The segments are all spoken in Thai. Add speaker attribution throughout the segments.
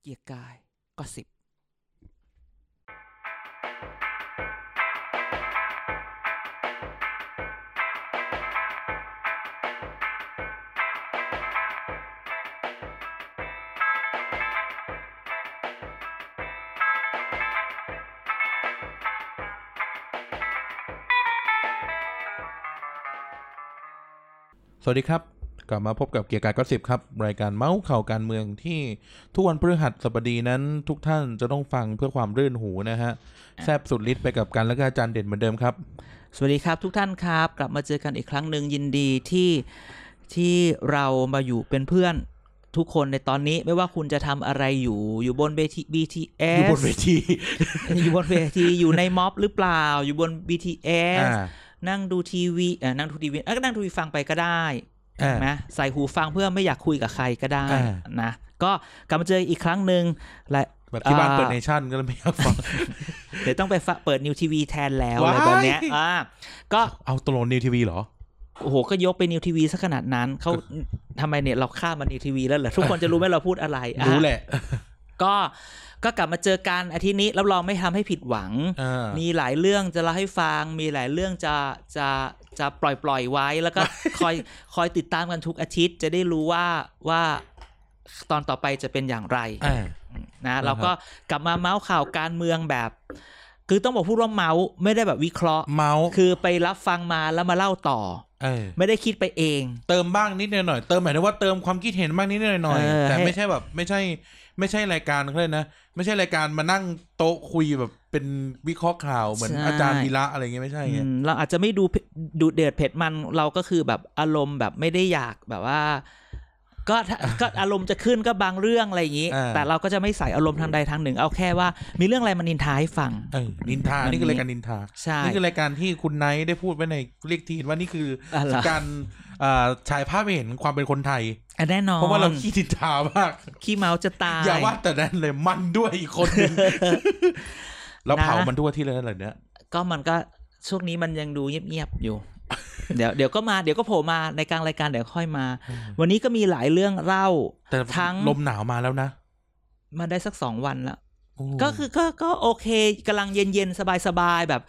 Speaker 1: เกียร์กายก็สิบ
Speaker 2: สวัสดีครับ กลับมาพบกับเกียร์กายก็สิบครับ รายการเมาส์ข่าวการเมืองที่ทุกวันพฤหัสบดีนั้น ทุกท่านจะต้องฟังเพื่อความรื่นหูนะฮะแซบสุดฤทธิ์ไปกับการและก็อาจารย์เด่นเหมือนเดิมครับ
Speaker 1: สวัสดีครับทุกท่านครับ กลับมาเจอกันอีกครั้งหนึ่งยินดีที่ที่เรามาอยู่เป็นเพื่อนทุกคนในตอนนี้ไม่ว่าคุณจะทำอะไรอยู่อยู่บนเวที BTS
Speaker 2: อยู่บนเวที
Speaker 1: อยู่บนเวทีอยู่ในม็อบหรือเปล่า อยู่บน BTS
Speaker 2: อ่า
Speaker 1: นั่งดูทีวีเออนั่งดูทีวีเอ้ยก็นั่งดูทีวีฟังไปก็ได้
Speaker 2: อ่า
Speaker 1: นะใส่หูฟังเพื่อไม่อยากคุยกับใครก็ได้
Speaker 2: อ่า
Speaker 1: นะก็กลับมาเจออีกครั้งหนึ่งและ
Speaker 2: แบบที่บ้าน
Speaker 1: อ่า
Speaker 2: เปิดเนชั่นก็เลยไม่อยากฟัง
Speaker 1: เดี๋ยวต้องไปฟะเปิดนิวทีวีแทนแล้วอะไรแบ
Speaker 2: ว้าย
Speaker 1: บเนี้ยอ่าก็
Speaker 2: เอาตลนนิวทีวีเหรอ
Speaker 1: โอ้โหก็ยกไปนิวทีวีซะขนาดนั้น เขาทำไมเนี่ยเราข้ามมานิวทีวีแล้วเหรอทุกคนจะรู้ไหมเราพูดอะไรอ่
Speaker 2: รู้แหละ
Speaker 1: ก็ก็กลับมาเจอกันอาทิตย์นี้รับรองไม่ทำให้ผิดหวัง
Speaker 2: อ่า
Speaker 1: มีหลายเรื่องจะเล่าให้ฟัง มีหลายเรื่องจะจะจะปล่อยปล่อยไว้ แล้วก็ คอยคอยติดตามกันทุกอาทิตย์ จะได้รู้ว่าว่าตอนต่อไปจะเป็นอย่างไร
Speaker 2: อ่า
Speaker 1: นะ
Speaker 2: อ่า
Speaker 1: เราก็
Speaker 2: ครับ
Speaker 1: กลับมาเมาส์ข่าวการเมืองแบบ คือต้องบอกพูดว่าเมาส์ไม่ได้แบบวิเคราะห์
Speaker 2: เมาส์
Speaker 1: คือไปรับฟังมาแล้วมาเล่าต่อ
Speaker 2: เออ
Speaker 1: ไม่ได้คิดไปเอง
Speaker 2: เติมบ้างนิดหน่อยๆเติมหมายถึงว่าเติมความคิดเห็นบ้างนิดหน่อย
Speaker 1: เออ
Speaker 2: ๆแต่
Speaker 1: ให้
Speaker 2: ไม่ใช่แบบไม่ใช่ ไม่ใช่รายการเขาเลยนะ ไม่ใช่รายการมานั่งโต๊ะคุยแบบเป็นวิเคราะห์ข่าวเหมือนอาจารย์วีระอะไรเงี้ยไม่ใช่ไง
Speaker 1: อืมเราอาจจะไม่ดูดูเดือดเผ็ดมันเราก็คือแบบอารมณ์แบบไม่ได้อยากแบบว่า ก็ถ้า ก็อารมณ์จะขึ้นก็บางเรื่องอะไรอย่างนี้
Speaker 2: อ่า
Speaker 1: แต่เราก็จะไม่ใส่อารมณ์ทางใดทางหนึ่ง เอาแค่ว่า มีเรื่องอะไรมานินทาให้ฟัง
Speaker 2: เออนินทา
Speaker 1: วันนี้
Speaker 2: นี่คือรายการนินทา
Speaker 1: ใช่
Speaker 2: นี่คือรายการที่คุณไนท์ได้พูดไว้ในเรียกทีนว่านี่คืออะไร การอ่าฉายภาพให้เห็นความเป็นคนไทย
Speaker 1: อ่ะแน่นอน
Speaker 2: เพราะว่าเราขี้นินทามาก
Speaker 1: ขี้เมาจะตาย
Speaker 2: อย่าว่าแต่นั้นเลยมันด้วยอีกคน หนึงเราเผามันทั่วที่เลยนั่นแหละเนี่ย
Speaker 1: ก็มันก็ช่วงนี้มันยังดูเงียบๆอยู่ เดี๋ยวเดี๋ยวก็มาเดี๋ยวก็โผล่มาในกลางรายการเดี๋ยวค่อยมา วันนี้ก็มีหลายเรื่องเล่า
Speaker 2: แต่
Speaker 1: ทั้ง
Speaker 2: ลมหนาวมาแล้วนะ
Speaker 1: มาได้สักสองวันละ
Speaker 2: โอ้
Speaker 1: ก็คือก็ก็โอเคกำลังเย็นๆ สบายๆ แบบ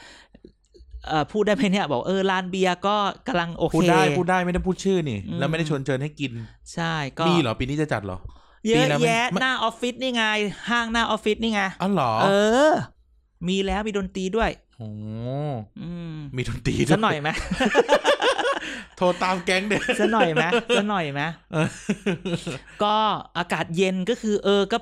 Speaker 1: เอ่อพูดได้ไหมเนี่ย บอกเออลานเบียร์ก็กำลังโอเค
Speaker 2: พูดได้พูดได้ไม่ได้พูดชื่อนี่
Speaker 1: อืม
Speaker 2: แล้วไม่ได้ชวนเชิญให้กิน
Speaker 1: ใช่ก็
Speaker 2: มีเหรอปีนี้จะจัดเหรอ
Speaker 1: เยอะ
Speaker 2: ปีละมัน
Speaker 1: แยะ
Speaker 2: มัน
Speaker 1: หน้าออฟฟิศนี่ไง ห้างหน้าออฟฟิศนี่ไง
Speaker 2: อ๋อเหรอ
Speaker 1: เออ มีแล้วมีดนตรีด้วย
Speaker 2: โอ้
Speaker 1: อืม
Speaker 2: มีดนตรีด้ว
Speaker 1: สักหน่อยไหม
Speaker 2: โทรตามแก๊งเด็ก
Speaker 1: สักหน่อยไหมสักหน่อยไหมก็อากาศเย็นก็คือ เออก็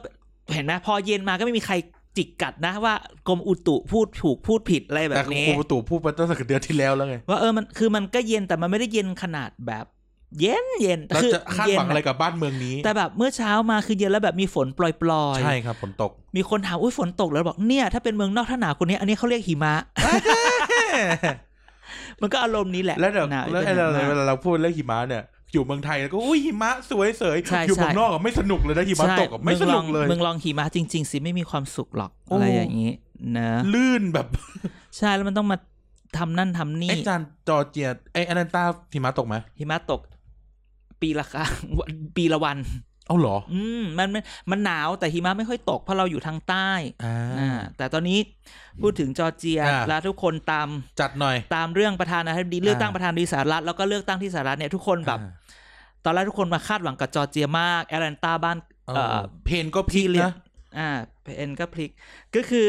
Speaker 1: เห็นไหมพอเย็นมาก็ไม่มีใครจิกกัดนะว่ากรมอุตุพูดถูกพูดผิดอะไรแบ
Speaker 2: แต่
Speaker 1: บ
Speaker 2: ค
Speaker 1: นี้
Speaker 2: รูตู่พูดไปตั้งแต่เดือนที่แล้วแล้วไง
Speaker 1: ว่าเออมันคือมันก็เย็นแต่มันไม่ได้เย็นขนาดแบบ เย็นเย็น
Speaker 2: เรา
Speaker 1: คือ
Speaker 2: จะคาด
Speaker 1: เย็
Speaker 2: ห
Speaker 1: น
Speaker 2: วังอะไรกับบ้านเมืองนี้
Speaker 1: แต่แบบเมื่อเช้ามาคือเย็นแล้วแบบมีฝนปล่อยๆ
Speaker 2: ใช่ครับฝนต ก
Speaker 1: มีคนถามอุ้ยฝนตกแล้วบอกเนี่ยถ้าเป็นเมืองนอกถ้าหนาวคนนี้ อันนี้เขาเรียกหิมะ มันก็อารมณ์นี้แหละ
Speaker 2: แล้วเดี๋ยว
Speaker 1: หนาว
Speaker 2: แล้ว
Speaker 1: จะ
Speaker 2: ไอ้
Speaker 1: หนาว
Speaker 2: เรา
Speaker 1: มาก
Speaker 2: เวลาเราพูดเรื่องหิมะเนี่ย อยู่เมืองไทยแล้วก็อุ้ยหิมะสวยเสย
Speaker 1: ใช่
Speaker 2: อยู่
Speaker 1: ใช่
Speaker 2: เมืองนอกอะไม่สนุกเลยนะหิมะ
Speaker 1: ใช่
Speaker 2: ตกอะไม่สนุกเลย
Speaker 1: เมืองลองหิมะจริง ๆ สิไม่มีความสุขหรอก
Speaker 2: โอ้
Speaker 1: อะไรอย่างนี้นะ
Speaker 2: ลื่นแบบ
Speaker 1: ใช่แล้วมันต้องมาทำนั่นทำ
Speaker 2: ไอ้
Speaker 1: นี่
Speaker 2: จานจอร์เจียไอ้อแลนต้าหิมะตกไหม
Speaker 1: หิมะตก ปีละครั้ง ปีละวัน
Speaker 2: เอ้าเหรอ
Speaker 1: อืมมันมันมันหนาวแต่หิมะไม่ค่อยตกเพราะเราอยู่ทางใต้
Speaker 2: อ่า
Speaker 1: อ่าแต่ตอนนี้พูดถึงจอร์เจีย
Speaker 2: อ่า
Speaker 1: แล้วทุกคนตาม
Speaker 2: จัดหน่อย
Speaker 1: ตามเรื่องประธานาธิบดีเลือกตั้ง
Speaker 2: อ่า
Speaker 1: ประธานาธิบดีสหรัฐแล้วก็เลือกตั้งที่สหรัฐเนี่ยทุกคนแบบ
Speaker 2: อ่า
Speaker 1: ตอนแรกทุกคนมาคาดหวังกับจอร์เจียมากแอตแลนตาบ้าน
Speaker 2: เอ
Speaker 1: เอ่
Speaker 2: อ
Speaker 1: อ
Speaker 2: เพนก็พลิกนะ
Speaker 1: อ่าเอ็นก็พลิก ก็คือ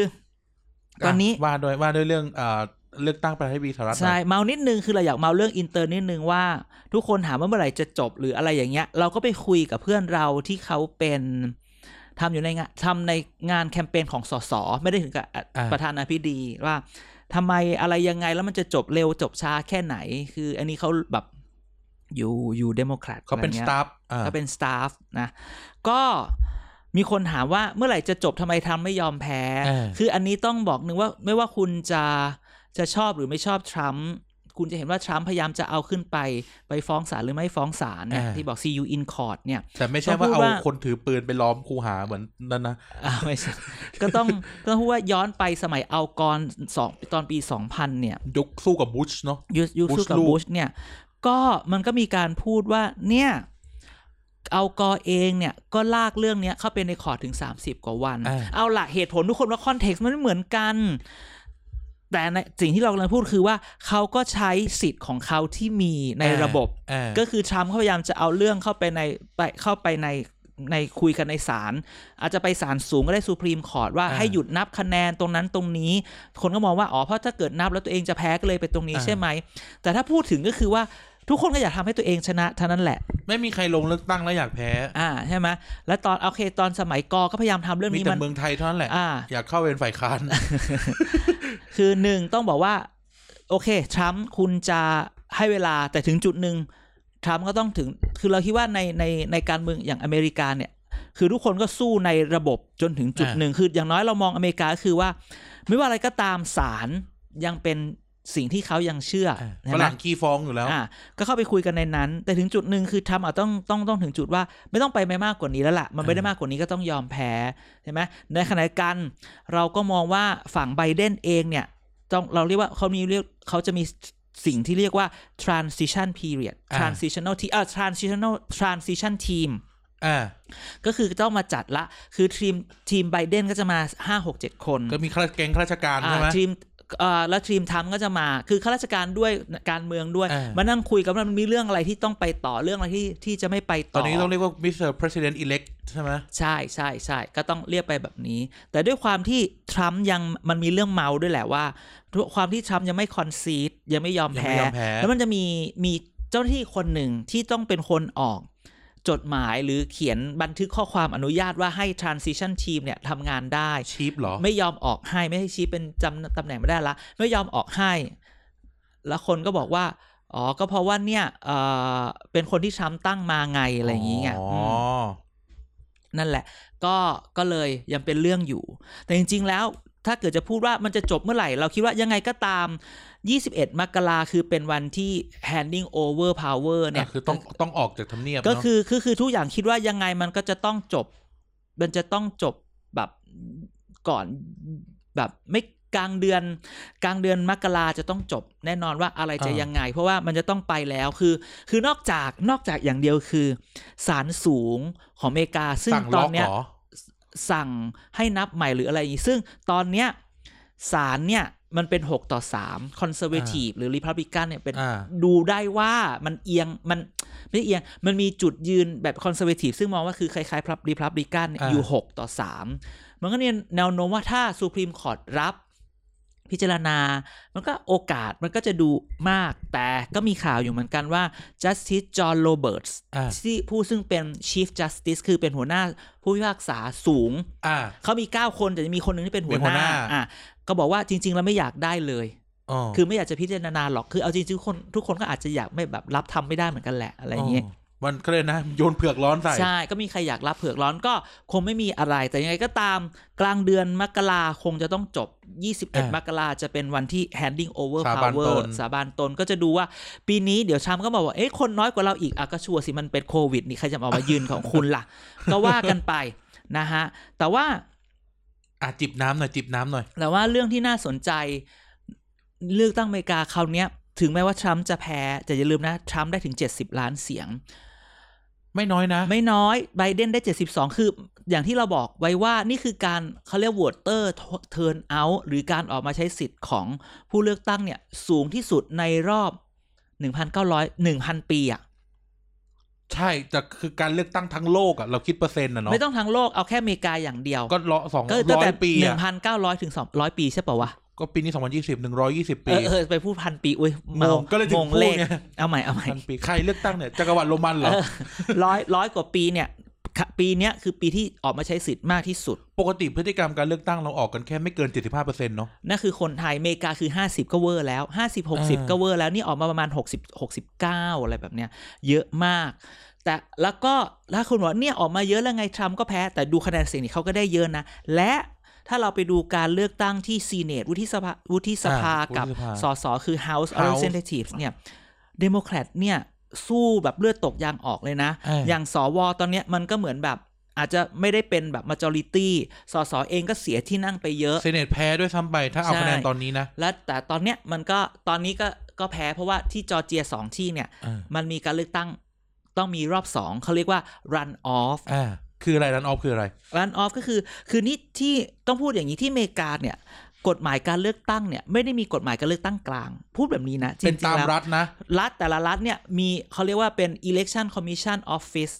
Speaker 1: ตอนนี้
Speaker 2: ะว่าด้วยว่าด้วยเรื่องเอ่อเลือกตั้งประธานาธิบดีสหรัฐหน่อย
Speaker 1: ใช่เมานิดนึงคือเราอยากเมาเรื่องอินเตอร์นิดนึงว่า ทุกคนถามว่าเมื่อไหร่จะจบหรืออะไรอย่างเงี้ย เราก็ไปคุยกับเพื่อนเราที่เขาเป็นทำอยู่ในงานทำในงานแคมเปญของสสไม่ได้ถึงกับ
Speaker 2: อ่า
Speaker 1: ประธานาธิบดีว่าทำไมอะไรยังไงแล้วมันจะจบเร็วจบช้าแค่ไหน คืออันนี้เขาแบบอยู่อยู่เดโมแครต
Speaker 2: เขาเป็นสตาฟอ่า
Speaker 1: เขาเป็นสตาฟนะ ก็มีคนถามว่าเมื่อไหร่จะจบทำไมทำไม่ยอมแพ้
Speaker 2: อ่า
Speaker 1: คืออันนี้ต้องบอกหนึ่งว่าไม่ว่าคุณจะจะชอบหรือไม่ชอบทรัมป์คุณจะเห็นว่าทรัมป์พยายามจะเอาขึ้นไปไปฟ้องศาลหรือไม่ฟ้องศาลเนี่ย
Speaker 2: อ่า
Speaker 1: ที่บอก CU in court เนี่ย
Speaker 2: แต่ไม่ใช่
Speaker 1: ต้องพูด
Speaker 2: ว่าเอา
Speaker 1: ว่า
Speaker 2: คนถือปืนไปล้อมคูหาเหมือนนั่นนะ
Speaker 1: อ่าไม่ใช่ก็ต้องก็ต้องพูดว่าย้อนไปสมัยเอากรสองตอนปี 2000 เนี่ย
Speaker 2: ยกสู้กับบุชเนาะ
Speaker 1: ยูยู
Speaker 2: Bush
Speaker 1: สู้กับ
Speaker 2: ลูก
Speaker 1: บุชเนี่ย ก็มันก็มีการพูดว่าเนี่ย เอากอเองเนี่ยก็ลากเรื่องเนี้ยเข้าไปในคอร์ดถึง 30 กว่าวัน
Speaker 2: อ่า
Speaker 1: เอาละเหตุผลทุกคนว่าคอนเท็กซ์มันไม่เหมือนกัน แต่ในสิ่งที่เรากำลังพูดคือว่าเขาก็ใช้สิทธิ์ของเขาที่มีในระบบ
Speaker 2: อ่า
Speaker 1: ก็คือทรัมป์เขาพยายามจะเอาเรื่องเข้าไปในไปเข้าไปในในคุยกันในศาลอาจจะไปศาลสูงก็ได้ u ู r รีมคอร์ t ว่าให้หยุดนับคะแนนตรงนั้นตรงนี้ คนก็มองว่า อ๋อ เพราะถ้าเกิดนับแล้วตัวเองจะแพ้ก็เลยไปตรงนี้ใช่ไหม แต่ถ้าพูดถึงก็คือว่าทุกคนก็อยากทำให้ตัวเองชนะเท่านั้นแหละ
Speaker 2: ไม่มีใครลงเลือกตั้งแล้วอยากแพ้
Speaker 1: อ่าใช่ไหมและตอนโอเคตอนสมัยกอก็พยายามทำเรื่อง
Speaker 2: มี
Speaker 1: นี้
Speaker 2: แต่
Speaker 1: มัน
Speaker 2: เมืองไทยเท่านั้นแหละ
Speaker 1: อ่า
Speaker 2: อยากเข้าเป็นฝ่ายค้าน
Speaker 1: คือหนึ่งต้องบอกว่า โอเคทรัมป์คุณจะให้เวลาแต่ถึงจุดหนึ่งทรัมป์ก็ต้องถึง คือเราคิดว่าในในในการเมืองอย่างอเมริกาเนี่ย คือทุกคนก็สู้ในระบบจนถึงจุด
Speaker 2: อ่า
Speaker 1: หนึ่งคืออย่างน้อยเรามองอเมริกาก็คือว่า ไม่ว่าอะไรก็ตามศาลยังเป็นสิ่งที่เขายังเชื่อ
Speaker 2: ฝ
Speaker 1: ใช่ไหม
Speaker 2: รั่งขี้ฟ้องอยู่แล้ว
Speaker 1: อ่ะก็เข้าไปคุยกันในนั้น แต่ถึงจุดหนึ่งคือทำอ่ะต้องต้องต้องถึงจุดว่าไม่ต้องไปไม่มากกว่านี้แล้วล่ะ มันไม่ได้
Speaker 2: อ่าม
Speaker 1: มากกว่านี้ก็ต้องยอมแพ้ใช่ไหมในขณะเดียวกัน เราก็มองว่าฝั่งไบเดนเองเนี่ยต้องเราเรียกว่าเขามีเรียกเขาจะมีสิ่งที่เรียกว่า transition period transitional team เอ่อ transitional transition team
Speaker 2: อ่า
Speaker 1: ก็คือต้องมาจัดละ คือทีมทีมไบเดนก็จะมาห้าหกเจ็ดคน
Speaker 2: ก็มีข้าราชแกงข้าราชการใช่ไหม
Speaker 1: อ่าทีมเอ่อแล้วทีมทำก็จะมา คือข้าราชการด้วยการเมืองด้วย
Speaker 2: อ่าม
Speaker 1: มานั่งคุยกันว่ามันมีเรื่องอะไรที่ต้องไปต่อเรื่องอะไรที่ที่จะไม่ไป
Speaker 2: ต
Speaker 1: ต่
Speaker 2: อ
Speaker 1: อ
Speaker 2: นนี้ต้องเรียกว่า Mr. President elect ใช่ไหม
Speaker 1: ใช่ใช่ใช่ก็ต้องเรียกไปแบบนี้ แต่ด้วยความที่ทรัมป์ยังมันมีเรื่องเมาด้วยแหละว่าด้วยความที่ทรัมป์ยังไม่คอนซีดยังไม่ยอมแพ้
Speaker 2: ยังไม่ยอมแพ้
Speaker 1: แล้วมันจะมีมีเจ้าหน้าที่คนหนึ่งที่ต้องเป็นคนออกจดหมายหรือเขียนบันทึกข้อความอนุญาตว่าให้ transition team เนี่ยทำงานได้
Speaker 2: ชีฟเหรอ
Speaker 1: ไม่ยอมออกให้ไม่ให้ชี้เป็นจำตำแหน่งไม่ได้ละ ไม่ยอมออกให้ แล้วคนก็บอกว่า อ๋อ ก็เพราะว่าเนี่ยเออเป็นคนที่ทรัมป์ตั้งมาไงอะไรอย่างเงี้ย
Speaker 2: อ๋อ
Speaker 1: มนั่นแหละ ก็ก็เลยยังเป็นเรื่องอยู่ แต่จริง ๆ แล้วถ้าเกิดจะพูดว่ามันจะจบเมื่อไหร่ เราคิดว่ายังไงก็ตาม 21 มกราคือเป็นวันที่ handing over power
Speaker 2: เนี่
Speaker 1: เนี่ย ย
Speaker 2: คือต้องต้องออกจากทำเนียบ
Speaker 1: ก็
Speaker 2: เนาะ
Speaker 1: คือคือคือทุกอย่างคิดว่ายังไงมันก็จะต้องจบ มันจะต้องจบแบบก่อนแบบไม่กลางเดือน กลางเดือนมกราจะต้องจบ แน่นอนว่าอะไรจะ
Speaker 2: อ่ายั
Speaker 1: ยังไง เพราะว่ามันจะต้องไปแล้วคือ คือนอกจากนอกจากอย่างเดียวคือศาลสูงของอเมริกา ซึ่ง
Speaker 2: สั่ง
Speaker 1: ตอ
Speaker 2: ล็
Speaker 1: น
Speaker 2: อก
Speaker 1: เนี้ย
Speaker 2: เหรอ
Speaker 1: สั่งให้นับใหม่หรืออะไรอย่างนี้ ซึ่งตอนเนี้ยศาลเนี่ยมันเป็น 6 ต่อ 3 คอนเซอร์เวทีฟหรือริพับลิกันเนี่ยเป็น
Speaker 2: อ่า
Speaker 1: ดูได้ว่ามันเอียงมันไม่ได้เอียง มันมีจุดยืนแบบคอนเซอร์เวทีฟซึ่งมองว่าคือคล้ายๆพรับริพับลิกันยอยู่ 6 ต่อ 3 มันก็เนี่ยแนวโน้มว่าถ้าซู p รีมคอร์ t รับ พิจารณา มันก็โอกาสมันก็จะดูมาก แต่ก็มีข่าวอยู่เหมือนกันว่า Justice John Roberts
Speaker 2: อ่า
Speaker 1: ที่ผู้ซึ่งเป็น Chief Justice คือเป็นหัวหน้าผู้พิพากษาสูง
Speaker 2: อ่า
Speaker 1: เขามี 9 คนแต่จะมีคนหนึ่งที่เป็นหัว
Speaker 2: เป็น
Speaker 1: ห
Speaker 2: หั
Speaker 1: น้าว
Speaker 2: หน้า
Speaker 1: อ่ะก็บอกว่าจริง ๆ แล้วไม่อยากได้เลย
Speaker 2: คื
Speaker 1: คือ อไม่อยากจะพิจารณาหรอกคือเอาจริงๆทุกคนทุกคนก็อาจจะอยากไม่แบบรับทำไม่ได้เหมือนกันแหละอะไรอย่างเงี้ย
Speaker 2: มันก็เลยนะ โยนเผือกร้อนใส่
Speaker 1: ใช่ ก็มีใครอยากรับเผือกร้อนก็คงไม่มีอะไร แต่ยังไงก็ตามกลางเดือนมกราคงจะต้องจบ
Speaker 2: อ่า
Speaker 1: 21 มกราจะเป็นวันที่ handing over
Speaker 2: สาบาน
Speaker 1: power
Speaker 2: ตน
Speaker 1: สาบานตนก็จะดูว่าปีนี้เดี๋ยวชามก็บอกว่า เอ๊ะคนน้อยกว่าเราอีกอ่ะก็ชัวร์สิ มันเป็นโควิด นี่ใครจะมาเอามายืนของคุณล่ะ ก็ว่ากันไปนะฮะ แต่ว่า
Speaker 2: อ่ะจิบน้ำหน่อยจิบน้ำหน่อย
Speaker 1: แต่ว่าเรื่องที่น่าสนใจเลือกตั้งอเมริกาคราวเนี้ย ถึงแม้ว่าทรัมป์จะแพ้แต่อย่าลืมนะทรัมป์ได้ถึง 70 ล้านเสียง
Speaker 2: ไม่น้อยนะ
Speaker 1: ไม่น้อยไบเดนได้ 72 คืออย่างที่เราบอกไว้ว่านี่คือการเขาเรียกวอเตอร์เทิร์นเอาหรือการออกมาใช้สิทธิ์ของผู้เลือกตั้งเนี่ย สูงที่สุดในรอบ 1,900 1,000 ปีอะ่ะ
Speaker 2: ใช่แต่คือการเลือกตั้งทั้งโลกอ่ะ เราคิดเปอร์เซ็นต์นะเนาะ
Speaker 1: ไม่ต้องทั้งโลกเอาแค่อเมริกาอย่างเดียว
Speaker 2: ก็รอสอง
Speaker 1: ก็ตั้ง
Speaker 2: ร้อ
Speaker 1: แต่
Speaker 2: ยปี
Speaker 1: หนึ่ง
Speaker 2: อ่ะ
Speaker 1: พันเก้าร้อยถึงสองร้อยปีใช่ป่าวะ
Speaker 2: ก็ปีนี้สองพันยี่สิบหนึ่งร้อยยี่สิบ
Speaker 1: เอ
Speaker 2: ปี
Speaker 1: อเออไปพูดพันปีอุ้ยเมาง
Speaker 2: งก็เลยถึง
Speaker 1: งงเลข
Speaker 2: พูดไง
Speaker 1: เอาใหม่เอาใหม่
Speaker 2: พันปีใครเลือกตั้งเนี่ยจักรวรรดิโรมันเหรอ
Speaker 1: เออ ร้อยร้อยกว่าปีเนี่ยค่ะปีเนี้ยคือปีที่ออกมาใช้สิทธิ์มากที่สุด
Speaker 2: ปกติพฤติกรรมการเลือกตั้งเราออกกันแค่ไม่เกิน 75เปอร์เซ็นต์เนาะ
Speaker 1: นั่นคือคนไทยอเมริกาคือ 50 ก็เวอร์แล้ว 50
Speaker 2: อ่า
Speaker 1: 60 ก็เวอร์แล้วนี่ออกมาประมาณ 60 69 อะไรแบบเนี้ย เยอะมาก แต่แล้วก็ถ้าคุณบอกว่าเนี่ยออกมาเยอะแล้วไงทรัมป์ก็แพ้ แต่ดูคะแนนเสียงนี่เขาก็ได้เยอะนะ และถ้าเราไปดูการเลือกตั้งที่ซีเนตวุฒิสภาวุฒิสภา
Speaker 2: อ่า
Speaker 1: กับ
Speaker 2: วุฒิสภา
Speaker 1: สสคือ House of
Speaker 2: House
Speaker 1: Representatives เนี่ยเดโมแครตเนี่ยสู้แบบเลือดตกยางออกเลยนะ
Speaker 2: เอออ
Speaker 1: อย่างสวตอนเนี้ยมันก็เหมือนแบบอาจจะไม่ได้เป็นแบบ majority สสเองก็เสียที่นั่งไปเยอะ
Speaker 2: เซเนตแพ้ด้วยซ้ำไปถ้าเอา
Speaker 1: ใช่
Speaker 2: คะแนนตอนนี้นะ
Speaker 1: แล้วแต่ตอนเนี้ยมันก็ตอนนี้ก็ก็แพ้เพราะว่าที่จอร์เจียสองที่เนี่ย
Speaker 2: เออ
Speaker 1: มันมีการเลือกตั้ง ต้องมีรอบสองเขาเรียกว่า run off
Speaker 2: อ่า คืออะไรรันออฟคืออะไร
Speaker 1: run off ก็คือคือนี่ที่ต้องพูดอย่างนี้ที่อเมริกาเนี่ยกฎหมายการเลือกตั้งเนี่ยไม่ได้มีกฎหมายการเลือกตั้งกลาง พูดแบบนี้นะจริ
Speaker 2: เป็น
Speaker 1: งๆ
Speaker 2: ตาม
Speaker 1: แล้ว
Speaker 2: รัฐนะ
Speaker 1: รัฐแต่ละรัฐเนี่ยมีเขาเรียกว่าเป็น election commission office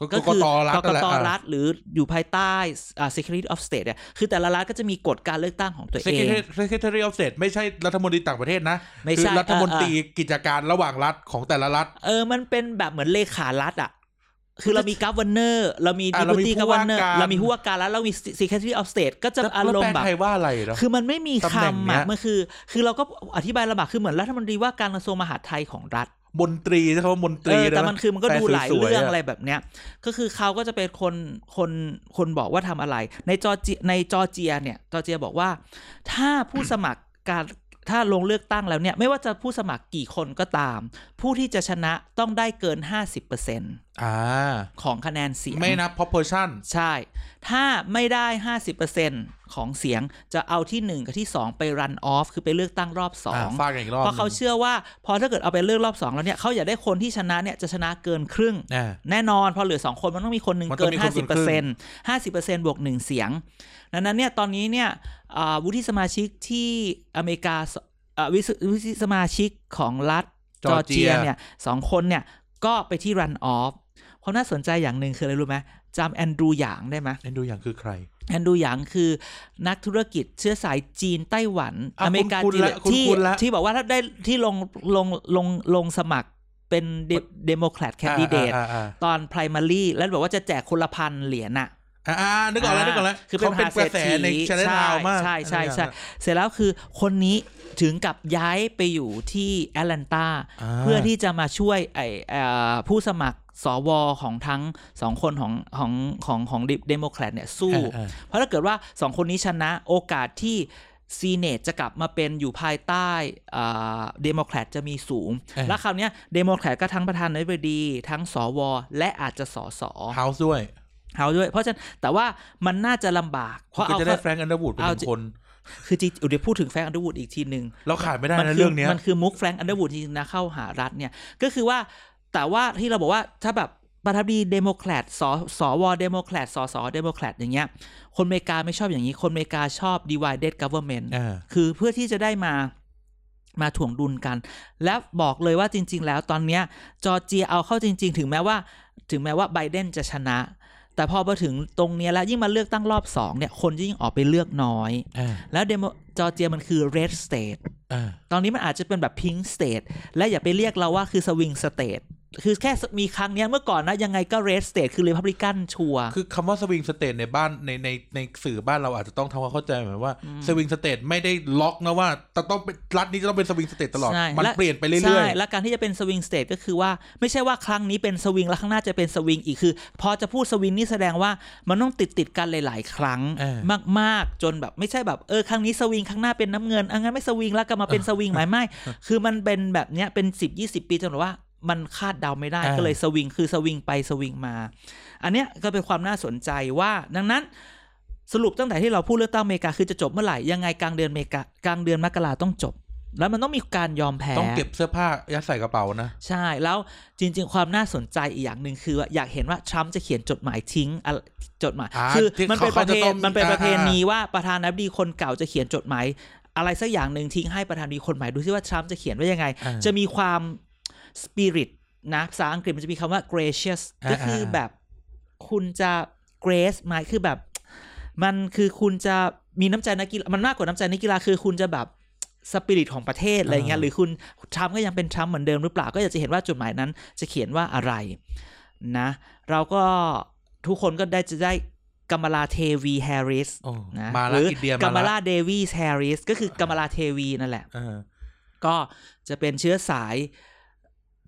Speaker 2: ก็
Speaker 1: ก็
Speaker 2: ก็
Speaker 1: คือก
Speaker 2: ตรัฐ
Speaker 1: ก
Speaker 2: นั่นแหละ
Speaker 1: ตรัฐหรืออยู่ภายใต้อ่า Secretary of State เนี่ยคือแต่ละรัฐก็จะมีกฎการเลือกตั้งของตัว
Speaker 2: เซ
Speaker 1: เอง
Speaker 2: คเตอรี่ออฟเซตไม่ใช่รัฐมนตรีต่างประเทศนะ
Speaker 1: ไม่
Speaker 2: คื
Speaker 1: ใช่
Speaker 2: รัฐมนตรี
Speaker 1: เออ
Speaker 2: กิจการระหว่างรัฐของแต่ละรัฐ
Speaker 1: เออ มันเป็นแบบเหมือนเลขารัฐอ่ะ คือเรามีกั v เว r เนอร์เรามีดิ
Speaker 2: อ่ะ
Speaker 1: บู
Speaker 2: เรามี
Speaker 1: ตี้กั
Speaker 2: ผู้
Speaker 1: v เว
Speaker 2: ว่า
Speaker 1: r เนอร์
Speaker 2: การ
Speaker 1: เรามีผู้ว่าการแล้วเรามี Secretary of State ก็จะอาร
Speaker 2: แล้ว
Speaker 1: ม
Speaker 2: แปล
Speaker 1: ณ์แบบ
Speaker 2: ไทยว่าอะไรเหรอ
Speaker 1: คือมันไม่มี
Speaker 2: ตำแหน่งเนี้
Speaker 1: คำ
Speaker 2: ย
Speaker 1: อ่ะมันคือ คือเราก็อธิบายลำบากคือเหมือนรัฐมนตรีว่าการกระทรวงมหาดไทยของรัฐ
Speaker 2: มนตรีใช่ไหมมนต
Speaker 1: เอ
Speaker 2: รี
Speaker 1: อแต่
Speaker 2: ได้ไห
Speaker 1: มันคือมันก็
Speaker 2: แป
Speaker 1: ดูหลาย
Speaker 2: สว
Speaker 1: เรื่อง
Speaker 2: ๆะ
Speaker 1: อะไรแบบเนี้ย ก็คือเขาก็จะเป็นคนคนคนบอกว่าทำอะไร ในจอร์เจียในจอร์เจียเนี่ยจอร์เจียบอกว่า ถ้าผู้สมัครการถ้าลงเลือกตั้งแล้วเนี่ย ไม่ว่าจะผู้สมัครกี่คนก็ตาม ผู้ที่จะชนะต้องได้เกิน 50%
Speaker 2: อ่า
Speaker 1: ของคะแนนเสียง
Speaker 2: ไม่นับ proportion
Speaker 1: ใช่ ถ้าไม่ได้ 50%ของเสียงจะเอาที่หนึ่งกับที่สองไปรันออฟคือไปเลือกตั้งรอบสอง
Speaker 2: อ่าฟาดกันอีกรอบ
Speaker 1: เพราะเขาเชื่อว่าพอถ้าเกิดเอาไปเลือกรอบสองแล้วเนี่ยเขาอยากได้คนที่ชนะเนี่ยจะชนะเกินครึ่ง
Speaker 2: อ่า
Speaker 1: แน่นอนพอเหลือสองคนมันต้องมีคนหนึ่ง
Speaker 2: มันต้
Speaker 1: เกิ
Speaker 2: อง
Speaker 1: น
Speaker 2: มี
Speaker 1: ห้า
Speaker 2: ค
Speaker 1: สิบ
Speaker 2: น
Speaker 1: เป
Speaker 2: เกิ
Speaker 1: อร์เซ็น
Speaker 2: น
Speaker 1: ต์ห้าสิบเปอร์เซ็นต์บวกหนึ่งเสียงดังนั้นเนี่ยตอนนี้เนี่ยอ่าวุฒิสมาชิกที่อเมริกาสอ่าวิสวุฒิสมาชิกของรัฐจอร์เจียเนี่ยสองคนเนี่ยก็ไปที่รันออฟความน่าสนใจอย่างหนึ่งคืออะไรรู้ไหมจำแอนดรูหยางได้ไหม
Speaker 2: เอ็นดูอย่างคือใคร
Speaker 1: แอนดรูหยางคือนักธุรกิจเชื้อสายจีนไต้หวัน
Speaker 2: ะ
Speaker 1: อเมริกา
Speaker 2: คุณ
Speaker 1: จีน
Speaker 2: ละคุณ
Speaker 1: ที่
Speaker 2: คุณละ
Speaker 1: ที่บอกว่าถ้าได้ที่ลงลงลงลงสมัครเป็นเดโมแครตแคนดิเดต
Speaker 2: อ่าอ่า
Speaker 1: ตอน primary แล้วบอกว่าจะแจกคนละพันเหรียญน่ะ
Speaker 2: อ่าอ่านึกออกแล้วนึกออกแล้ว
Speaker 1: คือเป็น
Speaker 2: ขา
Speaker 1: เป็
Speaker 2: เป็
Speaker 1: กระ
Speaker 2: น นก
Speaker 1: แส
Speaker 2: ระแส
Speaker 1: ใน
Speaker 2: ใน
Speaker 1: ช
Speaker 2: ช
Speaker 1: แนล
Speaker 2: แนล
Speaker 1: ลา
Speaker 2: ลาว
Speaker 1: มาม
Speaker 2: วาก ก
Speaker 1: ใช่ใช่ใช่
Speaker 2: อ่า
Speaker 1: เสร็จแล้วคือคนนี้ถึงกับย้ายไปอยู่ที่แอตแลนตา
Speaker 2: อ่า
Speaker 1: เพื่อที่จะมาช่วยไอเอ่อผู้สมัครสวของทั้งสองคนของของของของเดโมแครตเนี่ยสู้
Speaker 2: อ่า
Speaker 1: เพราะถ้าเกิดว่าสองคนนี้ชนะโอกาสที่ซีเนตจะกลับมาเป็นอยู่ภายใต้เดโมแครตจะมีสูง
Speaker 2: เออ
Speaker 1: แล้วคราวเนี้ยเดโมแครตก็ทั้งประธานาธิบดี ทั้งสว และอาจจะสส
Speaker 2: อ่า House ด้วย
Speaker 1: เฮาด้วย เพราะฉะนั้นแต่ว่ามันน่าจะลำบาก เพราะ
Speaker 2: ก็
Speaker 1: เอา
Speaker 2: จะได้แฟ
Speaker 1: เข้า
Speaker 2: รงก์อันเดอร์วูดเป็นห
Speaker 1: เอา
Speaker 2: นึ่
Speaker 1: จริ
Speaker 2: ง
Speaker 1: ง
Speaker 2: คน
Speaker 1: คือจริงเดี๋ยวพูดถึงแฟรงก์อันเดอร์วูดอีกทีหนึ่ง
Speaker 2: เราขาดไม่ได้
Speaker 1: มั
Speaker 2: นะ
Speaker 1: คื
Speaker 2: เรื่องเนี้ย
Speaker 1: มันคือมุกแฟรงก์อันเดอร์วูดที่นะเข้าหารัฐเนี่ย ก็คือว่าแต่ว่าที่เราบอกว่าถ้าแบบประธานาธิบดีเดโมแครตสสวเดโมแครตสสเดโมแครตอย่างเงี้ย คนอเมริกาไม่ชอบอย่างนี้ คนอเมริกาชอบ divided government
Speaker 2: อ่า
Speaker 1: คือเพื่อที่จะได้มามาถ่วงดุลกัน และบอกเลยว่าจริง ๆ แล้วตอนเนี้ยจอร์เจียเอาเข้าจริง ๆ ถึงแม้ว่า ถึงแม้ว่าไบเดนจะชนะ แต่พอมาถึงตรงเนี้ยแล้วยิ่งมาเลือกตั้งรอบสองเนี่ยคนยิ่งออกไปเลือกน้อย
Speaker 2: อ่า
Speaker 1: แล้วเดโมจอร์เจียมันคือ red state
Speaker 2: อ่า
Speaker 1: ตอนนี้มันอาจจะเป็นแบบพิงสเต e และอย่าไปเรียกเราว่าคือสวิงสเต e คือแค่มีครั้งเนี้ยเมื่อก่อนนะ ยังไงก็เรสสเต e คือร e พับลิกันชัว
Speaker 2: คือคำว่าสวิงสเตทในบ้านในในในสื่อบ้านเราอาจจะต้องทำความเข้าใจเหมือนว่าสวิงสเตทไม่ได้ล็อกนะว่าจะต้องเป็นรัฐนี้จะต้องเป็นสวิงสเตทตลอด
Speaker 1: ใช่
Speaker 2: มัน
Speaker 1: และ
Speaker 2: เปลี่ยนไปเรื่
Speaker 1: ใช่
Speaker 2: อยๆ
Speaker 1: และการที่จะเป็นสวิงสเตทก็คือว่าไม่ใช่ว่าครั้งนี้เป็นสวิงแล้วข้างหน้าจะเป็นสวิงอีกคือ พอจะพูดสวิงนี่แสดงว่ามันต้องติดติดๆกันหลาย ๆ ครั้ง
Speaker 2: เออ
Speaker 1: มาก ๆ จนแบบไม่ใช่แบบเออครั้งนี้สวิงข้างหน้าเป็นน้ำเงินอ่ะงั้นไม่สวิงแล้วกลับมาเป็นสวิงไหมไม่ คือมันเป็นแบบเนี้ยเป็น 10 20 ปีจนแบบว่ามันคาดเดาไม่ได้
Speaker 2: เออ
Speaker 1: ก็เลยสวิงคือสวิงไปสวิงมา อันเนี้ยก็เป็นความน่าสนใจว่าดังนั้น สรุปตั้งแต่ที่เราพูดเลือกตั้งอเมริกาคือจะจบเมื่อไหร่ยังไงกลางเดือนเมกากลางเดือนมกราต้องจบ แล้วมันต้องมีการยอมแพ้
Speaker 2: ต้องเก็บเสื้อผ้ายัดใส่กระเป๋านะ
Speaker 1: ใช่ แล้วจริง ๆ ความน่าสนใจอีกอย่างหนึ่งคือว่าอยากเห็นว่าทรัมป์จะเขียนจดหมายทิ้งอะจดหมาย
Speaker 2: อ่า
Speaker 1: คือ
Speaker 2: ที่
Speaker 1: มันเป็น
Speaker 2: เขา
Speaker 1: ประเพ
Speaker 2: จะต้
Speaker 1: ณี
Speaker 2: อง
Speaker 1: มันเป็นประเพณี
Speaker 2: อ่า
Speaker 1: ว่าประธานาธิบดีคนเก่าจะเขียนจดหมายอะไรสักอย่างหนึ่งทิ้งให้ประธานาธิบดีคนใหม่ดูซิว่าทรัมป์จะเขียนว่ายังไง
Speaker 2: อ่า
Speaker 1: จะมีความสปิริตนะภาษาอังกฤษมันจะมีคำว่า gracious
Speaker 2: อ่า
Speaker 1: ก็คืออา แบบคุณจะ grace ไหมคือแบบ มันคือคุณจะมีน้ำใจนักกีฬามันมากกว่าน้ำใจนักกีฬาคือคุณจะแบบสปิริตของประเทศอะไรเงี้ยหรือคุณทรัมป์ก็ยังเป็นทรัมป์เหมือนเดิมหรือเปล่า ก็อยากจะเห็นว่าจดหมายนั้นจะเขียนว่าอะไรนะ เราก็ทุกคนก็ได้จะได้กัมมาลาเทวีแฮร์ริส
Speaker 2: โอ้
Speaker 1: นะ
Speaker 2: มา
Speaker 1: ห
Speaker 2: ละ
Speaker 1: รื
Speaker 2: อินเดีย
Speaker 1: กัม
Speaker 2: มา
Speaker 1: มาลา
Speaker 2: ละ
Speaker 1: เดวีสแฮร์ริสก็คือกัมมาลาเทวีนั่นแหละ
Speaker 2: เออ
Speaker 1: ก็จะเป็นเชื้อสาย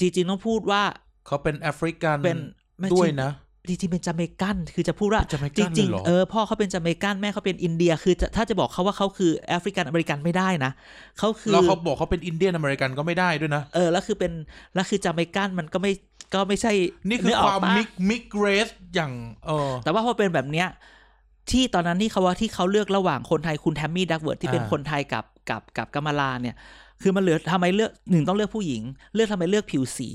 Speaker 1: จริงๆต้องพูดว่า
Speaker 2: เขาเป็นแอฟริกัน
Speaker 1: เป็นไม่ใช่
Speaker 2: ด้วยนะ
Speaker 1: จริงๆเป็นจาเมกัน คือจะพูดว่า
Speaker 2: เป็นจาเมกัน
Speaker 1: จริง
Speaker 2: เลยเหรอ
Speaker 1: ๆเออพ่อเขาเป็นจาเมกันแม่เขาเป็นอินเดียคือจะถ้าจะบอกเขาว่าเขาคือแอฟริกันอเมริกันไม่ได้นะเขาคือ
Speaker 2: แล้วเขาบอกเขาเป็นอินเดียนอเมริกันก็ไม่ได้ด้วยนะ
Speaker 1: เออแล้วคือเป็นแล้วคือจาเมกันมันก็ไม่ก็ไม่ใช่
Speaker 2: นี่คือ
Speaker 1: นึก
Speaker 2: ค
Speaker 1: ก
Speaker 2: วาม
Speaker 1: ปะ
Speaker 2: มิกมิกเรสอย่างเออ
Speaker 1: แต่ว่าพอเป็นแบบเนี้ยที่ตอนนั้นที่เขาว่าที่เขาเลือกระหว่างคนไทยคุณแทมมี่ดักเวิร์ดที่เป็น
Speaker 2: อ่า
Speaker 1: คนไทยกับกับกับกัมมาลาเนี่ย คือมันเหลือทำไมเลือกหนึ่งต้องเลือกผู้หญิง เลือกทำไมเลือกผิวสี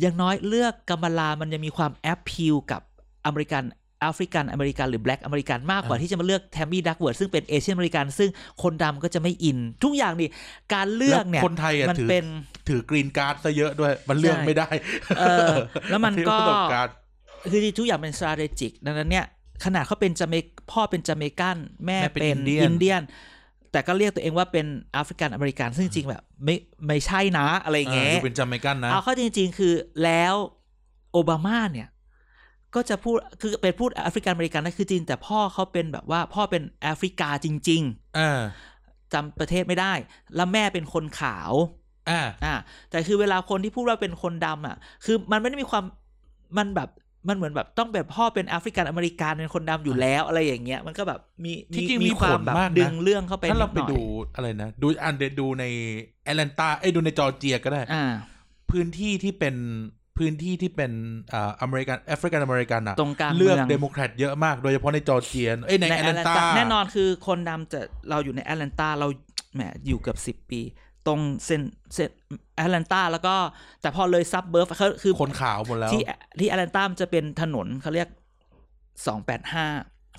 Speaker 1: อย่างน้อยเลือกกัมบาลามันยังมีความแอพพิวกับอเมริกันแอฟริกันอเมริกันหรือแบล็กอเมริกันมากกว่า
Speaker 2: อ่า
Speaker 1: ที่จะมาเลือกแทมมี่ดักเวิร์ดซึ่งเป็นเอเชียนอเมริกัน ซึ่งคนดำก็จะไม่อิน ทุกอย่างนี่การเลือกเนี่ย
Speaker 2: แวคนไทยอ่ะ
Speaker 1: มัน
Speaker 2: ถือ
Speaker 1: เป็น
Speaker 2: ถือกรีนการ์ดซะเยอะด้วย มันเลือก
Speaker 1: ใช่
Speaker 2: ไม่ได้
Speaker 1: เออแล้วมันก็
Speaker 2: ที่ประสบการณ์
Speaker 1: คือทุกอย่างเป็น strategic ดังนั้นเนี่ย ขนาดเขาเป็นจาเมกพ่อเป็นจาเมกันแม่
Speaker 2: แม่เป็น
Speaker 1: เป็น
Speaker 2: อินเดียน
Speaker 1: อินเดียน แต่ก็เรียกตัวเองว่าเป็นแอฟริกันอเมริกัน ซึ่งจริงแบบไม่ไม่ใช่นะอะไรอย่างเงี้
Speaker 2: อ่าย ดูเป็นจาเมกันนะ
Speaker 1: เอาเข้าจริง ๆ คือแล้วโอบามาเนี่ย ก็จะพูดคือเป็นพูดแอฟริกันอเมริกันนั่นคือจริงแต่พ่อเขาเป็นแบบว่าพ่อเป็นแอฟริกาจริง
Speaker 2: อ่า
Speaker 1: ๆจำประเทศไม่ได้ แล้วแม่เป็นคนขาว
Speaker 2: อ่า
Speaker 1: อ่าแต่คือเวลาคนที่พูดว่าเป็นคนดำอ่ะ คือมันไม่ได้มีความมันแบบมันเหมือนแบบต้องแบบพ่อเป็นแอฟริกันอเมริกันเป็นคนดำอยู่แล้วอะไรอย่างเงี้ย มันก็แบบมี
Speaker 2: ที่จริงมี
Speaker 1: ควา
Speaker 2: ผล
Speaker 1: แบบ
Speaker 2: มากนะ
Speaker 1: ดึงเรื่องเข้าไป
Speaker 2: ถ้าเราไป
Speaker 1: นิหน่อย
Speaker 2: ดูอะไรนะ ดูอันเดยวดูในแอตแลนตาเอ้ยดูในจอร์เจียก็ได้
Speaker 1: อ่า
Speaker 2: พื้นที่ที่เป็นพื้นที่ที่เป็นอ่าอเมริกันแอฟริกันอเมริกันอ่ะ
Speaker 1: ตรงกลาง
Speaker 2: เลือก
Speaker 1: มือง
Speaker 2: เดโมแครตเยอะมาก โดยเฉพาะในจอร์เจียเอ้ยในแอตแลนตา
Speaker 1: แน่นอนคือคนดำจะเราอยู่ในแอตแลนตาเราแหมอยู่เกือบสิบ10 ปี ตรงเซนเซนแอตแลนตาแล้วก็แต่พอเลยซับเบิร์ฟเขาคือ
Speaker 2: คนขาวหมดแล้ว
Speaker 1: ที่ที่แอตแลนตามันจะเป็นถนนเขาเรียกสองแปดห้า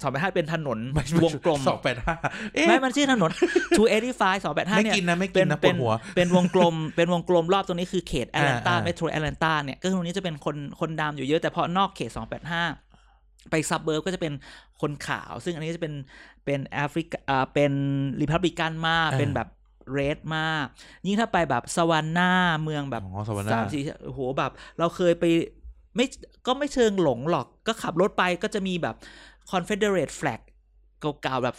Speaker 1: สองแปดห้าเป็นถนนวงกลม
Speaker 2: สองแปดห้าเอ๊ะ
Speaker 1: ไม่มันชื่อถนน 285 285
Speaker 2: ไม่
Speaker 1: เนี่ย
Speaker 2: กินนะไม่กิ
Speaker 1: เป็น น
Speaker 2: นะป
Speaker 1: เป็
Speaker 2: วด
Speaker 1: น
Speaker 2: หัว
Speaker 1: เป็นวงกลม เป็นวงกลมรอบตรงนี้คือเขตแอตแลนตา
Speaker 2: อ่าอ่า
Speaker 1: เมโทรแอตแลนตาเนี่ย ก็คือตรงนี้จะเป็นคนคนดำอยู่เยอะแต่พอนอกเขต 285 ไปซับเบิร์บก็จะเป็นคนขาว ซึ่งอันนี้จะเป็นเป็นแอฟริกาอ่าเป็นริพับลิกันมาก เป็นแบบเรดมาก ยิ่งถ้าไปแบบสวานนาเมืองแบบ
Speaker 2: อ๋อสวรรค์
Speaker 1: สามสี่โอ้โหแบบ เราเคยไปไม่ก็ไม่เชิงหลงหรอกก็ขับรถไปก็จะมีแบบ Confederate flag เก่าๆแบบ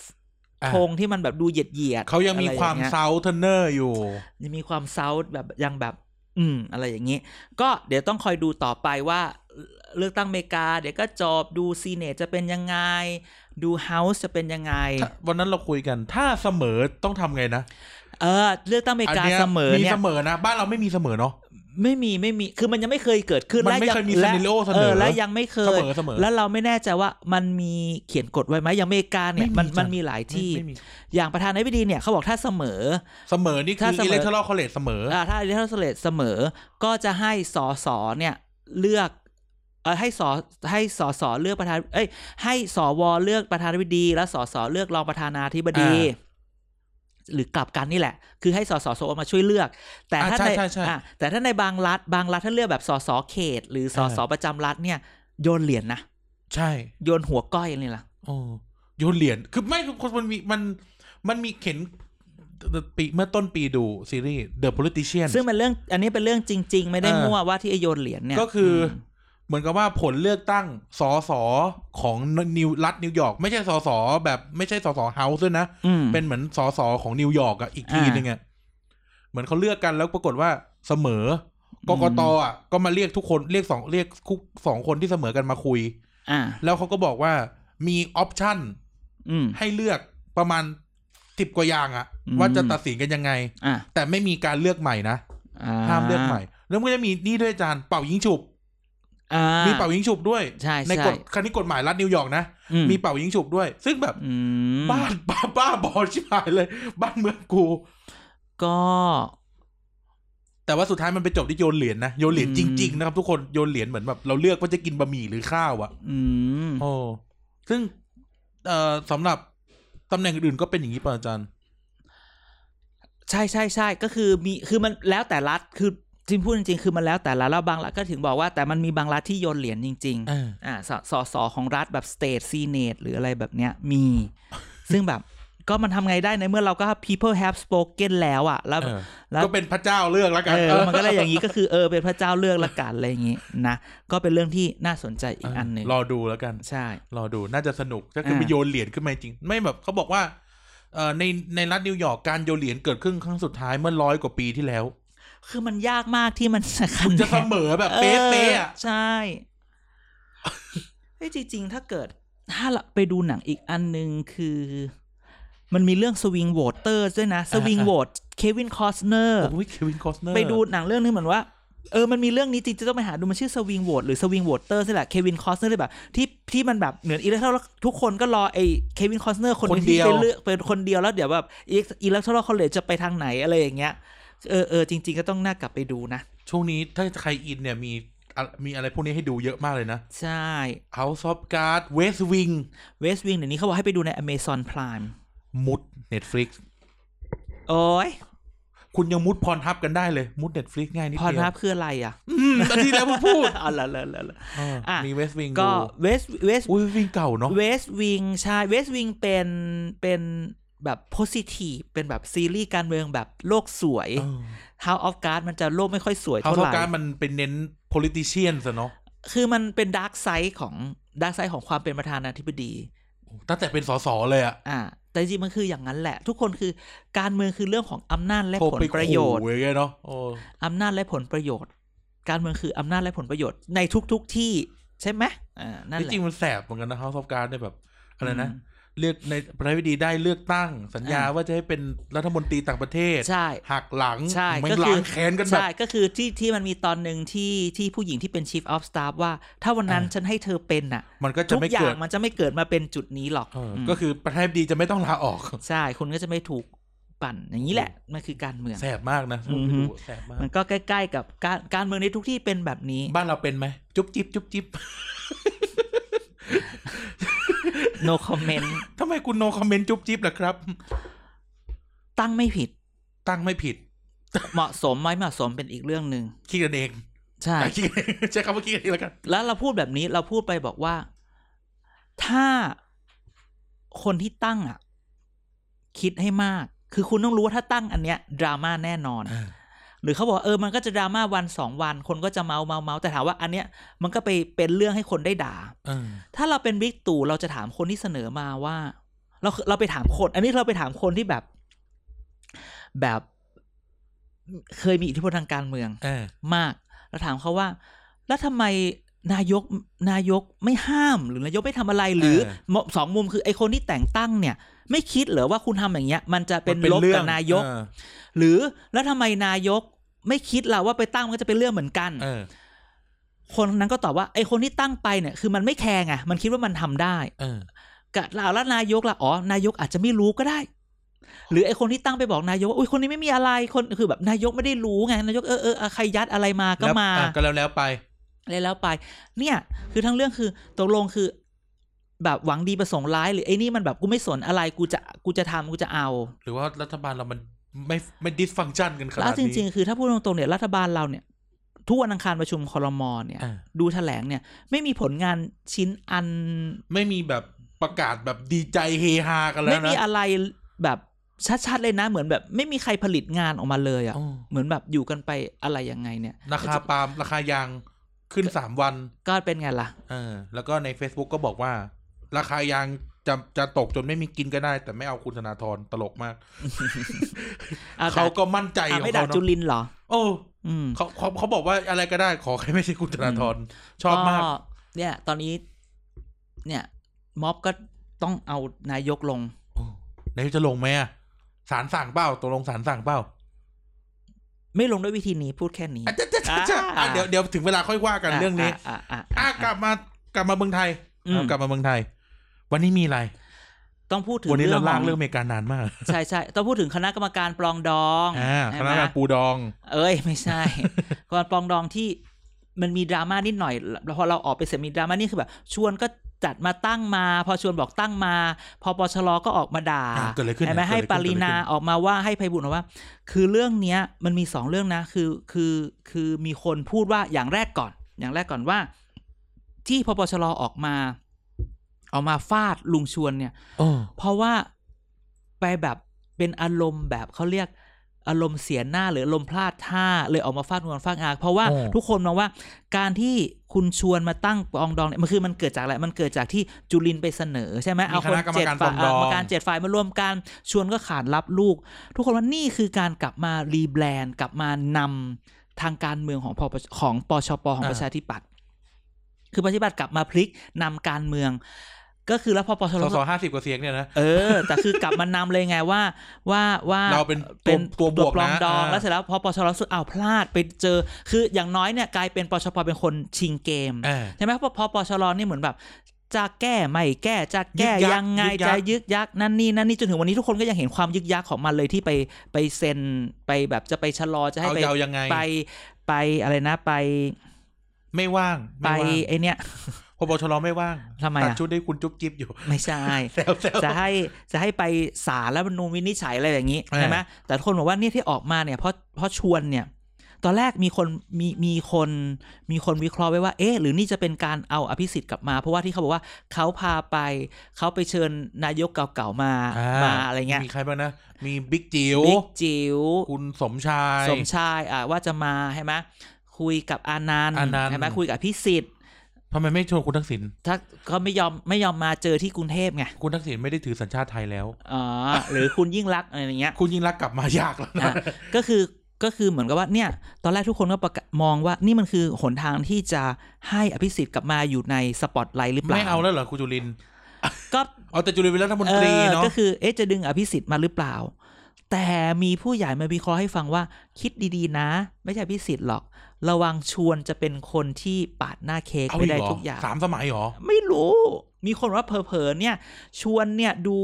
Speaker 1: ธงที่มันแบบดูเหยียดเหยียดๆ
Speaker 2: เขายังมีควา
Speaker 1: อะไรอย่
Speaker 2: ม
Speaker 1: งเงี้ย
Speaker 2: เซาเทนเนอร์อยู่
Speaker 1: ยังมีความเซาท์แบบยังแบบ อืม อะไรอย่างนี้ ก็เดี๋ยวต้องคอยดูต่อไปว่าเลือกตั้งอเมริกา เดี๋ยวก็จอบดูซีเนตจะเป็นยังไง ดูเฮาส์จะเป็นยังไง
Speaker 2: ถ้าวันนั้นเราคุยกัน ถ้าเสมอต้องทำไงนะ
Speaker 1: เออ เลือกตั้งอเมริกา
Speaker 2: นี้ย
Speaker 1: เสมอ
Speaker 2: มี
Speaker 1: เนี่
Speaker 2: เส
Speaker 1: ย
Speaker 2: มอนะ บ้านเราไม่มีเสมอเนาะ
Speaker 1: ไม่มีไม่มีคือมันยังไม่เคยเกิดขึ้น
Speaker 2: มัน
Speaker 1: และ
Speaker 2: ไม่
Speaker 1: ง
Speaker 2: เคยมี
Speaker 1: และ
Speaker 2: scenario เสนอ
Speaker 1: และยังไม่เค
Speaker 2: เส
Speaker 1: ย
Speaker 2: มอเสมอ
Speaker 1: แล้วเราไม่แน่ใจว่ามันมีเขียนกฎไว้ไหมอย่างอเมริกาเนี่ย
Speaker 2: ไม่มี
Speaker 1: มัน
Speaker 2: จ้ะ
Speaker 1: มันมีหลายที่
Speaker 2: ไม่ไม่มี
Speaker 1: อย่างประธานาธิบดีเนี่ยเขาบอกถ้าเสมอ
Speaker 2: เสมอนี่คื
Speaker 1: ถ้า
Speaker 2: อ
Speaker 1: เสมอ
Speaker 2: อิเล็กทรอนิกส์คอลเลจเสมอ
Speaker 1: อ่าถ้าอิเล็กทรอนิกส์เสมอก็จะให้สอสอเนี่ยเลือกเออให้สอให้สอสอเลือกประธานเอ้ยให้สวเลือกประธานาธิบดี และสอสอเลือกรองประธานาธิบดี
Speaker 2: อ่
Speaker 1: หรือกลับกันนี่แหละ คือให้สสสวมาช่วยเลือก แต่
Speaker 2: อ่า
Speaker 1: ถ้า
Speaker 2: ใช่
Speaker 1: ใน
Speaker 2: ใช่ใช่
Speaker 1: อ่าแต่ถ้าในบางรัฐบางรัฐถ้าเลือกแบบสสเขต หรือสส
Speaker 2: อ่า
Speaker 1: ประจำรัฐเนี่ยโยนเหรียญนะ
Speaker 2: ใช่
Speaker 1: โยนหัวก้อยนี่ล่ะ
Speaker 2: โอ้โยนเหรียญคือไม่คือคนมันมีมันมันมีเข็นปีเมื่อต้นปีดูซีรีส์ The Politician
Speaker 1: ซึ่งเป็นเรื่องอันนี้เป็นเรื่องจริง ๆ ไม่ได้
Speaker 2: เออ
Speaker 1: มั่วว่าที่ไอ้โยนเหรียญเนี่ย
Speaker 2: ก็คืออ
Speaker 1: ม
Speaker 2: เหมือนกับว่าผลเลือกตั้งสอสอของนิวรัฐนิวยอร์กไม่ใช่สอสอแบบไม่ใช่สอสอเฮาส์ด้วยนะ
Speaker 1: อืม
Speaker 2: เป็นเหมือนสอสอของนิวยอร์กอะอีกที
Speaker 1: อ่า
Speaker 2: นึงอะเหมือนเขาเลือกกันแล้วปรากฏว่าเสมอกกตอ่ะ ก็มาเรียกทุกคนเรียกสองเรียกคุกสองคนที่เสมอกันมาคุย
Speaker 1: อ่า
Speaker 2: แล้วเขาก็บอกว่ามีออปชั่น
Speaker 1: อืม
Speaker 2: ให้เลือกประมาณสิบกว่าอย่างอะ
Speaker 1: อืม
Speaker 2: ว่าจะตัดสินกันยังไง
Speaker 1: อ่า
Speaker 2: แต่ไม่มีการเลือกใหม่นะห้ามเลือกใหม่ แล้วมันก็จะมีนี่ด้วยอาจารย์เป่ายิงฉุบ
Speaker 1: อ่า
Speaker 2: มี
Speaker 1: มี
Speaker 2: เป่ายิงฉุบด้วย
Speaker 1: ใช่ใช่
Speaker 2: กฎคันนี้กฎหมายรัฐนิวยอร์กนะ
Speaker 1: อื
Speaker 2: มีเป่ายิงฉุบด้วย ซึ่งแบบ
Speaker 1: อืม
Speaker 2: บ้าน บ้าบ้าบอชิบหายเลย บ้านเมืองกู
Speaker 1: ก็
Speaker 2: แต่ว่าสุดท้ายมันไปจบที่โยนเหรียญนะ โยนเหรียญ
Speaker 1: อื
Speaker 2: จ
Speaker 1: ม
Speaker 2: ริง ๆ นะครับ ทุกคนโยนเหรียญเหมือนแบบเราเลือกว่าจะกินบะหมี่หรือข้าวอะ่ะ
Speaker 1: อืม
Speaker 2: โอ้ซึ่งเอ่อสำหรับตำแหน่งอื่นก็เป็นอย่างนี้ป่ะอาจารย์
Speaker 1: ใช่ใช่ใช่ก็คือมีคือมันแล้วแต่รัฐคือจริงพูดจริงๆคือมันแล้วแต่ละแล้วบางรัฐก็ถึงบอกว่าแต่มันมีบางรัฐที่โยนเหรียญจริง ๆ อ่าสสสของรัฐแบบสเตทซีเนตหรืออะไรแบบเนี้ยมี ซึ่งแบบก็มันทำไงได้ในเมื่อเราก็ people have spoken แล้วอ่ะ แล้ว
Speaker 2: เออ
Speaker 1: แล้ว
Speaker 2: ก็เป็นพระเจ้าเลือกแล้วกัน
Speaker 1: เออมันก็เลยอย่างนี้ก็คือเออเป็นพระเจ้าเลือกละกันอะไรอย่างนี้นะก็เป็นเรื่องที่น่าสนใจอีกอันหนึ่ง
Speaker 2: รอดูแล้วกัน
Speaker 1: ใช่
Speaker 2: รอดูน่าจะสนุกก็คือ
Speaker 1: อ่า
Speaker 2: ไปโยนเหรียญขึ้นมาจริง ไม่แบบเขาบอกว่าเอ่อในในรัฐนิวยอร์กการโยนเหรียญเกิดขึ้นครั้งสุดท้ายเมื่อร้อยกว่าปีที่แล้ว
Speaker 1: คือมันยากมากที่มันจะคะแนน
Speaker 2: จะเสมอแบบเป๊ะๆอ่ะ
Speaker 1: ออใช่ เฮ้ยจริง ๆ ถ้าเกิด ถ้าเราไปดูหนังอีกอันหนึ่งคือ มันมีเรื่องสวิงโหวตเตอร์ด้วยนะสวิงโหวตเควินคอสเนอร์
Speaker 2: โอ้ยเควินคอสเนอร์
Speaker 1: ไปดูหนังเรื่องนึงเหมือนว่า เออ มันมีเรื่องนี้จริงจะต้องไปหาดูมันชื่อสวิงโหวตหรือสวิงโหวตเตอร์ใช่แหละเควินคอสเนอร์เลยแบบที่ที่มันแบบเหมือนอีเล็กทรอนิกส์ทุกคนก็รอไอ้เควินคอสเนอร์คนหนึ่งที่ไปเลือกเป็นคนเดียวแล้วเดี๋ยวแบบอีเล็กทรอนิกส์คอลเลจจะไปทางไหนอะไรอย่างเงี้ย เออเออจริง ๆ ก็ต้องน่ากลับไปดูนะ
Speaker 2: ช่วงนี้ถ้าใครอินเนี่ยมีอะมีอะไรพวกนี้ให้ดูเยอะมากเลยนะ
Speaker 1: ใช่
Speaker 2: House of Cards West Wing
Speaker 1: เวสวิงเดี๋ยวนี้เขาบอกให้ไปดูใน Amazon Prime
Speaker 2: มุด Netflix
Speaker 1: โอ้ย
Speaker 2: คุณยังมุดพรทับกันได้เลยมุด Netflix ง่ายนิด
Speaker 1: พ
Speaker 2: เดียว
Speaker 1: รทับคืออะไรอ่ะ
Speaker 2: อืมอันที่แล้วผมพูด
Speaker 1: อ๋อเหรอเหรอเหรอเหรอ
Speaker 2: เออ
Speaker 1: อ่ะ
Speaker 2: มี West Wing
Speaker 1: ก็
Speaker 2: ดู
Speaker 1: เวสเวส
Speaker 2: อุ้ย West Wing เก่าเนาะ
Speaker 1: เวสวิงใช่เวสวิงเป็นเป็นแบบโพสิทีฟเป็นแบบซีรีส์การเมืองแบบโลกสวย
Speaker 2: เออ
Speaker 1: House of Cards มันจะโลกไม่ค่อยสวยเท่า
Speaker 2: House
Speaker 1: ไห
Speaker 2: of
Speaker 1: ร่
Speaker 2: Cards มันเป็นเน้น politician ซะเนาะ
Speaker 1: คือมันเป็นดาร์กไซด์ของดาร์กไซด์ของความเป็นประธานาธิบดี
Speaker 2: ตั้งแต่เป็นสสเลยอะ
Speaker 1: อ่า แต่จริงๆมันคืออย่างนั้นแหละ ทุกคนคือการเมืองคือเรื่องของอำนาจและ
Speaker 2: โทร
Speaker 1: ผล
Speaker 2: ไป
Speaker 1: ประโยชน์
Speaker 2: ขู่อย่างเงี้ยเนาะโอ้
Speaker 1: อำนาจและผลประโยชน์ การเมืองคืออำนาจและผลประโยชน์ในทุก ๆที่ใช่ไหมอ่านั่นแห
Speaker 2: ที่
Speaker 1: ละ
Speaker 2: จริงมันแสบเหมือนกันนะ House of Cards เนี่ยแบบอะไรนะ
Speaker 1: ม
Speaker 2: เลือกในประธานาธิบดีได้เลือกตั้ง สัญญา
Speaker 1: อ่า
Speaker 2: ว่าจะให้เป็นรัฐมนตรีต่างประเทศ
Speaker 1: ใช่
Speaker 2: หักหลัง
Speaker 1: ใช่
Speaker 2: แม่ง
Speaker 1: ก็คื
Speaker 2: ล้า
Speaker 1: อ
Speaker 2: งแค้นกันแบบ
Speaker 1: ใช่ก็คือที่ที่มันมีตอนหนึ่งที่ที่ผู้หญิงที่เป็น Chief of Staff ว่า ถ้าวันนั้น
Speaker 2: อ่า
Speaker 1: ฉันให้เธอเป็นน่ะ
Speaker 2: มันก็จะ
Speaker 1: ทุก
Speaker 2: ไม่
Speaker 1: อย่า
Speaker 2: เกิ
Speaker 1: ง
Speaker 2: ด
Speaker 1: มันจะไม่เกิดมาเป็นจุดนี้หรอก
Speaker 2: เอออ
Speaker 1: ม
Speaker 2: ก็คือประธานาธิบดีจะไม่ต้องลาออก
Speaker 1: ใช่คุณก็จะไม่ถูกปั่นอย่างนี้แหละ มันคือการเมือง
Speaker 2: แสบมากนะ
Speaker 1: อือฮึ
Speaker 2: แสบมาก
Speaker 1: มันก็ใกล้ๆกับการการเมืองในทุกที่เป็นแบบนี้
Speaker 2: บ้านเราเป็นไหม จุ๊บจิ๊บจุ๊บจิ๊บ
Speaker 1: no comment
Speaker 2: ทำไมคุณโนคอมเมนต์จุ๊บจิ๊บล่ะครับ
Speaker 1: ตั้งไม่ผิด
Speaker 2: ตั้งไม่ผิด
Speaker 1: เหมาะสมไหมเหมาะสมเป็นอีกเรื่องหนึ่ง
Speaker 2: คิดกันเอง
Speaker 1: ใช่
Speaker 2: แต่คิดกันเองใช้คำว่าคิดกันเองแล้วกัน
Speaker 1: แล้วเราพูดแบบนี้เราพูดไปบอกว่า ถ้าคนที่ตั้งอ่ะ คิดให้มาก คือคุณต้องรู้ว่าถ้าตั้งอันเนี้ยดราม่าแน่นอน
Speaker 2: อ่า
Speaker 1: หรือเขาบอกว่าเออมันก็จะดราม่าวันสองวัน คนก็จะเมาเมาเมาแต่ถามว่าอันเนี้ยมันก็ไปเป็นเรื่องให้คนได้ด่า
Speaker 2: เออ
Speaker 1: ถ้าเราเป็นบิ๊กตู่เราจะถามคนที่เสนอมาว่า เราเราไปถามคน อันนี้เราไปถามคนที่แบบ แบบเคยมีอิทธิพลทางการเมือง
Speaker 2: เออ
Speaker 1: มากเราถามเขาว่า แล้วทำไมนายกนายกไม่ห้ามหรือนายกไม่ทำอะไรหรือมสองมุมคือไอคนที่แต่งตั้งเนี่ย ไม่คิดเหรอว่าคุณทำอย่างเงี้ย มันจะเป็น
Speaker 2: มั
Speaker 1: ลบ
Speaker 2: รื่
Speaker 1: กั
Speaker 2: อบ ง
Speaker 1: นายก
Speaker 2: เออ
Speaker 1: หรือแล้วทำไมนายกไม่คิดล่ะว่าไปตั้งมันก็จะเป็นเรื่องเหมือนกัน
Speaker 2: เออ
Speaker 1: คนนั้นก็ตอบว่าไอคนที่ตั้งไปเนี่ยคือมันไม่แคร์ไงมันคิดว่ามันทำได้
Speaker 2: เออ
Speaker 1: กับแล้วนายกล่ะอ๋อนายกอาจจะไม่รู้ก็ได้ หรือไอคนที่ตั้งไปบอกนายกว่าอุ้ยคนนี้ไม่มีอะไรคนคือแบบนายกไม่ได้รู้ไงนายกเออเออใครยัดอะไรมาก็
Speaker 2: แล้ว
Speaker 1: มา
Speaker 2: อ่ะก็แล้วแล้วไป
Speaker 1: เลยแล้วไป เนี่ย คือทั้งเรื่องคือตกลงคือ แบบหวังดีประสงค์ร้าย หรือไอ้นี่มันแบบกูไม่สนอะไรกูจะกูจะทำกูจะเอา
Speaker 2: หรือว่ารัฐบาลเรามันไม่ไม่ดิสฟังก์ชันกันขนาด
Speaker 1: แล้ว
Speaker 2: นี้
Speaker 1: จริง ๆ คือถ้าพูดตรงๆเนี่ยรัฐบาลเราเนี่ย ทุกวันอังคารประชุมคอรมอเนี่ย
Speaker 2: อ่า
Speaker 1: ดูแถลงเนี่ย ไม่มีผลงานชิ้นอัน
Speaker 2: ไม่มีแบบประกาศแบบดีใจเฮฮากันแล้
Speaker 1: ไม่
Speaker 2: วนะ
Speaker 1: มีอะไรแบบชัดๆเลยนะ เหมือนแบบไม่มีใครผลิตงานออกมาเลยอะ
Speaker 2: อ๋อ
Speaker 1: เหมือนแบบอยู่กันไปอะไรยังไงเนี่ย
Speaker 2: ราคาปาล์มราคายางขึ้นสามวัน
Speaker 1: ก็เป็นไงล่ะ
Speaker 2: เออแล้วก็ใน Facebook ก็บอกว่า ราคายางจะจะตกจนไม่มีกินก็ได้ แต่ไม่เอาคุณธนาธรตลกมาก
Speaker 1: เอา
Speaker 2: เขาก็มั่นใจ
Speaker 1: อ่ะ
Speaker 2: ของ
Speaker 1: ไม่ด่า
Speaker 2: เขา
Speaker 1: จุ
Speaker 2: เนาะ
Speaker 1: ลินเหรอ
Speaker 2: โอ้
Speaker 1: อืม
Speaker 2: เขาเขาเขาบอกว่าอะไรก็ได้ขอแค่ไม่ใช่คุณธนาธรชอบมาก
Speaker 1: เนี่ย ตอนนี้ เนี่ย ม็อบก็ต้องเอานายกลง
Speaker 2: โอ้นายกจะลงไหมอะสารสั่งเปล่าตกลงสารสั่งเปล่า
Speaker 1: ไม่ลงด้วยวิธีนี้พูดแค่นี้
Speaker 2: อ่ะจะจะจะจะอ่ะเดี๋ยวเดี๋ยวถึงเวลาค่อยว่ากันเรื่องนี้
Speaker 1: อ่ะอ่ะอ่ะ
Speaker 2: อ่ะก
Speaker 1: อ่ะ
Speaker 2: ลับมากลับมาเมืองไทย
Speaker 1: อืม
Speaker 2: เอากลับมาเมืองไทย วันนี้มีอะไร
Speaker 1: ต้องพูดถึง
Speaker 2: วันนี้เราลาก
Speaker 1: ข
Speaker 2: เรื่องอเมริกานานมาก
Speaker 1: ใช่ใช่ต้องพูดถึงคณะกรรมการปลองดอง
Speaker 2: อ่าค
Speaker 1: ใช่ไหม
Speaker 2: ณะกรรมการปูดอง
Speaker 1: เอ้ย ไม่ใช่ กรรมการปลองดองที่มันมีดราม่านิดหน่อยแล้วพอเราออกไปเสร็จมีดราม่านี่คือแบบ ชวนก็จัดมาตั้งมา พอชวนบอกตั้งมา พอปชรก็ออกมาด่า
Speaker 2: อ่ะเกิดอะไรขึ้น
Speaker 1: ห็นไหม
Speaker 2: เกิดอะไรขึ้น
Speaker 1: ให้ปรินา
Speaker 2: เกิดอะไรขึ้น
Speaker 1: ออกมาว่าให้ไพบุญว่า คือเรื่องเนี้ยมันมีสองเรื่องนะคือคือคือมีคนพูดว่าอย่างแรกก่อน อย่างแรกก่อนว่า ที่พปชรออกมา ออกมาฟาดลุงชวนเนี่ย
Speaker 2: โอ้
Speaker 1: เพราะว่าไปแบบเป็นอารมณ์แบบเขาเรียกอารมณ์เสียหน้าหรืออารมณ์พลาดท่าเลยออกมาฟาดงอนฟาดงาเพราะว่าทุกคนมองว่าการที่คุณชวนมาตั้งปรองดองเนี่ยมันคือมันเกิดจากอะไรมันเกิดจากที่จุลินไปเสนอใช่ไหมเอาคนเจ็ดฝ่ายเอากรรมการเจ็ดฝ่ายมารวมกันชวนก็ขานรับลูก ทุกคนว่านี่คือการกลับมารีแบรนด์กลับมานำทางการเมืองของพปของปชปของประชาธิปัตย์คือประชาธิปัตย์กลับมาพลิกนำการเมือง ก็คือแล้วพอปช
Speaker 2: ส
Speaker 1: ร
Speaker 2: สห้าสิบกว่าเสียงเนี่ยนะ
Speaker 1: เออ แต่คือกลับมานำเลยไงว่าว่าว่า
Speaker 2: เราเป็นตัว
Speaker 1: เป็น
Speaker 2: ตัวบวกนะ
Speaker 1: ปลองดอง
Speaker 2: อ่า
Speaker 1: แล้วเสร็จแล้วพอปชรสุดอ้าวพลาดไปเจอ คืออย่างน้อยเนี่ยกลายเป็นปชปเป็นคนชิงเกม
Speaker 2: เออ
Speaker 1: ใช่ไหมเพราะพอปชรนี่เหมือนแบบ จะแก้ไม่แก้จะแก้
Speaker 2: ยึกยัก
Speaker 1: ยังไง
Speaker 2: ยึกยั
Speaker 1: จะ
Speaker 2: ก
Speaker 1: ยึกยักนั่นนี่นั่นนี่จนถึงวันนี้ทุกคนก็ยังเห็นความยึกยักของมันเลยที่ไปไปเซ็นไปแบบจะไปชะลอจะให้
Speaker 2: เอา
Speaker 1: ไป
Speaker 2: ยาวยังไง
Speaker 1: ไปไปอะไรนะไป
Speaker 2: ไม่ว่าง
Speaker 1: ไป
Speaker 2: ไม่ว่าง
Speaker 1: ไอเนี้ย
Speaker 2: พบชรไม่ว่าง
Speaker 1: ทำไมอะ
Speaker 2: ตัดชุดให้คุณจุ๊บจิ๊บอยู่
Speaker 1: ไม่ใช่
Speaker 2: แซวแซว
Speaker 1: จะให้จะให้ไปศาลแล้วมนูญวินิจฉัยอะไรอย่างนี้
Speaker 2: อ่า
Speaker 1: ใช่ไหมแต่คนบอกว่าเนี่ยที่ออกมาเนี่ยเพราะเพราะชวนเนี่ย ตอนแรกมีคนมีมีคนมีคนวิเคราะห์ไว้ว่า เอ๊ะหรือนี่จะเป็นการเอาอภิสิทธิ์กลับมา เพราะว่าที่เขาบอกว่าเขาพาไป เขาไปเชิญนายกเก่าๆมา
Speaker 2: อ่
Speaker 1: มาอะไรเงี้ย
Speaker 2: มีใครบ้างนะ มีบิ๊กจิ๋ว
Speaker 1: บิ๊กจิ๋ว
Speaker 2: คุณสมชาย
Speaker 1: สมชายอ่ะว่าจะมาใช่ไหมคุยกับอานันต์
Speaker 2: อานันต์
Speaker 1: ใช่ไหมคุยกับพิสิทธิ์
Speaker 2: ทำไมไม่ชวนคุณทักษิณ
Speaker 1: ถ้าเขาไม่ยอมไม่ยอมมาเจอที่กรุงเทพไง
Speaker 2: คุณทักษิณไม่ได้ถือสัญชาติไทยแล้ว
Speaker 1: อ๋อหรือคุณยิ่งรักษณ์อะไรอย่างเงี้ย
Speaker 2: คุณยิ่งรักษณ์กลับมายากแล้วนะ
Speaker 1: อ่ะก็คือก็คือเหมือนกับว่าเนี่ย ตอนแรกทุกคนก็ประกาศมองว่านี่มันคือหนทางที่จะให้อภิสิทธิ์กลับมาอยู่ในสปอตไลท์หรือเปล่า
Speaker 2: ไม่เอาแล้วเหรอคุณจุลินทร์
Speaker 1: ก็
Speaker 2: เอาแต่จุลินทร์เป็นรัฐมน
Speaker 1: เอ
Speaker 2: ตรี
Speaker 1: อ
Speaker 2: เนาะ
Speaker 1: ก็คือเอ๊ะจะดึงอภิสิทธิ์มาหรือเปล่า แต่มีผู้ใหญ่มาวิเคราะห์ให้ฟังว่าคิดดีๆนะ ไม่ใช่อภิสิทธิ์หรอก ระวังชวนจะเป็นคนที่ปาดหน้าเค้ก
Speaker 2: เอา
Speaker 1: ไป
Speaker 2: อีก
Speaker 1: ได้
Speaker 2: เหรอ
Speaker 1: ทุกอย่าง
Speaker 2: สามสมัยเหรอ
Speaker 1: ไม่รู้ มีคนว่าเผลอๆเนี่ย ชวนเนี่ยดู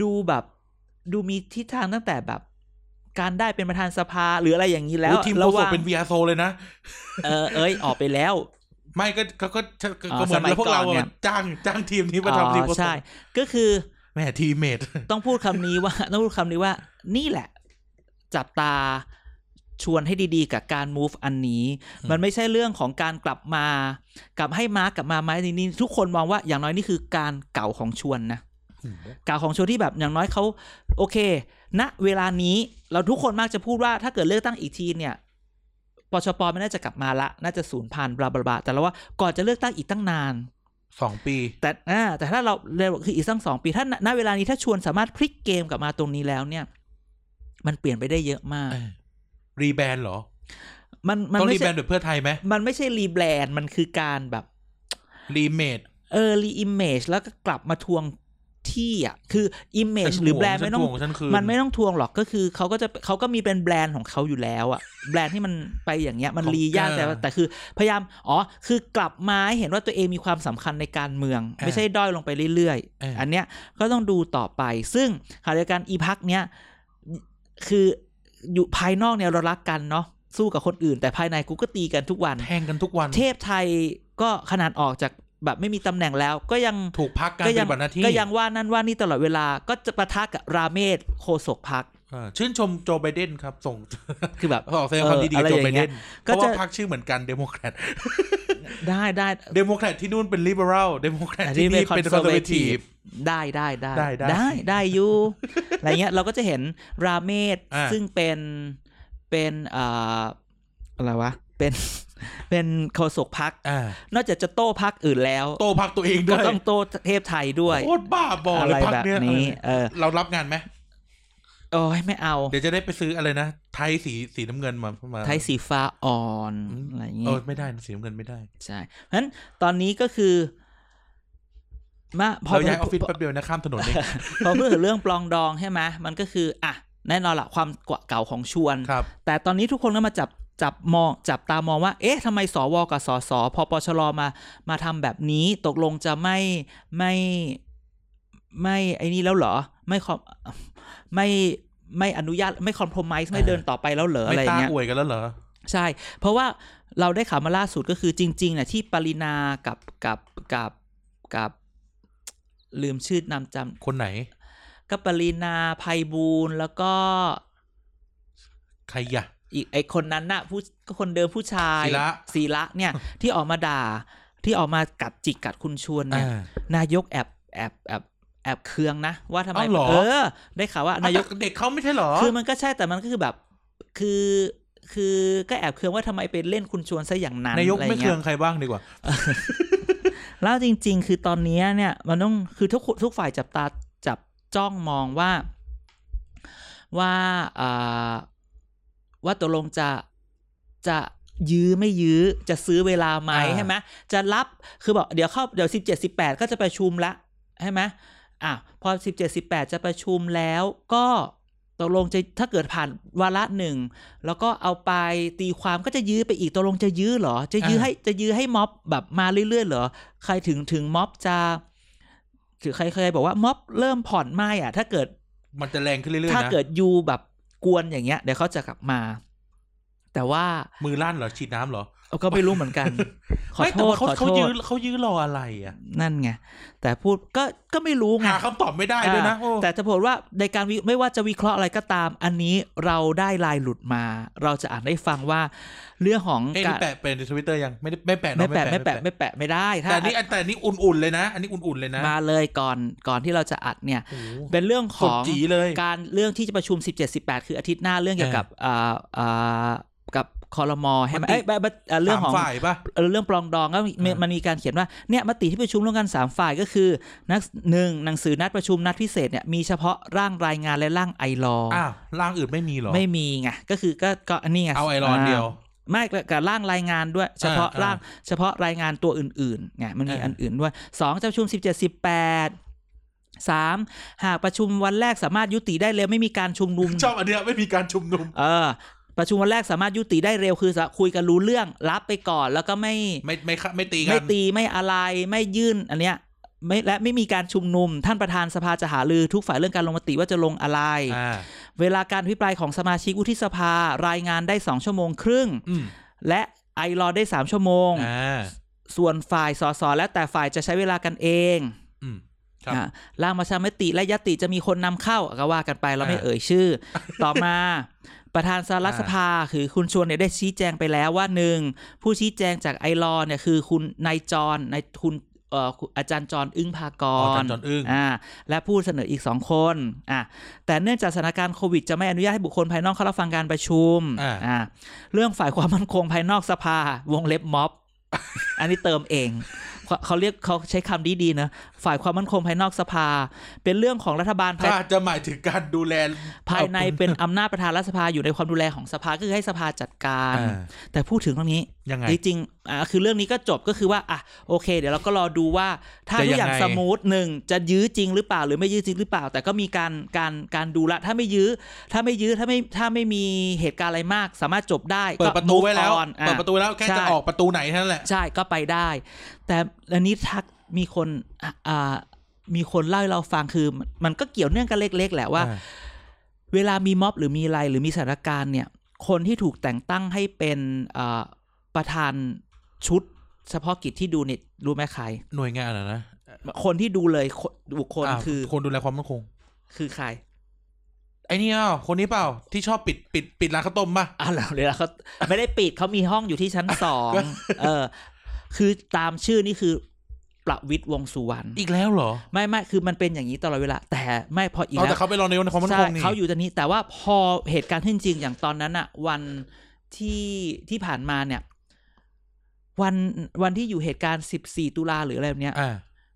Speaker 1: ดูแบบดูมีทิศทางตั้งแต่แบบ การได้เป็นประธานสภาหรืออะไรอย่างนี้แล้ว
Speaker 2: โอ้ทีมโฆ
Speaker 1: ระห
Speaker 2: ษก
Speaker 1: ว่าง
Speaker 2: เป็น VR โซเลยนะ
Speaker 1: เออเอ้ย ออกไปแล้ว
Speaker 2: ไม่ก็ก็ก็ก็ก็
Speaker 1: อ๋อ
Speaker 2: ก็เหมื
Speaker 1: ส
Speaker 2: อน
Speaker 1: มัย
Speaker 2: พวกเรา
Speaker 1: ก่อนเนี่
Speaker 2: อะ
Speaker 1: ย
Speaker 2: จ้างจ้างทีมนี้มา
Speaker 1: อ๋
Speaker 2: ทำทีมโฆ
Speaker 1: อ
Speaker 2: ษ
Speaker 1: ใช่
Speaker 2: ก
Speaker 1: ก็คือ
Speaker 2: แหม่ทีมเมด
Speaker 1: ต้องพูดคำนี้ว่า ต้องพูดคำนี้ว่า นี่แหละ จับตาชวนให้ดีๆ กับการ move อันนี้
Speaker 2: อืม
Speaker 1: มันไม่ใช่เรื่องของการกลับมา กลับให้ม้ากลับมาไหมนี่นี่ทุกคนมองว่าอย่างน้อยนี่คือการเก่าของชวนนะ กล่าวของชวนที่แบบอย่างน้อยเขาโอเคณนะเวลานี้เราทุกคนมักจะพูดว่าถ้าเกิดเลือกตั้งอีกทีเนี่ยปชปไม่น่าจะกลับมาละ น่าจะศูนย์พันบลาบลาบลาแต่เราว่าก่อนจะเลือกตั้งอีกตั้งนาน
Speaker 2: สองปี
Speaker 1: แต่อ่าแต่ถ้าเราเร็วคืออีกสักสองปี ถ้าณณเวลานี้ถ้าชวนสามารถพลิกเกมกลับมาตรงนี้แล้วเนี่ย มันเปลี่ยนไปได้เยอะมาก
Speaker 2: รีแบรนด์เหรอ
Speaker 1: มันมัน
Speaker 2: ต้องรี
Speaker 1: ไม่
Speaker 2: แบร
Speaker 1: ใช่
Speaker 2: นด์โดยเพื่อไทยไหม
Speaker 1: มันไม่ใช่รีแบรนด์มันคือการแบบ
Speaker 2: รีเมด
Speaker 1: เออรีอิมเมจแล้วก็กลับมาทวงที่อ่ะคืออิมเมจหรือแบรนด์ไม่ต้อง มันไม่ต้องทวงหรอกก็คือเขาก็จะเขาก็มีเป็นแบรนด์ของเขาอยู่แล้วอะแบรนด์ที่มันไปอย่างเงี้ยมัน
Speaker 2: ของ
Speaker 1: รียาก
Speaker 2: เออ
Speaker 1: แต่ว่าแต่คือพยายามอ๋อคือกลับมาให้เห็นว่าตัวเองมีความสำคัญในการเมือง
Speaker 2: เออ
Speaker 1: ไม่ใช่ด้อยลงไปเรื่อย
Speaker 2: เอออั
Speaker 1: ๆ อันเนี้ยก็ต้องดูต่อไป ซึ่งขณะเดียวกันอีพักเนี้ยคืออยู่ภายนอกเนี่ยเรารักกันเนาะสู้กับคนอื่น แต่ภายในกูก็ตีกันทุกวัน
Speaker 2: แทงกันทุกวัน
Speaker 1: เทพไทยก็ขนาดออกจากแบบไม่มีตำแหน่งแล้วก็ยัง
Speaker 2: ถูกพักการ
Speaker 1: ก็
Speaker 2: ป
Speaker 1: ยัง
Speaker 2: ฏิบัติหน้าที่
Speaker 1: ก็ยังว่านั่นว่านี่ตลอดเวลาก็จะปะทะกับราเมศโคศกพัก
Speaker 2: เออชื่นชมโจไบเดนครับ ส่ง
Speaker 1: คือแบบ
Speaker 2: ออกแสดงความ
Speaker 1: เออ
Speaker 2: ยินดีกั
Speaker 1: อะไร
Speaker 2: บโจ
Speaker 1: อย่าง
Speaker 2: ไบเด
Speaker 1: เงี้ย
Speaker 2: นเพ
Speaker 1: ก็
Speaker 2: ราะ
Speaker 1: จะ
Speaker 2: ว่าพรรคชื่อเหมือนกันเดโมแครต
Speaker 1: ได้ได้
Speaker 2: เดโมแครตที่นู่นเป็นลิเบอรัลเดโมแครต
Speaker 1: อัน
Speaker 2: ที่
Speaker 1: นี้เป็
Speaker 2: นี่
Speaker 1: นคอน
Speaker 2: เป็น
Speaker 1: เซ
Speaker 2: ค
Speaker 1: อ
Speaker 2: อน
Speaker 1: ร์
Speaker 2: เซ
Speaker 1: เว
Speaker 2: อร์เว
Speaker 1: ที
Speaker 2: ที
Speaker 1: ฟ
Speaker 2: ฟ
Speaker 1: ได้ได้ได้
Speaker 2: ได้ได้
Speaker 1: ได้ได้อยู อะไรเงี้ยเราก็จะเห็นราเมศ
Speaker 2: อ่า
Speaker 1: ซึ่งเป็นเป็นเอ่ออะไรวะเป็น เป็นโคศกพัก
Speaker 2: อ่าน
Speaker 1: อกจากจะโต้พักอื่นแล้ว
Speaker 2: โตพักตัวเองด้
Speaker 1: ก็
Speaker 2: วย
Speaker 1: ต้องโต้เทพไทยด้วย
Speaker 2: โคตรบ้าบอ
Speaker 1: อะ
Speaker 2: เล
Speaker 1: ไร
Speaker 2: ยพรรค
Speaker 1: แบบ
Speaker 2: เนี้ย
Speaker 1: นี้เออ
Speaker 2: เรารับงานไหม
Speaker 1: โอ้ยไม่เอา
Speaker 2: เดี๋ยวจะได้ไปซื้ออะไรนะ ไทยสีสีน้ำเงินมามา
Speaker 1: ไทยสีฟ้าอ่อน
Speaker 2: อืม
Speaker 1: อะไรเงี้
Speaker 2: เอย อไม่ได้นะสีน้ำเงินไม่ได้
Speaker 1: ใช่เพราะฉะนั้นตอนนี้ก็คือมาพอ
Speaker 2: เราย้ายอ
Speaker 1: พู
Speaker 2: อ
Speaker 1: ด
Speaker 2: ฟฟิศแป๊บเดียวนะข้ามถนนเอง
Speaker 1: พอพูดถึงเรื่องปลองดองใช่ไหมมันก็คืออ่ะแน่นอนละความเก่าของชวน
Speaker 2: ครับ
Speaker 1: แต่ตอนนี้ทุกคนก็มาจับจับมองจับตามองว่า เอ๊ะทำไมสวกับสสพปชรมามาทำแบบนี้ตกลงจะไม่ไม่ไม่ไอ้นี่แล้วเหรอ ไม่คอมไม่ไม่อนุญาตไม่คอมพลไมซ์ไม่
Speaker 2: อ่า
Speaker 1: เดินต่อไปแล้วเหรอ
Speaker 2: ไม่
Speaker 1: อะไร
Speaker 2: ต้า
Speaker 1: เงี้ย
Speaker 2: อวยกันแล้วเหรอ
Speaker 1: ใช่ เพราะว่าเราได้ข่าวมาล่าสุดก็คือจริงๆเนี่ยที่ปรินากับกับกับกับลืมชื่อนามจ
Speaker 2: คนไหน
Speaker 1: ำก็ปรินาภัยบูลย์แล้วก็
Speaker 2: ใครอะ
Speaker 1: อีกไอคนนั้นน่ะผู้ก็คนเดิมผู้ชาย
Speaker 2: ศิระ
Speaker 1: ศิระเนี่ย ที่ออกมาด่าที่ออกมากัดจิกกัดคุณชวนเนี่ย
Speaker 2: อ่า
Speaker 1: นายกแอบแอบแอบแอบเคืองนะ ว่าทำไม
Speaker 2: อ้าวเหรอ
Speaker 1: เออ ได้ข่าวว่านายก
Speaker 2: แต่เด็กเขาไม่ใช่เหรอ
Speaker 1: คือมันก็ใช่แต่มันก็คือแบบ คือคือก็แอบเคืองว่าทำไมไปเล่นคุณชวนซะอย่างนั้น
Speaker 2: นายก
Speaker 1: ะร
Speaker 2: ไม่
Speaker 1: งี้
Speaker 2: เคืองใครบ้างดีกว่า
Speaker 1: แล้วจริง ๆ คือตอนเนี้ยเนี่ยมันต้องคือทุกคนทุกฝ่ายจับตาจับจ้องมองว่าว่าเอ่อว่าตกลงจะจะยื้อไม่ยื้อจะซื้อเวลาไหม
Speaker 2: อ่า
Speaker 1: ใช่ไหมจะรับคือบอกเดี๋ยวเข้าเดี๋ยวสิบเจ็ดสิบแปดก็จะประชุมละใช่ไหมอ่ะพอสิบเจ็ดสิบแปดจะประชุมแล้วก็ ตกลงจะถ้าเกิดผ่านวาระหนึ่งแล้วก็เอาไปตีความก็จะยื้อไปอีกตกลงจะยื้อเหรอ จะยื้อให้จะยื้อให้ม็อบแบบมาเรื่อยๆเหรอใครถึงถึงม็อบจะถือใครเคยบอกว่าม็อบเริ่มผ่อนไม่อ่ะ ถ้าเกิด
Speaker 2: มันจะแรงขึ้นเรื่อยๆ
Speaker 1: ถ้า
Speaker 2: นะ
Speaker 1: เกิดยูแบบกวนอย่างเงี้ย เดี๋ยวเขาจะกลับมา แต่ว่า
Speaker 2: มือลั่นเหรอฉีดน้ำเหรอ
Speaker 1: เอาก็ไม่รู้เหมือนกัน ขอ
Speaker 2: ไม่
Speaker 1: โทษ
Speaker 2: แต่ว่าเขา
Speaker 1: ขอ
Speaker 2: เขา
Speaker 1: โท
Speaker 2: ยื้
Speaker 1: ษ
Speaker 2: อเขายื้อรออะไรอ่ะ
Speaker 1: นั่นไง แต่พูดก็ก็ไม่รู้ไง
Speaker 2: หาคำตอบไม่ได้ด้วยนะโอ้
Speaker 1: อ่าแต่จะพูดว่าในการวิไม่ว่าจะวิเคราะห์อะไรก็ตาม อันนี้เราได้ลายหลุดมา เราจะอ่านได้ฟังว่าเรื่องของ
Speaker 2: เอ้ย
Speaker 1: การ
Speaker 2: นี่แปะเป็นในทวิตเตอร์ยังไม่ได้ไม่แปะเนอะ
Speaker 1: ไม่แปะไม่แปะไม่แปะไม่ได้ถ้า
Speaker 2: แต่อันนี้แต่อันนี้อุ่นๆเลยนะ อันนี้อุ่นๆเลยนะ
Speaker 1: มาเลยก่อนก่อนที่เราจะอัดเนี่ย
Speaker 2: โอ้โห
Speaker 1: เป็นเรื่องข
Speaker 2: กด
Speaker 1: อง
Speaker 2: จีเลย
Speaker 1: การเรื่องที่จะประชุม 17 18 คืออาทิตย์หน้าเรื่องเกี่ยวกับอ่าอ่ากับคอรมอใช่ไหม
Speaker 2: มติ
Speaker 1: เอ้ยไม่ไม่อ่าเรื่องของ
Speaker 2: สามฝ่ายปะ
Speaker 1: เอ่อเรื่องปลองดองก็มี
Speaker 2: อ่ามั
Speaker 1: มันมีการเขียนว่าเนี่ยมติที่ประชุมร่วมกัน 3 ฝ่ายก็คือนักหนึ่งหนังสือนัดประชุมนัดพิเศษเนี่ยมีเฉพาะร่างรายงานและร่างไอรอ
Speaker 2: อ้าวร่างอื่นไม่มีเหรอ
Speaker 1: ไม่มีไงก็คือก็ก็อันนี้ไง
Speaker 2: เอาไอรอนเดียว
Speaker 1: ไม่กับร่างรายงานด้วย เฉพาะ
Speaker 2: อ่า
Speaker 1: ร่างเฉพาะรายงานตัวอื่นๆไงมันมี
Speaker 2: อ่า
Speaker 1: อันอื่นด้วยสองจะประชุม 17 18 3 หากประชุมวันแรกสามารถยุติได้เลยไม่มีการชุมนุม
Speaker 2: ชอบอันเนี้ยไม่มีการชุมนุม
Speaker 1: เออประชุมวันแรกสามารถยุติได้เร็วคือสะคุยกันรู้เรื่องรับไปก่อนแล้วก็ไม่
Speaker 2: ไม่ไม่ค่ะไม่ตีกัน
Speaker 1: ไม่ตีไม่อะไรไม่ยื่นอันเนี้ยไม่และไม่มีการชุมนุม ท่านประธานสภาจะหาลือทุกฝ่ายเรื่องการลงมติว่าจะลงอะไร
Speaker 2: อ่า
Speaker 1: เวลาการอภิปรายของสมาชิกวุฒิสภารายงานได้สองชั่วโมงครึ่ง
Speaker 2: อืม
Speaker 1: และไอรอได้สามชั่วโมง
Speaker 2: อ่า
Speaker 1: ส่วนฝ่ายสสและแต่ฝ่ายจะใช้เวลากันเอง
Speaker 2: อืม ครับ
Speaker 1: อ่ะร่างประชามติและยติจะมีคนนำเข้าก็ว่ากันไปเราไม่
Speaker 2: อ่า
Speaker 1: เอ่ยชื่อ ต่อมา ประธานสารสภาคือคุณชวนเนี่ยได้ชี้แจงไปแล้วว่าหนึ่งผู้ชี้แจงจากไอรอว์เนี่ยคือคุณนายจรนายคุณเอ่อคุณอาจารย์จรอึ้งพาก
Speaker 2: อ๋อ
Speaker 1: ร
Speaker 2: อาจารย์จรอึ้ง
Speaker 1: อ่าและผู้เสนออีกสองคนอ่ะแต่เนื่องจากสถานการณ์โควิดจะไม่อนุญาตให้บุคคลภายนอกเข้ารับฟังการประชุม
Speaker 2: อ่า
Speaker 1: อ่าเรื่องฝ่ายความมั่นคงภายนอกสภา วงเล็บม็อบ อันนี้เติมเองเขาเขาเรียกเขาใช้คำดีๆนะฝ่ายความมั่นคงภายนอกสภา เป็นเรื่องของรัฐบาลภาย
Speaker 2: ก็อาจจะหมายถึงการดูแล
Speaker 1: ภายในเป็นอำนาจประธานรัฐสภาอยู่ในความดูแลของสภาก็คือให้สภาจัดการ
Speaker 2: อ่า
Speaker 1: แต่พูดถึงตรงนี้
Speaker 2: ยังไง
Speaker 1: จริงๆอ่าคือเรื่องนี้ก็จบก็คือว่าอ่ะโอเค เดี๋ยวเราก็รอดูว่า ถ้า
Speaker 2: จะ
Speaker 1: ทุก
Speaker 2: ยัง
Speaker 1: อย่าง
Speaker 2: ไง
Speaker 1: สมูทหนึ่งจะยื้อจริงหรือเปล่าหรือไม่ยื้อจริงหรือเปล่า แต่ก็มีการการการดูละ ถ้าไม่ยื้อ ถ้าไม่ยื้อถ้าไม่ถ้าไม่มีเหตุการณ์อะไรมาก สามารถจบได้
Speaker 2: เปิด
Speaker 1: ก็
Speaker 2: ประตู
Speaker 1: move
Speaker 2: ไว้แล้ว
Speaker 1: on อ่
Speaker 2: เปิดประตูแล้วแค่
Speaker 1: ใช่
Speaker 2: จะออกประตูไหนเท่านั้นแหละ
Speaker 1: ใช่ก็ไปได้ แต่อันนี้ทักมีคนอ่ามีคนเล่าให้เราฟังคือมันมันก็เกี่ยวเนื่องกันเล็ก ๆ แหละว่า เวลามีม็อบหรือมีอะไรหรือมีสถานการณ์เนี่ย คนที่ถูกแต่งตั้งให้เป็นเอ่อประธานชุด เฉพาะกิจที่ดูเนี่ยรู้ไหมใคร
Speaker 2: หน่วยงานอะนะ
Speaker 1: คนที่ดูเลยคนบุคคล
Speaker 2: อ่า
Speaker 1: คือ
Speaker 2: คนดูแลความมั่นคง
Speaker 1: คือใคร
Speaker 2: ไอ้นี่เปล่าคนนี้เปล่า ที่ชอบปิดปิดปิดร้านข้าวต้มป่ะ
Speaker 1: อ้าวแล้วเลยวนะเขาไม่ได้ปิดเขามีห้องอยู่ที่ชั้นสอง เออ คือตามชื่อนี่คือประวิตรวงษ์สุวรรณ
Speaker 2: อีกแล้วเหรอ
Speaker 1: ไม่ไม่คือมันเป็นอย่างนี้ตลอดเวลา แต่ไม่พออีก
Speaker 2: เอา
Speaker 1: แล้
Speaker 2: แต่
Speaker 1: ว
Speaker 2: เขาไปรอในความมั่นคง
Speaker 1: ใช่
Speaker 2: นี่
Speaker 1: เขาอยู่ตรงนี้แต่ว่าพอเหตุการณ์ขึ้นจริงอย่างตอนนั้นอะวันที่ที่ผ่านมาเนี่ย วันวันที่อยู่เหตุการณ์ 14 ตุลาหรืออะไรแบบเนี้ย
Speaker 2: อ่า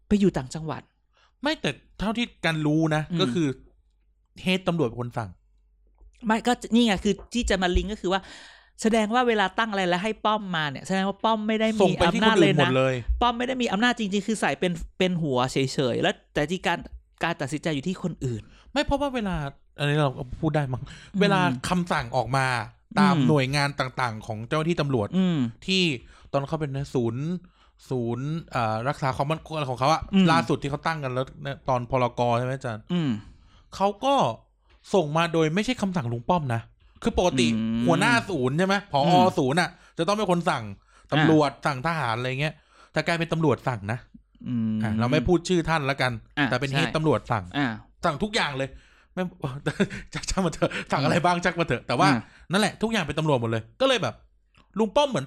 Speaker 1: ไปอยู่ต่างจังหวัด
Speaker 2: ไม่แต่เท่าที่การรู้นะ
Speaker 1: อืม
Speaker 2: ก็คือเฮดตำรวจเป็นคนสั่ง
Speaker 1: ไม่ก็นี่ไงคือที่จะมาลิงก์ก็คือว่า แสดงว่าเวลาตั้งอะไรแล้วให้ป้อมมาเนี่ย แสดงว่าป้อมไม่ได้
Speaker 2: ส่ง
Speaker 1: มี
Speaker 2: ไปที่
Speaker 1: อำ
Speaker 2: ค
Speaker 1: นาจ
Speaker 2: น
Speaker 1: เล
Speaker 2: อื่
Speaker 1: ย
Speaker 2: นหม
Speaker 1: นะ
Speaker 2: ดเลย
Speaker 1: ป้อมไม่ได้มีอำนาจจริงๆคือใส่เป็นเป็นหัวเฉยๆแล้วแต่ที่การการตัดสินใจอยู่ที่คนอื่น
Speaker 2: ไม่เพราะว่าเวลา อันนี้เราพูดได้มั้งเวลาคำสั่งออกมาตาม
Speaker 1: อืม
Speaker 2: หน่วยงานต่างๆ ของเจ้าหน้าที่ตำรวจ
Speaker 1: อืม
Speaker 2: ที่ตอนเขาเป็นนะศูนย์ ศูนย์อ่ารักษาความมั่นคงอะไรของเขาอะ
Speaker 1: อืม
Speaker 2: ล่าสุดที่เขาตั้งกันแล้วเนี่ยตอนพลกรใช่ไหมอาจารย์
Speaker 1: อืม
Speaker 2: เขาก็ส่งมาโดยไม่ใช่คำสั่งลุงป้อมนะ คือปกติ
Speaker 1: อืม
Speaker 2: หัวหน้าศูนย์ใช่ไหมผอ
Speaker 1: อืม
Speaker 2: ศูนย์อ่ะ จะต้องเป็นคนสั่งตำรวจสั่งทหารอะไรเงี้ยแต่กลายเป็นตำรวจสั่งนะ
Speaker 1: อืม
Speaker 2: อ่ะเราไม่พูดชื่อท่านละกัน
Speaker 1: อ่ะ
Speaker 2: แต่เป็น
Speaker 1: ใช่
Speaker 2: เฮดตำรวจสั่ง
Speaker 1: อ่า
Speaker 2: สั่งทุกอย่างเลยไม่ จักช่างมาเถอะสั่งอะไรบ้างจักมาเถอะแต่ว่า
Speaker 1: อ่า
Speaker 2: นั่นแหละทุกอย่างเป็นตำรวจหมดเลย ก็เลยแบบ ลุงป้อมเหมือน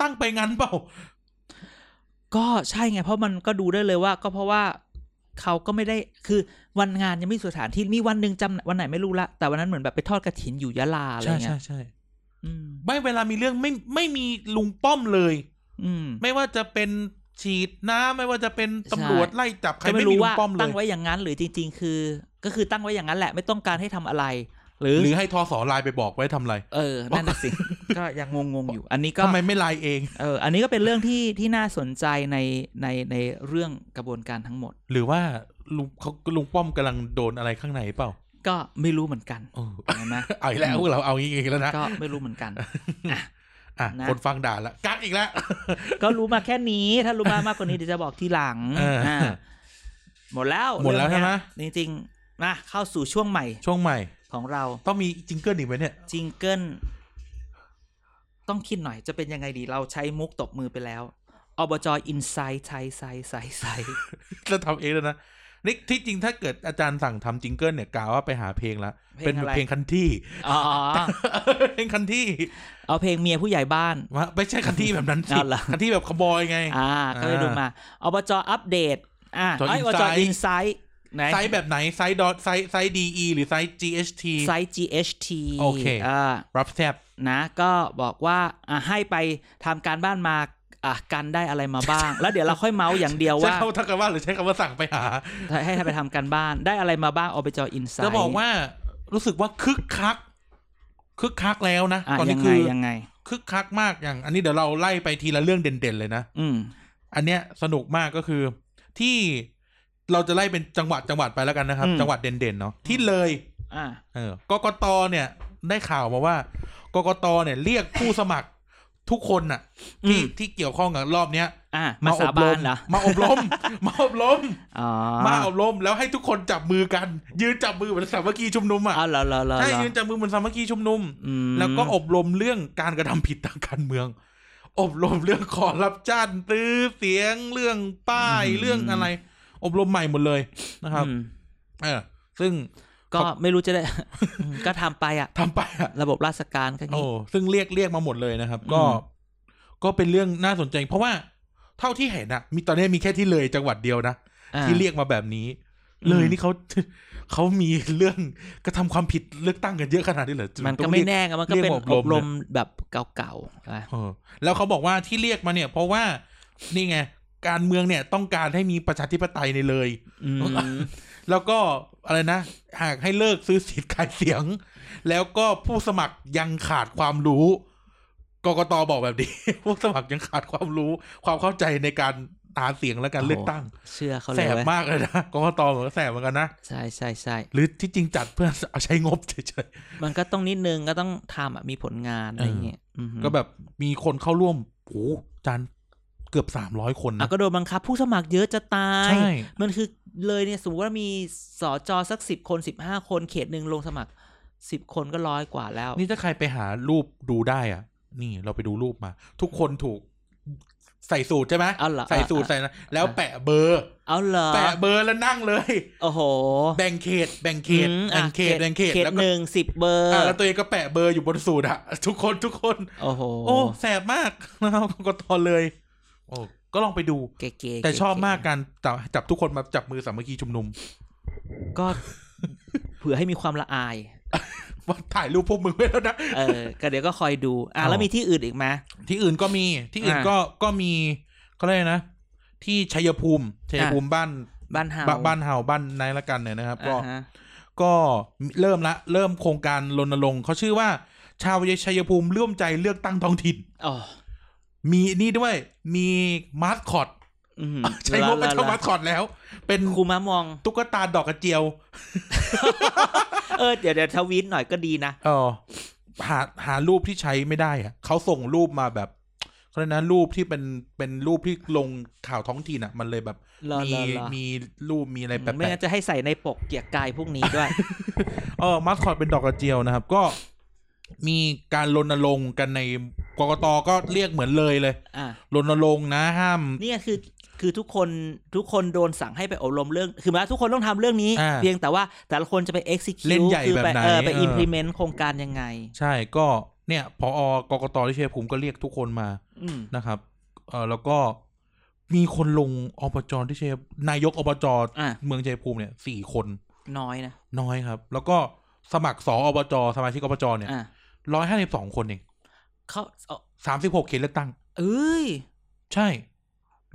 Speaker 2: ตั้งไปงั้นเปล่า
Speaker 1: ก็ใช่ไงเพราะมันก็ดูได้เลยว่า ก็เพราะว่าเขาก็ไม่ได้คือวันงานยังไม่มีสถานที่มีวันหนึ่งจำวันไหนไม่รู้ละแต่วันนั้นเหมือนแบบไปทอดกระถินอยู่ยะลาอะไร
Speaker 2: ใช่ใช่
Speaker 1: เงี้ย
Speaker 2: ใช่
Speaker 1: อืม
Speaker 2: ไม่เวลามีเรื่องไม่ไม่มีลุงป้อมเลย
Speaker 1: อืม
Speaker 2: ไม่ว่าจะเป็นฉีดน้ำไม่ว่าจะเป็นตำรวจไล่จับใคร
Speaker 1: ก็
Speaker 2: ไม่
Speaker 1: ไม่
Speaker 2: มี
Speaker 1: รู้
Speaker 2: ลุง
Speaker 1: ว่า
Speaker 2: ป้อมเล
Speaker 1: ตั้ง
Speaker 2: ย
Speaker 1: ไว้อย่างนั้นหรือจริง ๆ คือ ก็คือตั้งไว้อย่างนั้นแหละไม่ต้องการให้ทำอะไร หรือ
Speaker 2: หรือให้ทอสอไลน์ไปบอกไว้ทำอะไร
Speaker 1: เออนั่นน่ะสิ ก็ยังงงๆอยู่ อันนี้ก็
Speaker 2: ทำไมไม่ไลน์เอง
Speaker 1: เอออันนี้ก็เป็นเรื่องที่ที่น่าสนใจในในในเรื่องกระบวนการทั้งหมด
Speaker 2: หรือว่าลุงเขาลุงป้อมกำลังโดนอะไรข้างในเปล่า
Speaker 1: ก็ไม่รู้เหมือน กัน
Speaker 2: โอ้
Speaker 1: เห็นไหม
Speaker 2: เอาอีกแล้วพวกเราเอาอีกแล้วนะ
Speaker 1: ก็ไม่รู้เหมือนกัน
Speaker 2: อ่ะ
Speaker 1: นะ
Speaker 2: คนฟังด่าละกักอีกแล้ว
Speaker 1: ก็รู้มาแค่นี้ ถ้ารู้มามากกว่านี้เดี๋ยวจะบอกทีหลัง
Speaker 2: เอออ่
Speaker 1: าหมดแล้ว
Speaker 2: หมดแล้ว
Speaker 1: เรื่อง
Speaker 2: ใช่ไหม
Speaker 1: เนี้ยจริงๆมาเข้าสู่ช่วงใหม่
Speaker 2: ช่วงใหม่
Speaker 1: ของเรา
Speaker 2: ต้องมีจิงเกิลอีกไหมเนี่ย
Speaker 1: จิงเกิลต้องคิดหน่อยจะเป็นยังไงดี เราใช้มุกตบมือไปแล้วอบจอินไซต์ไซไซไซไซ
Speaker 2: จะทำเองแล้วนะนี่ที่จริงถ้าเกิดอาจารย์สั่งทำจิงเกิลเนี่ยกล่าวว่าไปหาเพลงละเป็นเพลงคันที่
Speaker 1: อ๋อ
Speaker 2: เพลงคันที่
Speaker 1: เอาเพลงเมียผู้ใหญ่บ้าน
Speaker 2: วะไม่ใช่คันที่แบบนั้นสิ
Speaker 1: เอาล่ะ
Speaker 2: คันที่แบบขบอยไง
Speaker 1: อ่า ก็เลยดูมาอบจอัปเดต อ่า
Speaker 2: จอ
Speaker 1: ไอยอบจ
Speaker 2: Insight
Speaker 1: อินไซต์ไหน
Speaker 2: ไซส์แบบไหนไซส์ดอทไซส์ไซส์ดีหรือไซส์ GHT
Speaker 1: ไซต์ GHT
Speaker 2: โอเค
Speaker 1: อ่า
Speaker 2: รับแซบ
Speaker 1: นะก็บอกว่าอ่ะให้ไปทำการบ้านมาอ่ะกันได้อะไรมาบ้าง แล้วเดี๋ยวเราค่อยเมาส์อย่างเดียว
Speaker 2: ใช้
Speaker 1: ว่า
Speaker 2: คำทักกันว่าหรือใช้คำว่าสั่งไปหา
Speaker 1: ให้ไปทำการบ้านได้อะไรมาบ้างเอาไปจออินไซ
Speaker 2: จะบอกว่ารู้สึกว่าคึกคัก คึกคักแล้วนะ ตอน
Speaker 1: ยั
Speaker 2: นี้
Speaker 1: งไง
Speaker 2: คือ
Speaker 1: ยังไง
Speaker 2: คึกคักมากอย่าง อันนี้เดี๋ยวเราไล่ไปทีละเรื่องเด่นๆเลยนะ
Speaker 1: อืม
Speaker 2: อันเนี้ยสนุกมากก็คือ ที่เราจะไล่เป็นจังหวัดจังหวัดไปแล้วกันนะครับ จังหวัดเด่นๆเนาะที่เลย
Speaker 1: อ่ะ
Speaker 2: เออกกตเนี่ยได้ข่าวมาว่า กกตเนี่ย เรียกผู้สมัครทุกคนน่ะที่ที่เกี่ยวข้องกับรอบเนี้ย
Speaker 1: อ่ะมาสา
Speaker 2: อบร
Speaker 1: บาม นเหรอ
Speaker 2: มาอบรม มาอบร ม
Speaker 1: อ๋อ
Speaker 2: มาอบรมแล้วให้ทุกคนจับมือกัน ยืนจับมือเหมือนสามัคคีชุมนุมอ่ะ
Speaker 1: เอาเหรอเหรอเหรอ
Speaker 2: ใช่
Speaker 1: เหรอ
Speaker 2: ยืนจับมือเหมือนสามัคคีชุมนุม
Speaker 1: อืม
Speaker 2: แล้วก็อบรมเรื่องการกระทำผิดทางการเมือง อบรมเรื่องขอรับจ้านตื้อเสียงเรื่องป้ายเรื่องอะไร อบรมใหม่หมดเลยนะครับ
Speaker 1: อืม
Speaker 2: เออซึ่ง
Speaker 1: ก็ไม่รู้จะ ได้ อืมก็ทำไปอ่ะ
Speaker 2: ทำไปอ่ะ
Speaker 1: ระบบราชการก็งี้
Speaker 2: โอ้ซึ่งเรียกเรียกมาหมดเลยนะครับ ก็
Speaker 1: อืม
Speaker 2: ก็เป็นเรื่องน่าสนใจ เพราะว่าเท่าที่เห็นอะมีตอนนี้มีแค่ที่เลยจังหวัดเดียวนะ
Speaker 1: อ่ะ
Speaker 2: ที่เรียกมาแบบนี้
Speaker 1: อืม
Speaker 2: เลยนี่เขา เขามีเรื่องกระทำความผิดเลือกตั้งกันเยอะขนาดนี้เหรอจ
Speaker 1: มัน
Speaker 2: ต้
Speaker 1: ก็
Speaker 2: อง
Speaker 1: ไม่
Speaker 2: เรีย
Speaker 1: แน่ไงมันก็
Speaker 2: เรียก
Speaker 1: เป็น
Speaker 2: อ
Speaker 1: อ
Speaker 2: บรม
Speaker 1: บรม
Speaker 2: นะ
Speaker 1: แบบเก่าๆอ่ะ
Speaker 2: เออแล้วเขาบอกว่าที่เรียกมาเนี่ย เพราะว่านี่ไงการเมืองเนี่ยต้องการให้มีประชาธิปไตยในเลย
Speaker 1: อืม
Speaker 2: แล้วก็อะไรนะหากให้เลิกซื้อสิทธิ์ขายเสียง แล้วก็ผู้สมัครยังขาดความรู้กกตบอกแบบนี้ ผู้สมัครยังขาดความรู้ ความเข้าใจในการหาเสียงและการเลือกตั้ง
Speaker 1: เชื่อเขาเล
Speaker 2: แส
Speaker 1: ย
Speaker 2: บ
Speaker 1: เว้ย
Speaker 2: มากเลยนะกกตเหมือนก็แสบเหมือนกันนะ
Speaker 1: ใช่ใช่ใช่
Speaker 2: หรือที่จริงจัดเพื่อ เอาใช้งบเฉย
Speaker 1: มันก็ต้องนิดนึงก็ต้องทำอ่ะมีผลงานอะไรเงี้ยม
Speaker 2: ๆ ก็แบบมีคนเข้าร่วมโอ้โหอาจานเกือบสามร้อยคน
Speaker 1: อ่ะ
Speaker 2: นะ
Speaker 1: ก็โดนบังคับผู้สมัครเยอะจะตาย
Speaker 2: ใช่
Speaker 1: มันคือเลยเนี่ยสมมติว่ามีสอจอสักสิบคนสิบห้าคนเขตหนึ่งลงสมัครสิบคนก็ร้อยกว่าแล้ว
Speaker 2: นี่ถ้าใครไปหารูปดูได้อ่ะ นี่เราไปดูรูปมา ทุกคนถูกใส่สูตรใช่ไหม
Speaker 1: เอาเหรอ
Speaker 2: ใส่สูตร
Speaker 1: อ่ะ
Speaker 2: ใส่นะแล้วแปะเบอร์
Speaker 1: เอาเหรอ
Speaker 2: แปะเบอร์แล้วนั่งเลย
Speaker 1: โอ้โห
Speaker 2: แบ่งเขต แบ่งเขต
Speaker 1: อืม
Speaker 2: แบ่งเขต
Speaker 1: อ่ะ
Speaker 2: แบ่งเขต
Speaker 1: เขต
Speaker 2: แล้ว
Speaker 1: ห
Speaker 2: ก็
Speaker 1: นึ่งสิบเบอร์
Speaker 2: อ่ะแล้วตัวเองก็แปะเบอร์อยู่บนสูตรอ่ะ ทุกคนทุกคน
Speaker 1: โอ้โห
Speaker 2: โอ้แสบมาก นะครับกกตเลย โอ้ก็ลองไปดู
Speaker 1: เก๋ๆเก๋ๆ
Speaker 2: แต่ชอบมากการจับจับทุกคนมาจับมือสามัคคีชุมนุม
Speaker 1: ก็เผื่อให้มีความละอาย
Speaker 2: ว่าถ่ายรูปพวกมึงไว้แล้วนะ
Speaker 1: เอ อก็เดี๋ยวก็คอยดูอ่ะ
Speaker 2: เอา
Speaker 1: แล้วมีที่อื่นอีกไหม
Speaker 2: ที่อื่นก็มีที่อื่น
Speaker 1: อ่า
Speaker 2: ก็ก็มีเขาเรียกอะไรนะ ที่ชัยภูมิชัย
Speaker 1: อ่า
Speaker 2: ภูมิบ้าน
Speaker 1: บ้านเฮา
Speaker 2: บ้านบ้านเห่าบ้านนายละกันเนี่ยนะครับ ก็
Speaker 1: อ่าฮะ
Speaker 2: ก็เริ่มละ เริ่มโครงการรณรงค์เขาชื่อว่า ชาวชัยภูมิร่วมใจเลือกตั้งท้องถิ่น
Speaker 1: อ๋อ
Speaker 2: มีนี่ด้วยมีมาสคอต
Speaker 1: อืม
Speaker 2: ใช้งบเป็นเจ้ามาสคอตแล้ว เป็น
Speaker 1: ครูมามอง
Speaker 2: ตุ๊กตาดอกกระเจียว
Speaker 1: เออเดี๋ยวเดี๋ยวทวีตหน่อยก็ดีนะ
Speaker 2: เออหาหารูปที่ใช้ไม่ได้อะเขาส่งรูปมาแบบเขาเรียกนะรูปที่เป็นเป็นรูปที่ลงข่าวท้องถิ่นอ่ะ มันเลยแบบ
Speaker 1: รอ
Speaker 2: มี
Speaker 1: รอรอ
Speaker 2: มีรูปมีอะไรแปลกๆ
Speaker 1: ไม่งั้นจะให้ใส่ในปกเกียร์กายพวกนี้ ด้วย
Speaker 2: เออมาสคอตเป็นดอกกระเจียวนะครับ ก็มีการรณรงค์กันในกกตก็เรียกเหมือนเลยเลย
Speaker 1: อ่ะ
Speaker 2: รณรงค์นะห้าม
Speaker 1: นี่ก็คือคือทุกคนทุกคนโดนสั่งให้ไปอบรมเรื่อง คือหมายว่าทุกคนต้องทำเรื่องนี้
Speaker 2: อ่า
Speaker 1: เพียงแต่ว่าแต่ละคนจะไป execute
Speaker 2: เล่นใหญ่
Speaker 1: คื
Speaker 2: แบบ
Speaker 1: ไป
Speaker 2: ไหน
Speaker 1: เออไป
Speaker 2: เออ
Speaker 1: implement โครงการยังไง
Speaker 2: ใช่ก็เนี่ยพออกกตที่เชียภูมิก็เรียกทุกคนมา
Speaker 1: อืม
Speaker 2: นะครับเออแล้วก็มีคนลงอบจที่เชียนายกอบจ
Speaker 1: อ่ะ
Speaker 2: เมืองเชียภูมิเนี่ยสี่คน
Speaker 1: น้อยนะ
Speaker 2: น้อยครับ แล้วก็สมัครสออบจสมาชิกอบจเนี่ย
Speaker 1: อ่ะ
Speaker 2: ร้อยห้าสิบสองคนเอง
Speaker 1: เขาเอา
Speaker 2: สามสิบหกเขตเลือกตั้ง
Speaker 1: เอ้ย
Speaker 2: ใช่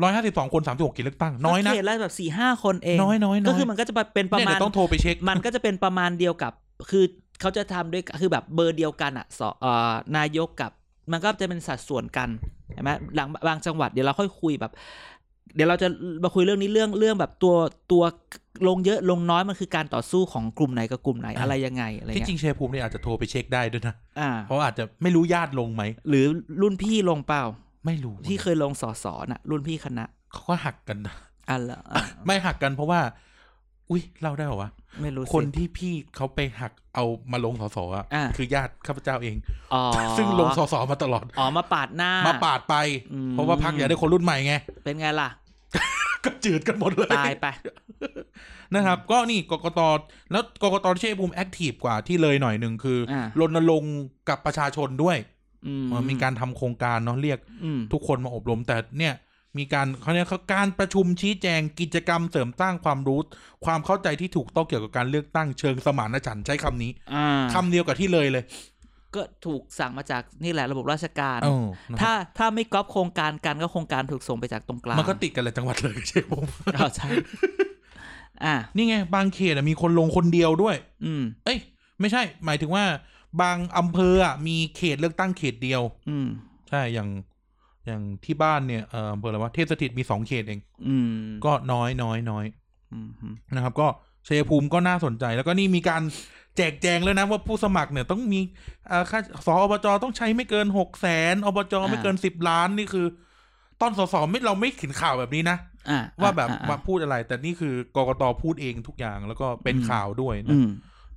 Speaker 2: ร้อยห้าสิบสองคนสามสิบหกเขตเลือกตั้งน้อยนะ
Speaker 1: ก็เขตละแบบสี่ห้าคนเอง
Speaker 2: น้อยน้อยน้อย
Speaker 1: ก็คือมันก็จะเป็นประ
Speaker 2: เนี่ย
Speaker 1: มาณ
Speaker 2: เดี๋ยวต้องโทรไปเช็ค
Speaker 1: มันก็จะเป็นประมาณเดียวกับ คือเขาจะทำด้วยคือแบบเบอร์เดียวกันอ่ะสอเอ่อนายกกับ มันก็จะเป็นสัดส่วนกันใช่ไหมหลังบางจังหวัดเดี๋ยวเราค่อยคุยแบบ เดี๋ยวเราจะมาคุยเรื่องนี้เรื่องเรื่องแบบตัวตัวลงเยอะลงน้อยมันคือการต่อสู้ของกลุ่มไหนกับกลุ่มไหนอะไรยังไงอะไร
Speaker 2: ที่จ
Speaker 1: เงี้ย
Speaker 2: ริงเชยภูมิเนี่ยอาจจะโทรไปเช็คได้ด้วยนะ
Speaker 1: อ่า
Speaker 2: เพราะอาจจะไม่รู้ญาติลงไหม
Speaker 1: หรือรุ่นพี่ลงเปล่า
Speaker 2: ไม่รู้
Speaker 1: ที่เคยลงสอสอน่ะ รุ่นพี่คณะ
Speaker 2: เขาก็หักกันนะ
Speaker 1: อันละอ่ะ
Speaker 2: ไม่หักกันเพราะว่า อุ้ยเล่าได้เหรอวะ
Speaker 1: ไม่รู้สิ
Speaker 2: คนที่พี่เขาไปหักเอามาลงสสอ่ะ
Speaker 1: อ่า
Speaker 2: คือญาติข้าพเจ้าเอง
Speaker 1: อ๋อ
Speaker 2: ซึ่งลงสสมาตลอด
Speaker 1: อ๋อมาปาดหน้า
Speaker 2: มาปาดไป
Speaker 1: อืม
Speaker 2: เพราะว่าพักอยากได้คนรุ่นใหม่ไง
Speaker 1: เป็นไงล่ะ
Speaker 2: ก็จืดกันหมดเลย
Speaker 1: ตายไป
Speaker 2: นะครับ ก็นี่กกตแล้วกกตที่ชัยภูมิแอคทีฟกว่าที่เลยหน่อยหนึ่งคืออา รณรงค์กับประชาชนด้วย
Speaker 1: อืม
Speaker 2: มีการทำโครงการเนาะเรียก
Speaker 1: อืม
Speaker 2: ทุกคนมาอบรมแต่เนี่ยมีการเขาเนี่ยกเขาการประชุมชี้แจงกิจกรรมเสริมสร้างความรู้ ความเข้าใจที่ถูกต้องเกี่ยวกับการเลือกตั้งเชิงสมานฉันท์ใช้คำนี้
Speaker 1: อ่า
Speaker 2: คำเดียวกับที่เลยเลย
Speaker 1: ก็ถูกสั่งมาจากนี่แหละระบบราชการ
Speaker 2: เออนะครับ
Speaker 1: ถ้าถ้าไม่ก๊อปโครงการกันก็โครงการถูกส่งไปจากตรงกลาง
Speaker 2: มันก็ติดกันเลยจังหวัดเลยใช่ผม
Speaker 1: อ้าวใช่ อ่า
Speaker 2: นี่ไงบางเขตอะมีคนลงคนเดียวด้วย
Speaker 1: อืม
Speaker 2: เอ้ย ไม่ใช่ หมายถึงว่า บางอำเภออะมีเขตเลือกตั้งเขตเดียว
Speaker 1: อืม
Speaker 2: ใช่อย่างอย่างที่บ้านเนี่ยเอ่ออำเภออะไรวะเทพสถิตมีสองเขตเอง
Speaker 1: อืม
Speaker 2: ก็น้อยน้อยน้อย
Speaker 1: อืมอืม
Speaker 2: นะครับก็ชัยภูมิก็น่าสนใจแล้วก็นี่มีการแจกแจงแล้วนะว่าผู้สมัครเนี่ยต้องมีเอ่อค่าสออบจต้องใช้ไม่เกินหกแสนอบจไม่เกินสิบล้านนี่คือ ตอนสสไม่เราไม่เห็นข่าวแบบนี้นะ
Speaker 1: อ่า
Speaker 2: ว่าแบบ
Speaker 1: อ่อ่
Speaker 2: มาพูดอะไร แต่นี่คือกกตพูดเองทุกอย่างแล้วก็เป็นข่าวด้วยนะ
Speaker 1: อืม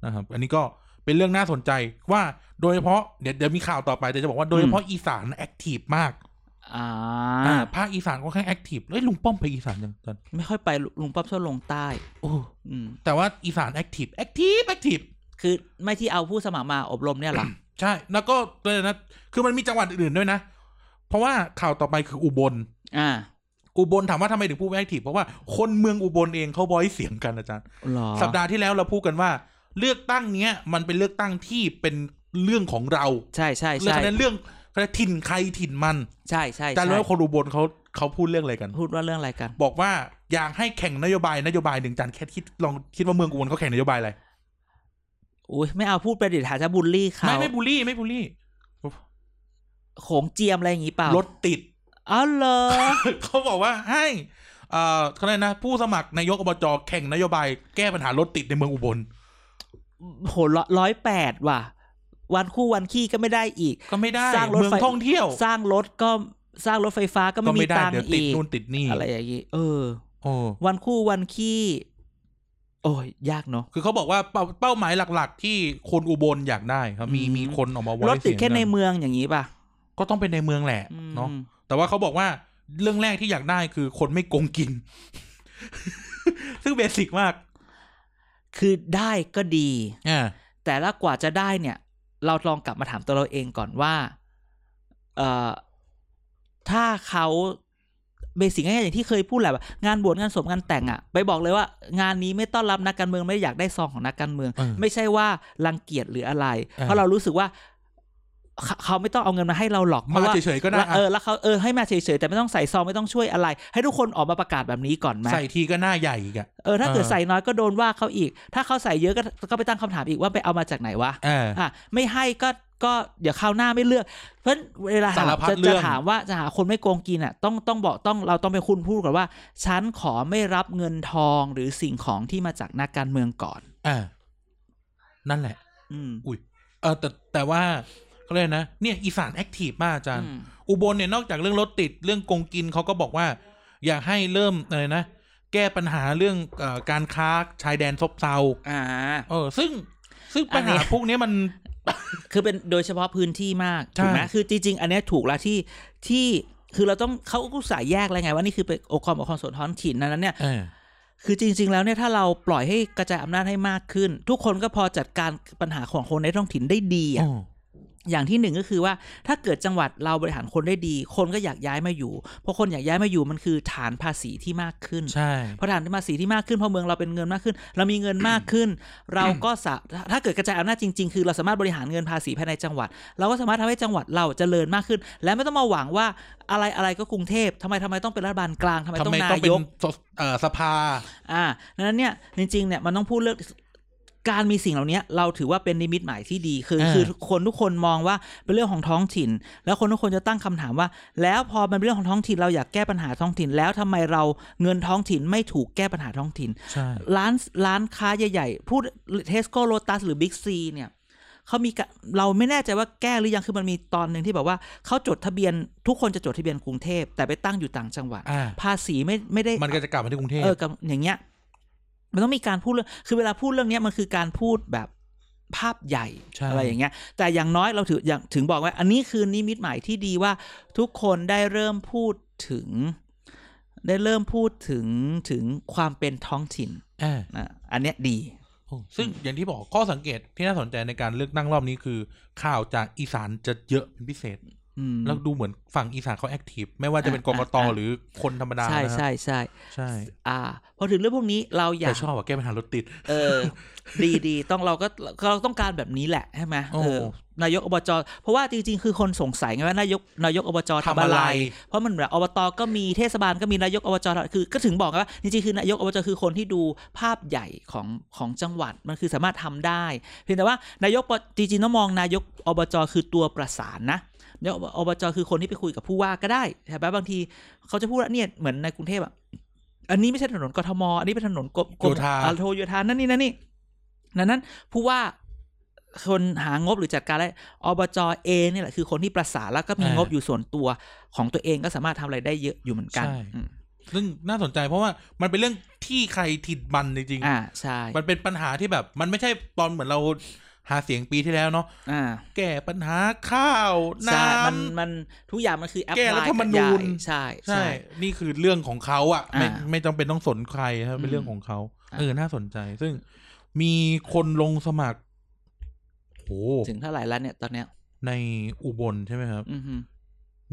Speaker 2: นะครับ อันนี้ก็เป็นเรื่องน่าสนใจว่าโดยเฉพาะเดี๋ยวเดี๋ยวมีข่าวต่อไปแต่จะบอกว่าโดยเฉพาะอีสานแอคทีฟมาก
Speaker 1: อ่า
Speaker 2: อ่าภาคอีสานค่อนข้างแอคทีฟเอ้ยลุงป้อมไปอีสานยังตอน
Speaker 1: ไม่ค่อยไปลุงป๊อบชอบลงใต้
Speaker 2: โอ้
Speaker 1: อืม
Speaker 2: แต่ว่าอีสานแอคทีฟแอคทีฟแอคทีฟ
Speaker 1: คือไม่ที่เอาผู้สมัครมาอบรมเนี่ยเหรอ
Speaker 2: ใช่ แล้วก็เลยนะ คือมันมีจังหวัดอื่นๆด้วยนะ เพราะว่าข่าวต่อไปคืออุบล
Speaker 1: อ่า
Speaker 2: อุบลถามว่าทำไมถึงพูดแอคทีฟเพราะว่าคนเมืองอุบลเองเขาบอยเสียงกันอาจารย์
Speaker 1: เหรอ
Speaker 2: สัปดาห์ที่แล้วเราพูดกันว่า เลือกตั้งเนี้ย มันเป็นเลือกตั้งที่เป็นเรื่องของเรา
Speaker 1: ใช่ใช่
Speaker 2: เรื่อง
Speaker 1: ใช่
Speaker 2: คะแนนเรื่องถิ่นใครถิ่นมัน
Speaker 1: ใช่ใช่
Speaker 2: อาจารย์รู้
Speaker 1: ใช่
Speaker 2: ไหมคนอุบลเขาเขาพูดเรื่องอะไรกัน
Speaker 1: พูดว่าเรื่องอะไรกัน
Speaker 2: บอกว่าอยากให้แข่งนโยบายนโยบายหนึ่งอาจารย์แค่คิดลองคิดว่าเมืองอุบลเขาแข่งนโยบายอะไร
Speaker 1: อุ้ยไม่เอาพูดประเด็นหาจะบูลลี่เขา
Speaker 2: ไม่ไม่บูลลี่ไม่บูลลี่
Speaker 1: โขงเจียมอะไรอย่างงี้เปล่าร ร
Speaker 2: ถติด
Speaker 1: อ๋อเหรอ
Speaker 2: เขาบอกว่าให้เอ่อเขาเรียกนะ ผู้สมัครนายกอบจแข่งนโยบายแก้ปัญหารถติดในเมืองอุบล
Speaker 1: โหร้อยแปดว่ะ วันคู่วันขี้ก็ไม่ได้อีก
Speaker 2: ก็ไม่ได้
Speaker 1: สร้างรถไฟ
Speaker 2: เมืองท่องเที่ยว
Speaker 1: สร้างรถก็สร้างรถไฟฟ้าก็
Speaker 2: ก็
Speaker 1: ไม่มี
Speaker 2: ไม่ได้
Speaker 1: ตัง
Speaker 2: เดี๋ยว
Speaker 1: ค์
Speaker 2: ติด
Speaker 1: อีก
Speaker 2: นู่นติดนี่
Speaker 1: อะไรอย่างงี้เออ
Speaker 2: โอ้
Speaker 1: วันคู่วันขี้ โอ้ยยากเนาะ
Speaker 2: คือเขาบอกว่าเป้าเป้าหมายหลักๆ ที่คนอุบลอยากได้ครับ มี
Speaker 1: อืม
Speaker 2: มีคนออกมาไว้
Speaker 1: รถติด
Speaker 2: เสียง
Speaker 1: แค่ใน
Speaker 2: กั
Speaker 1: เมืองอย่างงี้ป่ะ
Speaker 2: ก็ต้องเป็นในเมืองแหละ
Speaker 1: อืม
Speaker 2: เนาะแต่ว่าเขาบอกว่าเรื่องแรกที่อยากได้คือคนไม่โกงกิน ซึ่งเบสิกมาก
Speaker 1: คือได้ก็ดี
Speaker 2: อ่า
Speaker 1: แต่ละกว่าจะได้เนี่ย เราลองกลับมาถามตัวเราเองก่อนว่าเอ่อถ้าเขาเบสิกง่ายๆอย่างที่เคยพูดแหละว่างานบวชงานศพงานแต่งอะไปบอกเลยว่า งานนี้ไม่ต้อนรับนักการเมืองไม่ได้อยากได้ซองของนักการเมือง
Speaker 2: เออ
Speaker 1: ไม่ใช่ว่ารังเกียจหรืออะไร
Speaker 2: เออ
Speaker 1: เพราะเรารู้สึกว่าเขาเขาไม่ต้องเอาเงินมาให้เราหรอกเพ
Speaker 2: มา
Speaker 1: ราะว่า
Speaker 2: เฉยๆก็ได้
Speaker 1: ว่า
Speaker 2: อะ
Speaker 1: เออแล้วเขาเออให้มาเฉยๆแต่ไม่ต้องใส่ซองไม่ต้องช่วยอะไร ให้ทุกคนออกมาประกาศแบบนี้ก่อนไหม
Speaker 2: ใส่ทีก็หน้าใหญ่อีกอ่ะ
Speaker 1: เออถ้าเกิด
Speaker 2: เออ
Speaker 1: ใส่น้อยก็โดนว่าเขาอีก ถ้าเขาใส่เยอะก็ก็ไปตั้งคำถามอีกว่าไปเอามาจากไหนวะ
Speaker 2: อ่า
Speaker 1: อ่ะไม่ให้ก็ก็เดี๋ยวคราวหน้าไม่เลือก เพราะฉะนั้นเวลา
Speaker 2: สาร
Speaker 1: ถาม
Speaker 2: พัด
Speaker 1: จะ
Speaker 2: เรื่
Speaker 1: จะ
Speaker 2: อง
Speaker 1: ถามว่าจะหาคนไม่โกงกินอ่ะต้องต้องบอกต้องเราต้องไปคุณพูดก่อนว่า ฉันขอไม่รับเงินทองหรือสิ่งของที่มาจากนักการเมืองก่อน
Speaker 2: อ่านั่นแหละ
Speaker 1: อืม
Speaker 2: เออแต่แต่ว่าเขาเรียกนะเนี่ยอีสานแอคทีฟมากอาจารย์
Speaker 1: อืม
Speaker 2: อุบลเนี่ยนอกจากเรื่องรถติดเรื่องโกงกินเขาก็บอกว่า อยากให้เริ่มอะไรนะ แก้ปัญหาเรื่องเออการค้าชายแดนซบเซา
Speaker 1: อ่า
Speaker 2: เออ ซึ่งซึ่งปัญ
Speaker 1: อัน
Speaker 2: หา
Speaker 1: นี้
Speaker 2: พวกเนี้ยมัน
Speaker 1: คือเป็นโดยเฉพาะพื้นที่มาก
Speaker 2: ใช่
Speaker 1: ถูกไหมคือจริงๆ อันเนี้ยถูกแล้วที่ที่คือเราต้องเขาก็สายแยกอะไรไงว่านี่คือเป็นองค์กรปกครองส่วนท้องถิ่นดังนั้นเนี่ย
Speaker 2: เออ
Speaker 1: คือจริง ๆ แล้วเนี่ยถ้าเราปล่อยให้กระจายอำนาจให้มากขึ้น ทุกคนก็พอจัดการปัญหาของคนในท้องถิ่นได้ดีอะอย่างที่หนึ่งก็คือว่าถ้าเกิดจังหวัดเราบริหารคนได้ดี คนก็อยากย้ายมาอยู่เพราะคนอยากย้ายมาอยู่มันคือฐานภาษีที่มากขึ้น
Speaker 2: ใช่
Speaker 1: พอฐานภาษีที่มากขึ้นพอเมืองเราเป็นเงินมากขึ้น เรามีเงินมากขึ้น เราก็สะถ้าถ้าเกิดกระจายอำนาจจริง ๆ คือเราสามารถบริหารเงินภาษีภายในจังหวัด เราก็สามารถทำให้จังหวัดเราเจริญมากขึ้น และไม่ต้องมาหวังว่าอะไรอะไรก็กรุงเทพทำไมทำไมต้องเป็นรัฐบาลกลางทำไม
Speaker 2: ทำ
Speaker 1: ต้อง
Speaker 2: ไม
Speaker 1: นา
Speaker 2: ต้องเป็
Speaker 1: ยก
Speaker 2: นสเอ่อสภา
Speaker 1: อ่าดังนั้นเนี่ยจริงๆเนี่ยมันต้องพูดเรื่อง การมีสิ่งเหล่านี้เราถือว่าเป็นนิมิตหมายที่ดีคือ
Speaker 2: อ่า
Speaker 1: คือคนทุกคนมองว่าเป็นเรื่องของท้องถิ่น แล้วคนทุกคนจะตั้งคำถามว่า แล้วพอมันเป็นเรื่องของท้องถิ่นเราอยากแก้ปัญหาท้องถิ่น แล้วทำไมเราเงินท้องถิ่นไม่ถูกแก้ปัญหาท้องถิ่น
Speaker 2: ใช่
Speaker 1: ร้านร้านค้าใหญ่ ๆ พูดเทสโก้โลตัสหรือบิ๊กซีเนี่ยเขามีกะเราไม่แน่ใจว่าแก้หรือยังคือมันมีตอนหนึ่งที่แบบว่าเขาจดทะเบียนทุกคนจะจดทะเบียนกรุงเทพแต่ไปตั้งอยู่ต่างจังหวัด
Speaker 2: อ่า
Speaker 1: ภาษีไม่ไม่ได้
Speaker 2: มันก็จะกลับมาที่กรุงเทพ
Speaker 1: เออกับอย่างเงี้ย มันต้องมีการพูดเรื่อง คือเวลาพูดเรื่องเนี้ยมันคือการพูดแบบภาพใหญ่
Speaker 2: ใช่
Speaker 1: อะไรอย่างเงี้ย แต่อย่างน้อยเราถืออย่างถึงบอกว่าอันนี้คือนิมิตหมายที่ดีว่าทุกคนได้เริ่มพูดถึง ได้เริ่มพูดถึงถึงความเป็นท้องถิ่น
Speaker 2: อ่า
Speaker 1: นะอันเนี้ยดี
Speaker 2: โอ้ซึ่งอย่างที่บอกข้อสังเกตที่น่าสนใจในการเลือกตั้งรอบนี้คือ ข่าวจากอีสานจะเยอะเป็นพิเศษ
Speaker 1: อืม
Speaker 2: แล้วดูเหมือนฝั่งอีสานเขาแอคทีฟไม่ว่าจะเป็นก
Speaker 1: อ่ะ
Speaker 2: กต
Speaker 1: อ่ะ
Speaker 2: หรือคนธรรมดา
Speaker 1: ใช่
Speaker 2: นะฮะ
Speaker 1: ใช่ใช่
Speaker 2: ใช่
Speaker 1: อ่า พอถึงเรื่องพวกนี้เราอยา
Speaker 2: แต่
Speaker 1: ก
Speaker 2: ชอบอะแก้ปัญหารถติด
Speaker 1: เออ ดีดีต้องเราก็เราต้องการแบบนี้แหละใช่ไหม
Speaker 2: โอ้
Speaker 1: เออนายกอบจเพราะว่าจริง ๆ คือคนสงสัยไงว่านายกนายกอบจทำอะไร เพราะมันแบบอบตก็มีเทศบาลก็มีนายกอบจคือก็ถึงบอกไงว่าจริงๆคือนายกอบจคือคนที่ดูภาพใหญ่ของของจังหวัดมันคือสามารถทำได้เพียงแต่ว่านายกอบจริงๆต้องมองนายกอบจคือตัวประสานนะนายกอบจคือคนที่ไปคุยกับผู้ว่าก็ได้แต่บางทีเขาจะพูดว่าเนี่ยเหมือนในกรุงเทพอะอันนี้ไม่ใช่ถนนกทมอันนี้เป็นถนนกรมกรม
Speaker 2: โยธา
Speaker 1: อ่โทโยธานั่นนี่นั่นนี่ดังนั้นผู้ว่าคนหางบหรือจัดการอะไรอบจเองเนี่ยแหละคือคนที่ประสานแล้วก็มีงบอยู่ส่วนตัว ของตัวเองก็สามารถทำอะไรได้เยอะอยู่เหมือนกัน
Speaker 2: ใช่
Speaker 1: อืม
Speaker 2: ซึ่งน่าสนใจเพราะว่ามันเป็นเรื่องที่ใครถิดมันจริง
Speaker 1: อ่า ใช่
Speaker 2: ๆมันเป็นปัญหาที่แบบ มันไม่ใช่ตอนเหมือนเราหาเสียงปีที่แล้วเนาะ
Speaker 1: อ่า
Speaker 2: แก้ปัญหาข้าว
Speaker 1: ใช่
Speaker 2: น้ำ
Speaker 1: มันมันทุกอย่างมันคือแอป
Speaker 2: แก้รัฐธรรมนูญ
Speaker 1: ใช่
Speaker 2: ใช่
Speaker 1: ใช่
Speaker 2: นี่คือเรื่องของเขาอ่ะ ไม่
Speaker 1: อ่า
Speaker 2: ไม่จำเป็นต้องสนใครครับเป็นเรื่องของเขา
Speaker 1: อ่า
Speaker 2: เออ น่าสนใจ ซึ่งมีคนลงสมัครโห
Speaker 1: ถึงเท่าไหร่แล้วเนี่ยตอนเนี้ย
Speaker 2: ในอุบลใช่ไหมครับ
Speaker 1: อือฮึ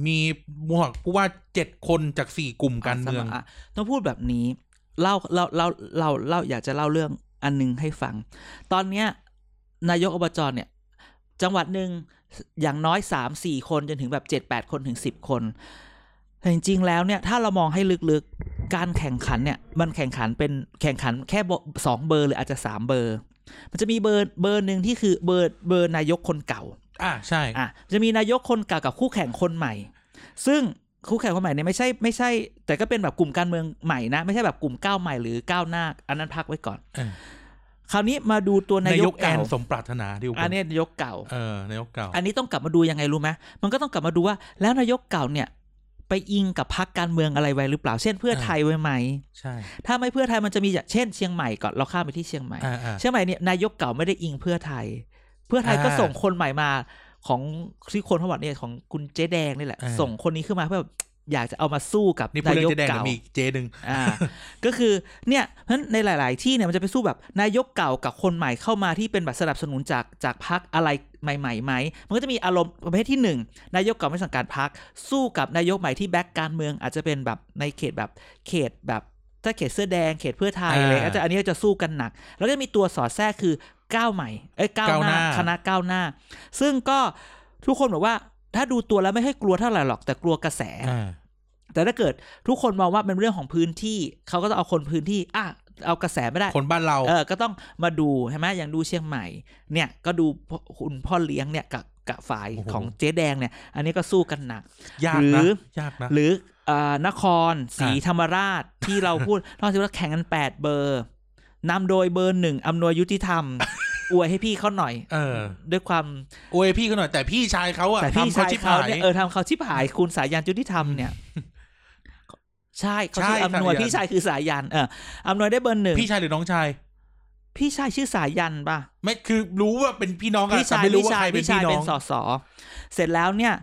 Speaker 2: มีหมวกผู้ว่าเจ็ดคนจากสี่กลุ่มการเมือง
Speaker 1: ะต้องพูดแบบนี้เล่าเราเราเราเราอยากจะเล่าเรื่องอันหนึงให้ฟัง ตอนเนี้ยนายกอบจเนี่ย จังหวัดหนึ่งอย่างน้อยสามสี่คนจนถึงแบบเจ็ดแปดคนถึงสิบคนแต่จริงๆแล้วเนี่ยถ้าเรามองให้ลึกๆการแข่งขันเนี่ย มันแข่งขันเป็นแข่งขันแค่เบอร์สองเบอร์หรืออาจจะสามเบอร์ มันจะมีเบอร์เบอร์หนึ่งที่คือเบอร์เบอร์นายกคนเก่า
Speaker 2: อ่าใช่
Speaker 1: อ่ะจะมีนายกคนเก่ากับคู่แข่งคนใหม่ ซึ่งคู่แข่งคนใหม่เนี่ยไม่ใช่ไม่ใช่ แต่ก็เป็นแบบกลุ่มการเมืองใหม่นะ ไม่ใช่แบบกลุ่มก้าวใหม่หรือก้าวหน้า อันนั้นพักไว้ก่อน
Speaker 2: เออ
Speaker 1: คราวนี้มาดูตัวนาน
Speaker 2: าย ย
Speaker 1: ก
Speaker 2: กแอ
Speaker 1: เก่าน
Speaker 2: สมปรารถนาที่อุบล
Speaker 1: อันเนี้ยนายกเก่า
Speaker 2: เออนายกเก่า
Speaker 1: อันนี้ต้องกลับมาดูยังไงรู้ไหมมันก็ต้องกลับมาดูว่า แล้วนายกเก่าเนี่ย ไปอิงกับพักการเมืองอะไรไว้หรือเปล่าเช่นเพื่อไทยไว้ไหม
Speaker 2: ใช่
Speaker 1: ถ้าไม่เพื่อไทยมันจะมีอย่างเช่นเชียงใหม่ก่อนเราข้ามไปที่เชียงใหม่
Speaker 2: อ่าอ่า
Speaker 1: เชียงใหม่เนี่ยนายกเก่าไม่ได้อิงเพื่อไทย เพื่อไทยก็
Speaker 2: อ่า
Speaker 1: ส่งคนใหม่มาของที่คนเขาบอกเนี่ยของคุณเจ๊แดงนี่แหละ
Speaker 2: อ่า
Speaker 1: ส่งคนนี้ขึ้นมาเพื่อแบบอยากจะเอามาสู้กับ
Speaker 2: นี่พูด
Speaker 1: นาย
Speaker 2: เรื่อก งเจ๊แดง
Speaker 1: เก่า
Speaker 2: เดี๋ยวมีอีกเจหนึ่ง
Speaker 1: อ่า ก็คือเนี่ยเพราะฉะนั้นในหลาย ๆ ที่เนี่ยมันจะไปสู้แบบนายกเก่ากับคนใหม่เข้ามาที่เป็นแบบสนับสนุนจากจากพรรคอะไรใหม่ๆไหมมันก็จะมีอารมณ์ประเภทที่หนึ่งนายกเก่าไม่สังกัดพรรคสู้กับนายกใหม่ที่แบ็กการเมือง อาจจะเป็นแบบในเขตแบบเขตแบบถ้าเขตเสื้อแดงเขตเพื่อไทยอะไรก็จะอันนี้ก็จะสู้กันหนัก แล้วก็จะมีตัวสอดแทรกคือก้าวใหม่เอ้ยก้าวหน้าคณะก้าวหน้า ซึ่งก็ทุกคนบอกว่าถ้าดูตัวแล้วไม่ค่อยกลัวเท่าไหร่หรอกแต่กลัวกระแส
Speaker 2: อ่า
Speaker 1: แต่ถ้าเกิดทุกคนมองว่าเป็นเรื่องของพื้นที่เขาก็จะเอาคนพื้นที่อ่ะเอากระแสไม่ได้
Speaker 2: คนบ้านเรา
Speaker 1: เออก็ต้องมาดูใช่ไหมอย่างดูเชียงใหม่ เนี่ยก็ดูพ่อคุณพ่อเลี้ยงเนี่ยกับกับฝ่าย
Speaker 2: โอ้โห
Speaker 1: ของเจ๊แดงเนี่ย อันนี้ก็สู้กันหนัก
Speaker 2: ยาก
Speaker 1: หรื
Speaker 2: นะ
Speaker 1: อ
Speaker 2: ยากนะ
Speaker 1: หรือเออนครศรี
Speaker 2: อ่า
Speaker 1: ธรรมรา ชที่เราพูด นอกจากว่าแข่งกันแปดเบอร์นำโดยเบอร์หนึ่งอำนวยยุติธร รม อวยให้พี่เขาหน่อย
Speaker 2: เออ
Speaker 1: ด้วยความ
Speaker 2: โอ้ยพี่เขาหน่อยแต่พี่ชายเขาอ่ะ
Speaker 1: แต่พี่
Speaker 2: ทำเข
Speaker 1: ชาย
Speaker 2: ชิบ
Speaker 1: เขา
Speaker 2: หาย
Speaker 1: เนี่ยเออทำเขาชิบหายคุณสายันยุติธรรมเนี่ย ใช่เขาชื่อ
Speaker 2: ใช่
Speaker 1: อำนวย
Speaker 2: สายัน
Speaker 1: พี่ชายคือสายันเอออำนวยได้เบอร์หนึ่ง
Speaker 2: พี่ชายหรือน้องชาย
Speaker 1: พี่ชายชื่อสายันป่ะ
Speaker 2: ไม่คือรู้ว่าเป็นพี่น้องอะ
Speaker 1: พี่
Speaker 2: แต่
Speaker 1: ชาย
Speaker 2: ไม่รู้
Speaker 1: พี่
Speaker 2: ว่า
Speaker 1: ชา
Speaker 2: ใค
Speaker 1: ย
Speaker 2: รเป็น
Speaker 1: พี่ชาย
Speaker 2: พี่น้
Speaker 1: เป็
Speaker 2: อน ง
Speaker 1: สสเสร็จแล้วเนี่ย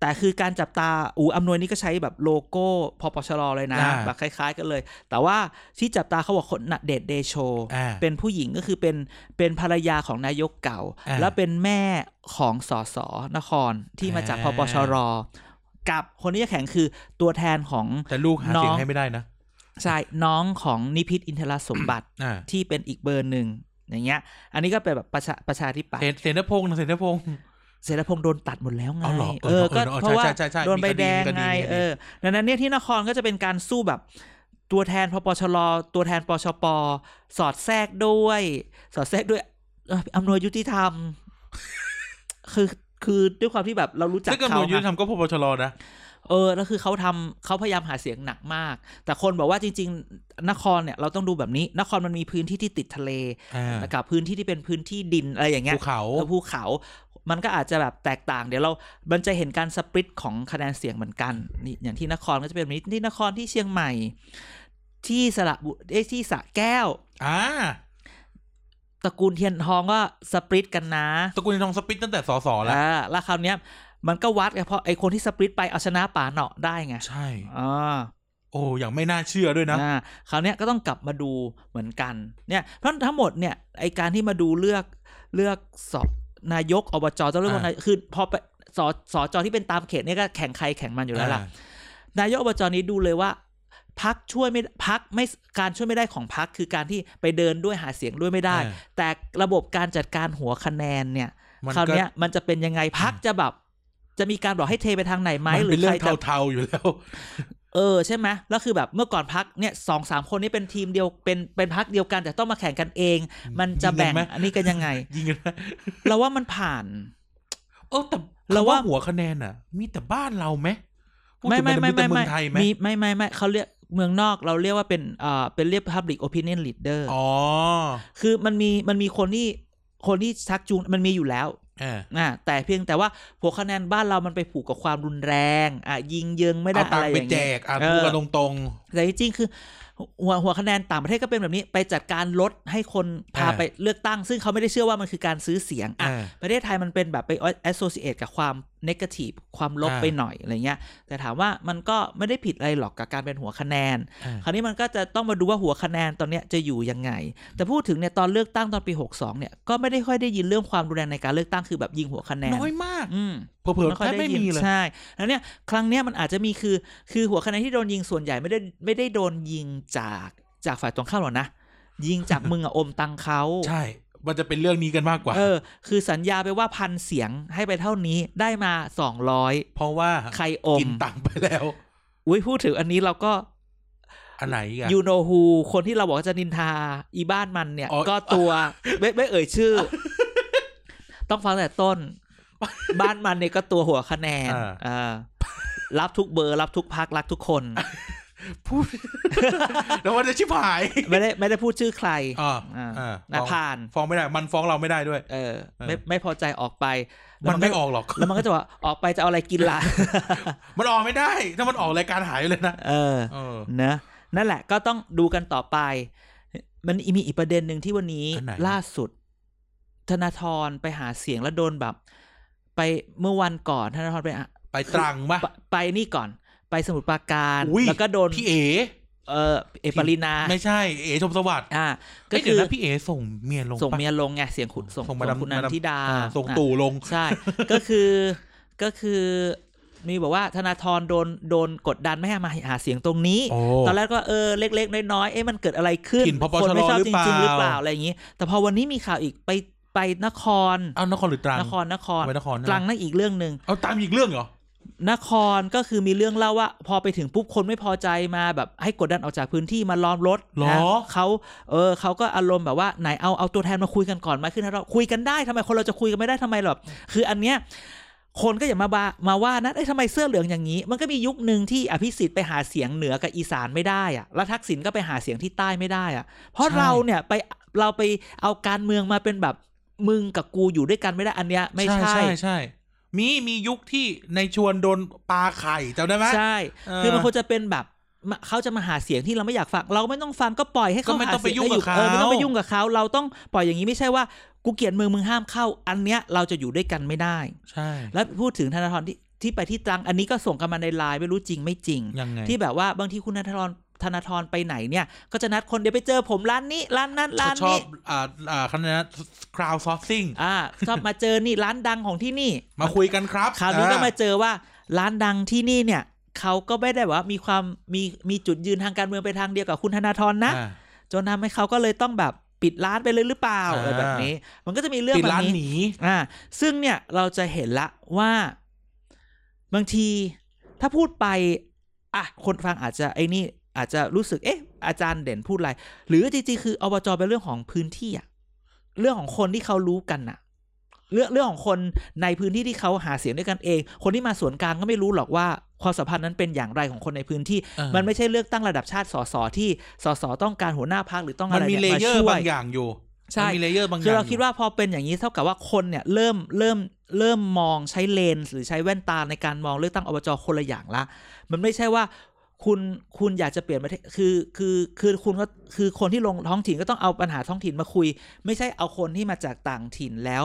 Speaker 1: แต่คือการจับตาอูอำนวยนี่ก็ใช้แบบโลโก้พปชรเลยนะ
Speaker 2: อ่า
Speaker 1: แบบคล้ายๆกันเลย แต่ว่าที่จับตาเขาบอกคนน่ะเดชเดโช
Speaker 2: อ่า
Speaker 1: เป็นผู้หญิงก็คือเป็นเป็นภรรยาของนายกเก่า
Speaker 2: อ่า
Speaker 1: แล้วเป็นแม่ของสสนครที่มาจากพ
Speaker 2: อ่า
Speaker 1: ปชร กับคนที่จะแข่งคือตัวแทนของ
Speaker 2: แต่ลูกหาเสีย
Speaker 1: น้
Speaker 2: ง
Speaker 1: อง
Speaker 2: ให้ไม่ได้นะ
Speaker 1: ชายน้องของนิพิษอินทรสมบัติ
Speaker 2: อ่า
Speaker 1: ที่เป็นอีกเบอร์หนึ่งอย่างเงี้ย อันนี้ก็เป็นแบบประชาประชาธิปัต
Speaker 2: เส
Speaker 1: ย์
Speaker 2: นเสนพงษ์นะเสนพงษ์
Speaker 1: เสรพงษ์โดนตัดหมดแล้วไง
Speaker 2: เอาเหรอเอ
Speaker 1: อ
Speaker 2: อเออ
Speaker 1: ก็
Speaker 2: เออ
Speaker 1: เพราะว่า
Speaker 2: ใช่ใช่ใช่ใช่
Speaker 1: โดนใบแดง
Speaker 2: มีคดีมีคดี
Speaker 1: ไง
Speaker 2: มีคดี
Speaker 1: เออดังนั้นเนี่ยที่นครก็จะเป็นการสู้แบบ ตัวแทนพปชรตัวแทนปชปสอดแทรกด้วย สอดแทรกด้วยเอ่ออำนวยยุติธรรม คือคือด้วยความที่แบบเรารู้จัก
Speaker 2: ซึ่งกำหน
Speaker 1: เขา
Speaker 2: ดยุติธร
Speaker 1: นะ
Speaker 2: รมก็พปชรนะ
Speaker 1: เออแล้วคือเขาทำเขาพยายามหาเสียงหนักมาก แต่คนบอกว่าจริง ๆ นครเนี่ยเราต้องดูแบบนี้ นครมันมีพื้นที่ที่ติดทะเล
Speaker 2: อ่า
Speaker 1: กับพื้นที่ที่เป็นพื้นที่ดินอะไรอย่างเงี้ย
Speaker 2: ภูเขา
Speaker 1: เออภูเขา มันก็อาจจะแบบแตกต่าง เดี๋ยวเรา มันจะเห็นการสปริตของคะแนนเสียงเหมือนกันนี่อย่างที่นครก็จะเป็นแบบนี้ที่นครที่เชียงใหม่ ที่สระบุเอ้ยที่สระแก้ว
Speaker 2: อ่า
Speaker 1: ตระกูลเทียนทองก็สปริตกันนะ
Speaker 2: ตระกูลทองสปิดตั้งแต่สสแล้ว
Speaker 1: อ่าแล้วคราวเนี้ย มันก็วัดไงเพราะไอคนที่สปริตไปเอาชนะป่าเหนาะได้ไง
Speaker 2: ใช่
Speaker 1: อ่า
Speaker 2: โอ้อย่างไม่น่าเชื่อด้วยนะ
Speaker 1: อ่าคราวเนี้ยก็ต้องกลับมาดูเหมือนกันเนี่ยเพราะทั้งหมดเนี่ยไอการที่มาดูเลือกเลือกสอบนายกอบจต้องเลือกว่า
Speaker 2: อ่า
Speaker 1: นายคือพอไปสอสอจอที่เป็นตามเขตเนี่ยก็แข่งใครแข่งมันอยู่แล้วล่ะ
Speaker 2: อ่าน
Speaker 1: ายกอบจนี้ดูเลยว่าพักช่วยไม่พักไม่การช่วยไม่ได้ของพักคือการที่ไปเดินด้วยหาเสียงด้วยไม่ได้
Speaker 2: อ่า
Speaker 1: แต่ระบบการจัดการหัวคะแนนเนี่ย
Speaker 2: มัน
Speaker 1: คราว
Speaker 2: ก็
Speaker 1: เนี้ยมันจะเป็นยังไงพักจะแบบจะมีการบอกให้เทไปทางไหนไหม
Speaker 2: มัน
Speaker 1: หรื
Speaker 2: เป็
Speaker 1: อน
Speaker 2: เรื่
Speaker 1: ใค
Speaker 2: อ
Speaker 1: รง จะ
Speaker 2: เทาๆอยู่แล้ว
Speaker 1: เออใช่ไหมแล้วคือแบบเมื่อก่อนพักเนี่ยสองสามคนนี่เป็นทีมเดียวเป็นเป็นพักเดียวกัน แต่ต้องมาแข่งกันเอง มันจะแบ่ง
Speaker 2: ยิงกันไหม
Speaker 1: อันนี้กัน ยังไง
Speaker 2: ยิงกันนะ
Speaker 1: เราว่ามันผ่าน
Speaker 2: โอ้แต่
Speaker 1: เรา
Speaker 2: เรา
Speaker 1: ว่า
Speaker 2: ว่าหัวคะแนนอ่ะ มีแต่บ้านเราไหมพูดถึงนแต่เมืองไทยไหม
Speaker 1: มีไม่ไม่ไม่เขาเรียกเมืองนอกเราเรียกว่าเป็นเอ่อเป็นเรียก public opinion leader
Speaker 2: อ๋อ
Speaker 1: คือมันมีมันมีคนที่คนที่ชักจูงมันมีอยู่แล้ว
Speaker 2: อ่า
Speaker 1: อ่ะแต่เพียงแต่ว่าหัวคะแนนบ้านเรามันไปผูกกับความรุนแรงอ่ะยิงเยิงไม่ได้
Speaker 2: เอาตั
Speaker 1: อะ
Speaker 2: ง
Speaker 1: ไร
Speaker 2: ค์
Speaker 1: อ
Speaker 2: ไป
Speaker 1: ย่าง
Speaker 2: แจ
Speaker 1: เงี้ย
Speaker 2: กอ่ะ
Speaker 1: เออ
Speaker 2: พูดกันตรง
Speaker 1: แต่จริงๆคือหัวหัวคะแนนต่างประเทศก็เป็นแบบนี้ ไปจัดการลดให้คนพาไปเลือกตั้ง ซึ่งเขาไม่ได้เชื่อว่ามันคือการซื้อเสียง
Speaker 2: ๆ
Speaker 1: อ่ะ
Speaker 2: อ่า
Speaker 1: ประเทศไทยมันเป็นแบบไปแอสโซเชตกับความเนกาทีฟความลบ
Speaker 2: อ่า
Speaker 1: ไปหน่อยอะไรเงี้ย แต่ถามว่ามันก็ไม่ได้ผิดอะไรหรอกกับการเป็นหัวคะแนน
Speaker 2: อ่า
Speaker 1: คราวนี้มันก็จะต้องมาดูว่าหัวคะแนนตอนเนี้ยจะอยู่ยังไง แต่พูดถึงเนี่ยตอนเลือกตั้งตอนปี 62 เนี่ยก็ไม่ได้ค่อยได้ยินเรื่องความรุนแรงในการเลือกตั้งคือแบบยิงหัวคะแนน
Speaker 2: น้อยมาก
Speaker 1: อืม
Speaker 2: เผลอ
Speaker 1: ไม่
Speaker 2: ๆแท
Speaker 1: ค่อย
Speaker 2: บ
Speaker 1: ได้
Speaker 2: ไม่
Speaker 1: ยิน
Speaker 2: มีเลย
Speaker 1: ใช่แล้วเนี่ยครั้งเนี้ยมันอาจจะมีคือคือหัวคะแนนที่โดนยิงส่วนใหญ่ไม่ได้ไม่ได้โดนยิงจากจากฝ่ายตรงข้ามหรอกนะ ยิงจากมึงอะอมตังเขา
Speaker 2: ใช่ มันจะเป็นเรื่องนี้กันมากกว่า
Speaker 1: เออ คือสัญญาไปว่าพันเสียงให้ไปเท่านี้ได้มาสองร้อย
Speaker 2: เพราะว่า
Speaker 1: ใครอม
Speaker 2: กินตังค์ไปแล้ว
Speaker 1: อุ้ยพูดถึงอันนี้เราก็
Speaker 2: อันไหนอีกอ่ะ
Speaker 1: ยูโนฮูคนที่เราบอกว่าจะนินทาอีบ้านมันเนี่ย
Speaker 2: อ๋อ
Speaker 1: ก็ ตัวไม่ไม่เอ่ยชื่อ ต้องฟังแต่ต้น บ้านมันเนี่ยก็ตัวหัวคะแนนเออรับทุกเบอร์รับทุกพักรักทุก คน
Speaker 2: พูด แล้วมันจะชิบหาย
Speaker 1: ไม่ได้ไม่ได้พูดชื่อใคร
Speaker 2: อ่า
Speaker 1: อ่า
Speaker 2: อ่า
Speaker 1: นะ
Speaker 2: ฟ้อง
Speaker 1: ผ่าน
Speaker 2: ฟ้องไม่ได้ มันฟ้องเราไม่ได้ด้วย
Speaker 1: เออ
Speaker 2: เออ
Speaker 1: ไม่ไม่พอใจออกไปแล้ว
Speaker 2: มันไม่ออกหรอก
Speaker 1: แล้วมันก็จะว่าออกไปจะเอาอะไรกินล่ะ
Speaker 2: มันออกไม่ได้ ถ้ามันออกรายการหายเลยนะ
Speaker 1: เออ
Speaker 2: เออ
Speaker 1: เนอะนั่นแหละก็ต้องดูกันต่อไป มันมีอีกประเด็นหนึ่งที่วันนี้
Speaker 2: อันไหน
Speaker 1: ล่าสุด ธนาธรไปหาเสียงแล้วโดนแบบ ไปเมื่อวันก่อน ธนาธรไปอ่ะ
Speaker 2: ไปตรังปะ
Speaker 1: ไปไปนี่ก่อน ไปสมุทรปราการ
Speaker 2: อุ๊ย
Speaker 1: แล้วก็โดน
Speaker 2: พี่เอ
Speaker 1: เออเอปรินา
Speaker 2: ไม่ใช่เอชมสวัสดิ์
Speaker 1: อ่า ก็
Speaker 2: ก็คื
Speaker 1: คือ อ
Speaker 2: นะพี่เอส่งเมียลง
Speaker 1: ส่ง
Speaker 2: ปะ
Speaker 1: เมียลงไงเสียงขุนส่ง
Speaker 2: ส่งมาดำ
Speaker 1: คุณ
Speaker 2: มา
Speaker 1: นัน
Speaker 2: ดำ
Speaker 1: ทิดา
Speaker 2: อ่าส่ง
Speaker 1: อ่ะ
Speaker 2: ตู่ลง
Speaker 1: ใช่ ก็คือก็คือมีบอกว่าธนาธรโดนโดนกดดันไม่ให้มาหาเสียงตรงนี้
Speaker 2: โอ้
Speaker 1: ตอนแรกก็เออเล็ก ๆ น้อยๆเอ๊ะมันเกิดอะไรขึ้น
Speaker 2: ถิ่นพปชร
Speaker 1: คนไม่ชอบ
Speaker 2: หรือ
Speaker 1: จ
Speaker 2: เปล่า
Speaker 1: ริงๆหรือเปล่าอะไรอย่างนี้ แต่พอวันนี้มีข่าวอีกไปไปนคร
Speaker 2: อ้าวนครหรือตรัง
Speaker 1: นครนคร
Speaker 2: ไปนครนะ
Speaker 1: ตรังนั่นอีกเรื่องหนึ่ง
Speaker 2: เอาตามอีกเรื่องเหรอ
Speaker 1: นครก็คือมีเรื่องเล่าว่า พอไปถึงปุ๊บคนไม่พอใจมาแบบให้กดดันออกจากพื้นที่มาล้อมรถ
Speaker 2: หรอ
Speaker 1: นะเขาเออเขาก็อารมณ์แบบว่าไหนเอาเอาตัวแทนมาคุยกันก่อนไหมาขึ้นเราคุยกันได้ทำไมคนเราจะคุยกันไม่ได้ทำไมหรอคืออันเนี้ยคนก็อย่ามาบามาว่านะเอ้ยทำไมเสื้อเหลืองอย่างนี้ มันก็มียุคหนึ่งที่อภิสิทธิ์ไปหาเสียงเหนือกับอีสานไม่ได้อะแล้วทักษิณก็ไปหาเสียงที่ใต้ไม่ได้อะเพราะ
Speaker 2: ใช่
Speaker 1: เราเนี่ยไปเราไปเอาการเมืองมาเป็นแบบมึงกับกูอยู่ด้วยกันไม่ได้อันเนี้ยไม่ใช่
Speaker 2: ใช่ใช่ มีมียุคที่ในชวนโดนปลาไข่จำได้ไหม
Speaker 1: ใช่
Speaker 2: เออ
Speaker 1: คือมันควรจะเป็นแบบมาเขาจะมาหาเสียงที่เราไม่อยากฟัง เราไม่ต้องฟังก็ปล่อยให้เขา
Speaker 2: ก็ไม่
Speaker 1: หา
Speaker 2: ต้องไป
Speaker 1: เสียง
Speaker 2: ยุ่งกับ
Speaker 1: เออไม่ต้องไป
Speaker 2: เขายุ่
Speaker 1: ยุ่งกับเขาเราต้องปล่อยอย่างนี้ไม่ใช่ว่ากูเกลียดมึงมึงห้ามเข้า อันเนี้ยเราจะอยู่ด้วยกันไม่ได้
Speaker 2: ใช่
Speaker 1: แล้วพูดถึงธนาธรที่ที่ไปที่ตรังอันนี้ก็ส่งกันมาในไลน์ไม่รู้จริงไม่จริง
Speaker 2: ยังไง
Speaker 1: ที่แบบว่าบางทีคุณธนาธรธนาธรไปไหนเนี่ย ก็จะนัดคนเดี๋ยวไปเจอผมร้านนี้ร้านนั้นร้าน
Speaker 2: ชอบ
Speaker 1: นี้
Speaker 2: อ่าอ่าคณะคราวซอฟซิ่ง
Speaker 1: อ่าชอบมาเจอนี่ร้านดังของที่นี่
Speaker 2: มาคุยกันครับ
Speaker 1: คราวนี้ก็
Speaker 2: อ่
Speaker 1: มาเจอว่าร้านดังที่นี่เนี่ยเขาก็ไม่ได้แบบว่ามีความมีมีจุดยืนทางการเมืองไปทางเดียวกับคุณธนาธรนะ
Speaker 2: อ่า
Speaker 1: จนทำให้เขาก็เลยต้องแบบปิดร้านไปเลยหรือเปล่า
Speaker 2: อ่า
Speaker 1: อะไรแบบนี้ มันก็จะมีเรื่อง
Speaker 2: ปิด
Speaker 1: แบบ
Speaker 2: ร้านห
Speaker 1: นี้
Speaker 2: นี
Speaker 1: อ่า ซึ่งเนี่ยเราจะเห็นละว่า บางทีถ้าพูดไป อ่ะ คนฟังอาจจะไอ้นี่ อาจจะรู้สึกเอ๊ะ อาจารย์เด่นพูดอะไร หรือจริงๆคืออบจเป็นเรื่องของพื้นที่อะเรื่องของคนที่เขารู้กันน่ะ เรื่องเรื่องของคนในพื้นที่ที่เขาหาเสียงด้วยกันเอง คนที่มาส่วนกลางก็ไม่รู้หรอกว่าความสัมพันธ์นั้นเป็นอย่างไรของคนในพื้นที่
Speaker 2: อ่ามั
Speaker 1: มันไม่ใช่เลือกตั้งระดับชาติสสที่สสต้องการหัวหน้าพักหรือต้องอะ
Speaker 2: มัน
Speaker 1: ไร
Speaker 2: มี
Speaker 1: เนี่ย
Speaker 2: เล
Speaker 1: มา
Speaker 2: เยอร์
Speaker 1: ช่วย
Speaker 2: บางอย่างอยู่
Speaker 1: ใช่
Speaker 2: มันมีเลเยอร์บางอย่าง
Speaker 1: คือเรา
Speaker 2: ยู่
Speaker 1: คิดว่าพอเป็นอย่างนี้เท่ากับว่าคนเนี่ยเริ่มเริ่มเริ่มมองใช้เลนส์หรือใช้แว่นตาในการมองเลือกตั้งอบจคนละอย่างละ มันไม่ใช่ว่าคุณคุณอยากจะเปลี่ยนประเทศคือคือคือคุณก็คือคนที่ลงท้องถิ่นก็ต้องเอาปัญหาท้องถิ่นมาคุย ไม่ใช่เอาคนที่มาจากต่างถิ่นแล้ว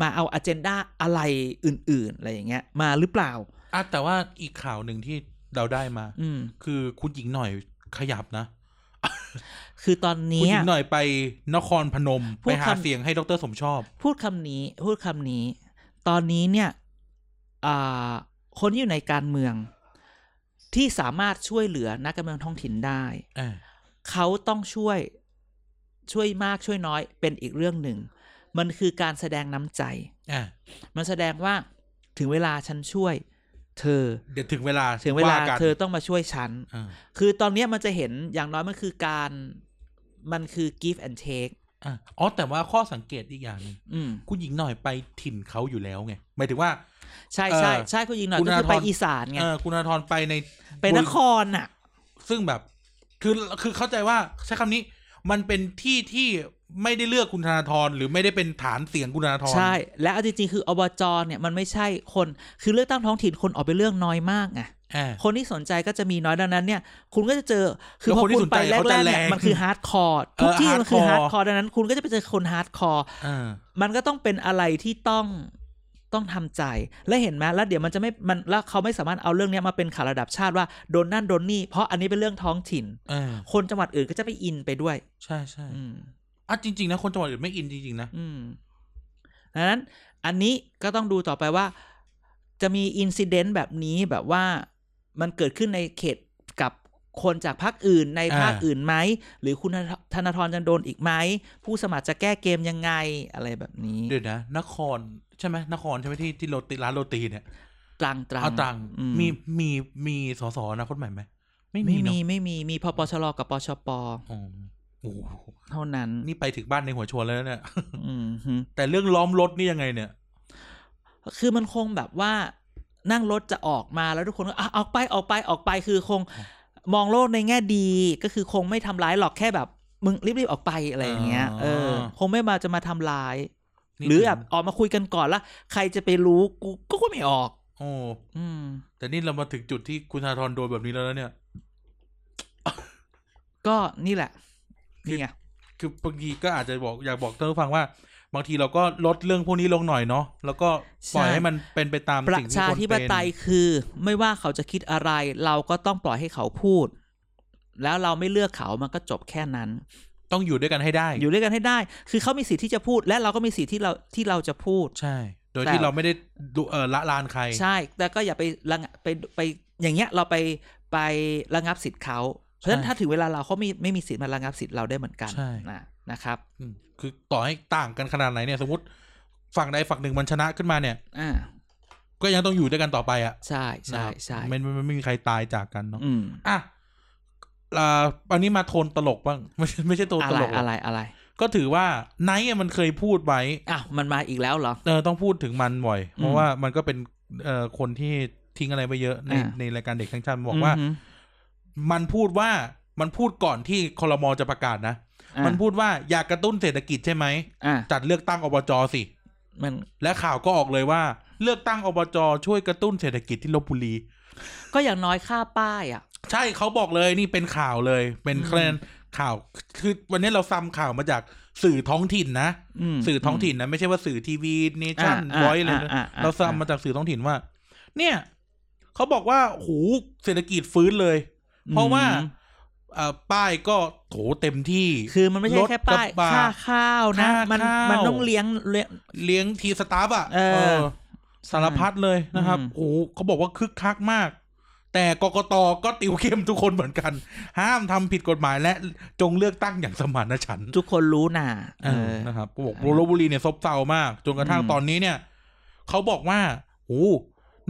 Speaker 1: มาเอาอเจนดาอะไรอื่น ๆ อะไรอย่างเงี้ย มาหรือเปล่า
Speaker 2: อ่ะแต่ว่าอีกข่าวหนึ่งที่เราได้มา
Speaker 1: อืม
Speaker 2: คือคุณหญิงหน่อยขยับนะ
Speaker 1: คือตอน
Speaker 2: คุณ
Speaker 1: เนี้
Speaker 2: ห
Speaker 1: ย
Speaker 2: ญิงหน่อยไปนครพนม
Speaker 1: พู
Speaker 2: ไป
Speaker 1: ดคำ
Speaker 2: หาเสียงให้ดรสมชอบ
Speaker 1: พูดคำนี้พูดคำนี้ ตอนนี้เนี่ยอ่าคนที่อยู่ในการเมืองที่สามารถช่วยเหลือนักการเมืองท้องถิ่นได้
Speaker 2: อ่า
Speaker 1: เขาต้องช่วยช่วยมากช่วยน้อยเป็นอีกเรื่องหนึ่ง มันคือการแสดงน้ำใจ
Speaker 2: อ่า
Speaker 1: มันแสดงว่าถึงเวลาฉันช่วย เธอ
Speaker 2: เดี๋ยวถึงเวลา
Speaker 1: ถึงเวลา
Speaker 2: กัน
Speaker 1: เธอต้องมาช่วยฉัน
Speaker 2: อ่า
Speaker 1: คือตอนเนี้ยมันจะเห็นอย่างน้อยมันคือการมันคือ give and take
Speaker 2: อ่าอ๋อแต่ว่าข้อสังเกตอีกอย่างหนึง
Speaker 1: อืม
Speaker 2: คุณหญิงหน่อยไปถิ่นเขาอยู่แล้วไงหมายถึงว่า
Speaker 1: ใช่ใช่
Speaker 2: เออ
Speaker 1: ใช่คุณยิงหน่อย
Speaker 2: คุณ
Speaker 1: ก็คือ
Speaker 2: ธนาธร
Speaker 1: ไปอีสานไง
Speaker 2: เออคุณอาทรไปใน
Speaker 1: ไปนครน่ะ
Speaker 2: ซึ่งแบบ คือคือเข้าใจว่าใช้คำนี้ มันเป็นที่ที่ไม่ได้เลือกคุณธนาธรหรือไม่ได้เป็นฐานเสียงคุณธนาธร
Speaker 1: ใช่ และเอาจริงๆคืออบจเนี่ยมันไม่ใช่คนคือเลือกตั้งท้องถิ่นคนออกไปเลือกน้อยมากไง
Speaker 2: อ่า
Speaker 1: คนที่สนใจก็จะมีน้อยดังนั้นเนี่ย คุณก็จะเจอคือ
Speaker 2: แล้
Speaker 1: พ
Speaker 2: ว
Speaker 1: อ
Speaker 2: คนที่
Speaker 1: คุณ
Speaker 2: สน
Speaker 1: ไป
Speaker 2: ใจ
Speaker 1: แร
Speaker 2: เขาจะ
Speaker 1: กๆ
Speaker 2: แรง
Speaker 1: เนี่ยมันคือฮาร์ดคอร์ทุก
Speaker 2: เออ
Speaker 1: ที่มันคือฮาร์ดคอ
Speaker 2: hardcore
Speaker 1: ร์ดังนั้น คุณก็จะไปเจอคนฮาร์ดคอร์
Speaker 2: อ่า
Speaker 1: มันก็ต้องเป็นอะไรที่ต้องต้องทำใจ และเห็นไหมแล้วเดี๋ยวมันจะไม่มันแล้วเขาไม่สามารถเอาเรื่องเนี้ยมาเป็นข่าวระดับชาติว่าโดนนั่นโดนนี่เพราะอันนี้เป็นเรื่องท้องถิ่น
Speaker 2: อ่า
Speaker 1: คนจังหวัดอื่นก็จะไปอินไปด้วย
Speaker 2: ใช่ใช่
Speaker 1: อืม
Speaker 2: อ่ะจริงๆนะคนจังหวัดอื่นไม่อินจริงๆนะ
Speaker 1: อืมดังนั้นอันนี้ก็ต้องดูต่อไปว่า จะมีอินซิเดนต์แบบนี้แบบว่ามันเกิดขึ้นในเขตกับคนจากพรรคอื่นใน
Speaker 2: อ่า
Speaker 1: ภาคอื่นไหม หรือคุณธนาธรจะโดนอีกไหม ผู้สมัครจะแก้เกมยังไงอะไรแบบนี้
Speaker 2: เดี๋ยวนะนครใช่ไหมนครใช่ไหมที่ที่โรตีร้านโรตีเนี่ย
Speaker 1: ตรังตรัง
Speaker 2: เอาตรัง
Speaker 1: อื
Speaker 2: มีมีมีสสอนาคตใหม่ไหมไม่มี
Speaker 1: ไม่มี
Speaker 2: เนาะ
Speaker 1: ไม่มีมีพปชรกับปชป
Speaker 2: อ๋อโอ้โห
Speaker 1: เท่านั้น
Speaker 2: นี่ไปถึงบ้านในหัวชวนแล้วเนี่ย
Speaker 1: อืมฮึ
Speaker 2: แต่เรื่องล้อมรถนี่ยังไงเนี่ย
Speaker 1: คือมันคงแบบว่านั่งรถจะออกมาแล้วทุกคนก็อ่ะออกไปออกไปออกไปคือคงมองโลกในแง่ดี ก็คือคงไม่ทำร้ายหรอกแค่แบบ มึงรีบๆออกไปอะไรอย่างเงี้ย
Speaker 2: อ๋อ
Speaker 1: เออ คงไม่มาจะมาทำร้าย
Speaker 2: นี่
Speaker 1: หรือ
Speaker 2: ถึง
Speaker 1: แบบออกมาคุยกันก่อนละใครจะไปรู้กูก็ไม่ออก
Speaker 2: โอ้
Speaker 1: อืม
Speaker 2: แต่นี่เรามาถึงจุดที่คุณธนาธรโดนแบบนี้แล้วนะเนี่ย
Speaker 1: ก็นี่แหละนี่ไง
Speaker 2: คือบางทีก็อาจจะบอกอยากบอกท่านผู้ฟังว่า บางทีเราก็ลดเรื่องพวกนี้ลงหน่อยเนาะแล้วก็ปล่อยให้มันเป็นไปตาม
Speaker 1: ประ
Speaker 2: สิ่งที่
Speaker 1: ชา
Speaker 2: ควร
Speaker 1: ธิป
Speaker 2: เป็น
Speaker 1: ไตยคือไม่ว่าเขาจะคิดอะไร เราก็ต้องปล่อยให้เขาพูด แล้วเราไม่เลือกเขามันก็จบแค่นั้น
Speaker 2: ต้องอยู่ด้วยกันให้ได้
Speaker 1: อยู่ด้วยกันให้ได้ คือเขามีสิทธิ์ที่จะพูด และเราก็มีสิทธิ์ที่เราที่เราจะพูด
Speaker 2: ใช่ โดย
Speaker 1: แต่
Speaker 2: ที่เราไม่ได้ดูเออละลานใคร
Speaker 1: ใช่ แต่ก็อย่าไประงะไปไปอย่างเงี้ยเราไปไประงับสิทธิ์เขา เพราะฉะนั้น
Speaker 2: ใช่
Speaker 1: ถ้าถึงเวลาเราเขาไม่ไม่มีสิทธิ์มาระงับสิทธิ์เราได้เหมือนกัน
Speaker 2: ใช่
Speaker 1: นะนะครับ
Speaker 2: อืมคือต่อให้ต่างกันขนาดไหนเนี่ย สมมติฝั่งใดฝั่งหนึ่งมันชนะขึ้นมาเนี่ย
Speaker 1: อ่า
Speaker 2: ก็ยังต้องอยู่ด้วยกันต่อไปอะ
Speaker 1: ใช่ใช่
Speaker 2: นะครับ
Speaker 1: ใช่
Speaker 2: ไม่ไม่ไม่ไม่มีใครตายจากกันเนาะ
Speaker 1: อืม
Speaker 2: อ่ะอ่าอันนี้มาโทนตลกบ้าง ไม่ใช่ไม่ใช่โทน
Speaker 1: อะ
Speaker 2: ต
Speaker 1: ไร
Speaker 2: ลกหร
Speaker 1: อะ
Speaker 2: อก
Speaker 1: ไรอะไร
Speaker 2: ก็ถือว่าไนท์อะมันเคยพูดไว้
Speaker 1: อ้าวมันมาอีกแล้วเหรอ
Speaker 2: เออต้องพูดถึงมันบ่อย เพ
Speaker 1: อื
Speaker 2: ราะ
Speaker 1: ม
Speaker 2: ว่ามันก็เป็นเอ่อคนที่ทิ้งอะไรไปเยอะใน
Speaker 1: อ่า
Speaker 2: ในรายการเด็กทั้งชาติบอกว่า
Speaker 1: หื
Speaker 2: มันพูดว่ามันพูดก่อนที่คอรมอจะประกาศนะ
Speaker 1: อ่ะ
Speaker 2: มันพูดว่าอยากกระตุ้นเศรษฐกิจใช่ไหม
Speaker 1: อ่ะ
Speaker 2: จัดเลือกตั้งอบจสิ
Speaker 1: มัน
Speaker 2: และข่าวก็ออกเลยว่า เลือกตั้งอบจช่วยกระตุ้นเศรษฐกิจที่ลบบุรี
Speaker 1: ก็อย่างน้อยค่าป้ายอ่ะ
Speaker 2: ใช่เขาบอกเลยนี่เป็นข่าวเลย เป็น
Speaker 1: อืม
Speaker 2: คะแนนข่าว คือวันนี้เราซ้ำข่าวมาจากสื่อท้องถิ่นนะ
Speaker 1: ม
Speaker 2: สื่อท้องถิ่นนะไม่ใช่ว่าสื่อทีวีเนชั่น
Speaker 1: อ่าอ่า
Speaker 2: ร้อยเลยนะ
Speaker 1: อ่าอ่า
Speaker 2: เราซ้ำมาจากสื่อท้องถิ่นว่า เนี่ยเขาบอกว่าโหูเศรษฐกิจฟื้นเลย
Speaker 1: อืม
Speaker 2: เพราะว่าเอ่อป้ายก็โถเต็มที่
Speaker 1: คือมันไม่ใช่แค่ป้าย
Speaker 2: รถกระบะ
Speaker 1: ค่าข้าวนะ
Speaker 2: ค่า
Speaker 1: มัน
Speaker 2: ข้าว
Speaker 1: มันต้องเลี้ยงเลี้ยง
Speaker 2: เลี้ยงทีสตาฟอ่ะ
Speaker 1: เออ
Speaker 2: เออสารพัดเลยนะครับ
Speaker 1: อืม
Speaker 2: โอ้โหเขาบอกว่าคึกคักมาก แต่กกตก็ติวเข้มทุกคนเหมือนกัน ห้ามทำผิดกฎหมายและจงเลือกตั้งอย่างสมานฉันท์
Speaker 1: ทุกคนรู้น่ะ
Speaker 2: เอ
Speaker 1: เอ
Speaker 2: อ
Speaker 1: อ
Speaker 2: นะครับเขาบอกลบบุรีเนี่ยซบเซามาก จนกระทั่ง
Speaker 1: อืม
Speaker 2: ตอนนี้เนี่ยเขาบอกว่าโอ้โห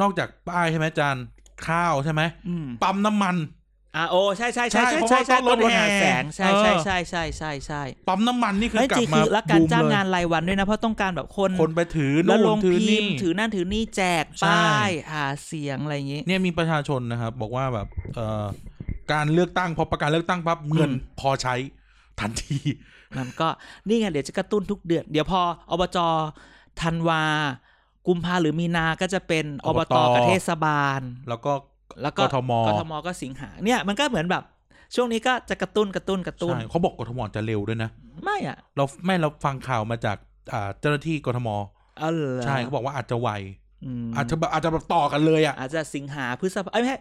Speaker 2: นอกจากป้ายใช่ไหมอาจารย์ข้าวใช่ไหม
Speaker 1: อืม
Speaker 2: ปั๊มน้ำมัน
Speaker 1: อ่าโอ้ใช่ใช่ใช่
Speaker 2: ใช่
Speaker 1: ใช่
Speaker 2: เพราะ
Speaker 1: ใช่
Speaker 2: ว่า
Speaker 1: ใช่
Speaker 2: ต้
Speaker 1: ต้
Speaker 2: อน งลด
Speaker 1: หา
Speaker 2: แอร์
Speaker 1: แสงใช่
Speaker 2: เออ
Speaker 1: ใช่ใช่ใช่ใช่ใช่
Speaker 2: ปั๊มน้ำมันนี่คือ
Speaker 1: ไม่
Speaker 2: กลั
Speaker 1: จริ
Speaker 2: บ
Speaker 1: ง
Speaker 2: มา
Speaker 1: คือและการ
Speaker 2: บูม
Speaker 1: จ้าง
Speaker 2: เลย
Speaker 1: งานรายวันด้วยนะเพราะต้องการแบบคน
Speaker 2: คนไปถือ
Speaker 1: แล้วล
Speaker 2: นู่
Speaker 1: ง
Speaker 2: นถือ
Speaker 1: พิ
Speaker 2: นี่
Speaker 1: มพ์ถือนั่นถือนี่แจก
Speaker 2: ใช่
Speaker 1: ป้ายหาเสียงอะไรอย่างงี้
Speaker 2: เนี่ยมีประชาชนนะครับ บอกว่าแบบเอ่อการเลือกตั้งพอประกาศเลือกตั้งปั๊บเงินพอใช้ทันที
Speaker 1: มันก็นี่ไงเดี๋ยวจะกระตุ้นทุกเดือน เดี๋ยวพออบจธันวา กุมภาหรือมีนาก็จะเป็น
Speaker 2: อ
Speaker 1: อ
Speaker 2: บบ ต
Speaker 1: ตกับเทศบาล
Speaker 2: แล้วก็
Speaker 1: แล้วก็
Speaker 2: กทม
Speaker 1: กทมก็สิงหาเนี่ยมันก็เหมือนแบบ ช่วงนี้ก็จะกระตุ้นกระตุ้นกระตุ้น
Speaker 2: ใช่เขาบอกกทมจะเร็วด้วยนะ
Speaker 1: ไม่อ่ะ
Speaker 2: เราไม่เราฟังข่าวมาจากอ่าเจ้าหน้าที่กทม
Speaker 1: เออเหรอ
Speaker 2: ใช่เขาบอกว่าอาจจะไว
Speaker 1: ม
Speaker 2: อาจจะแบบอาจจะแบบต่อกันเลยอ่ะ
Speaker 1: อาจจะสิงหาพฤษภาเอ้ยไม่ใช่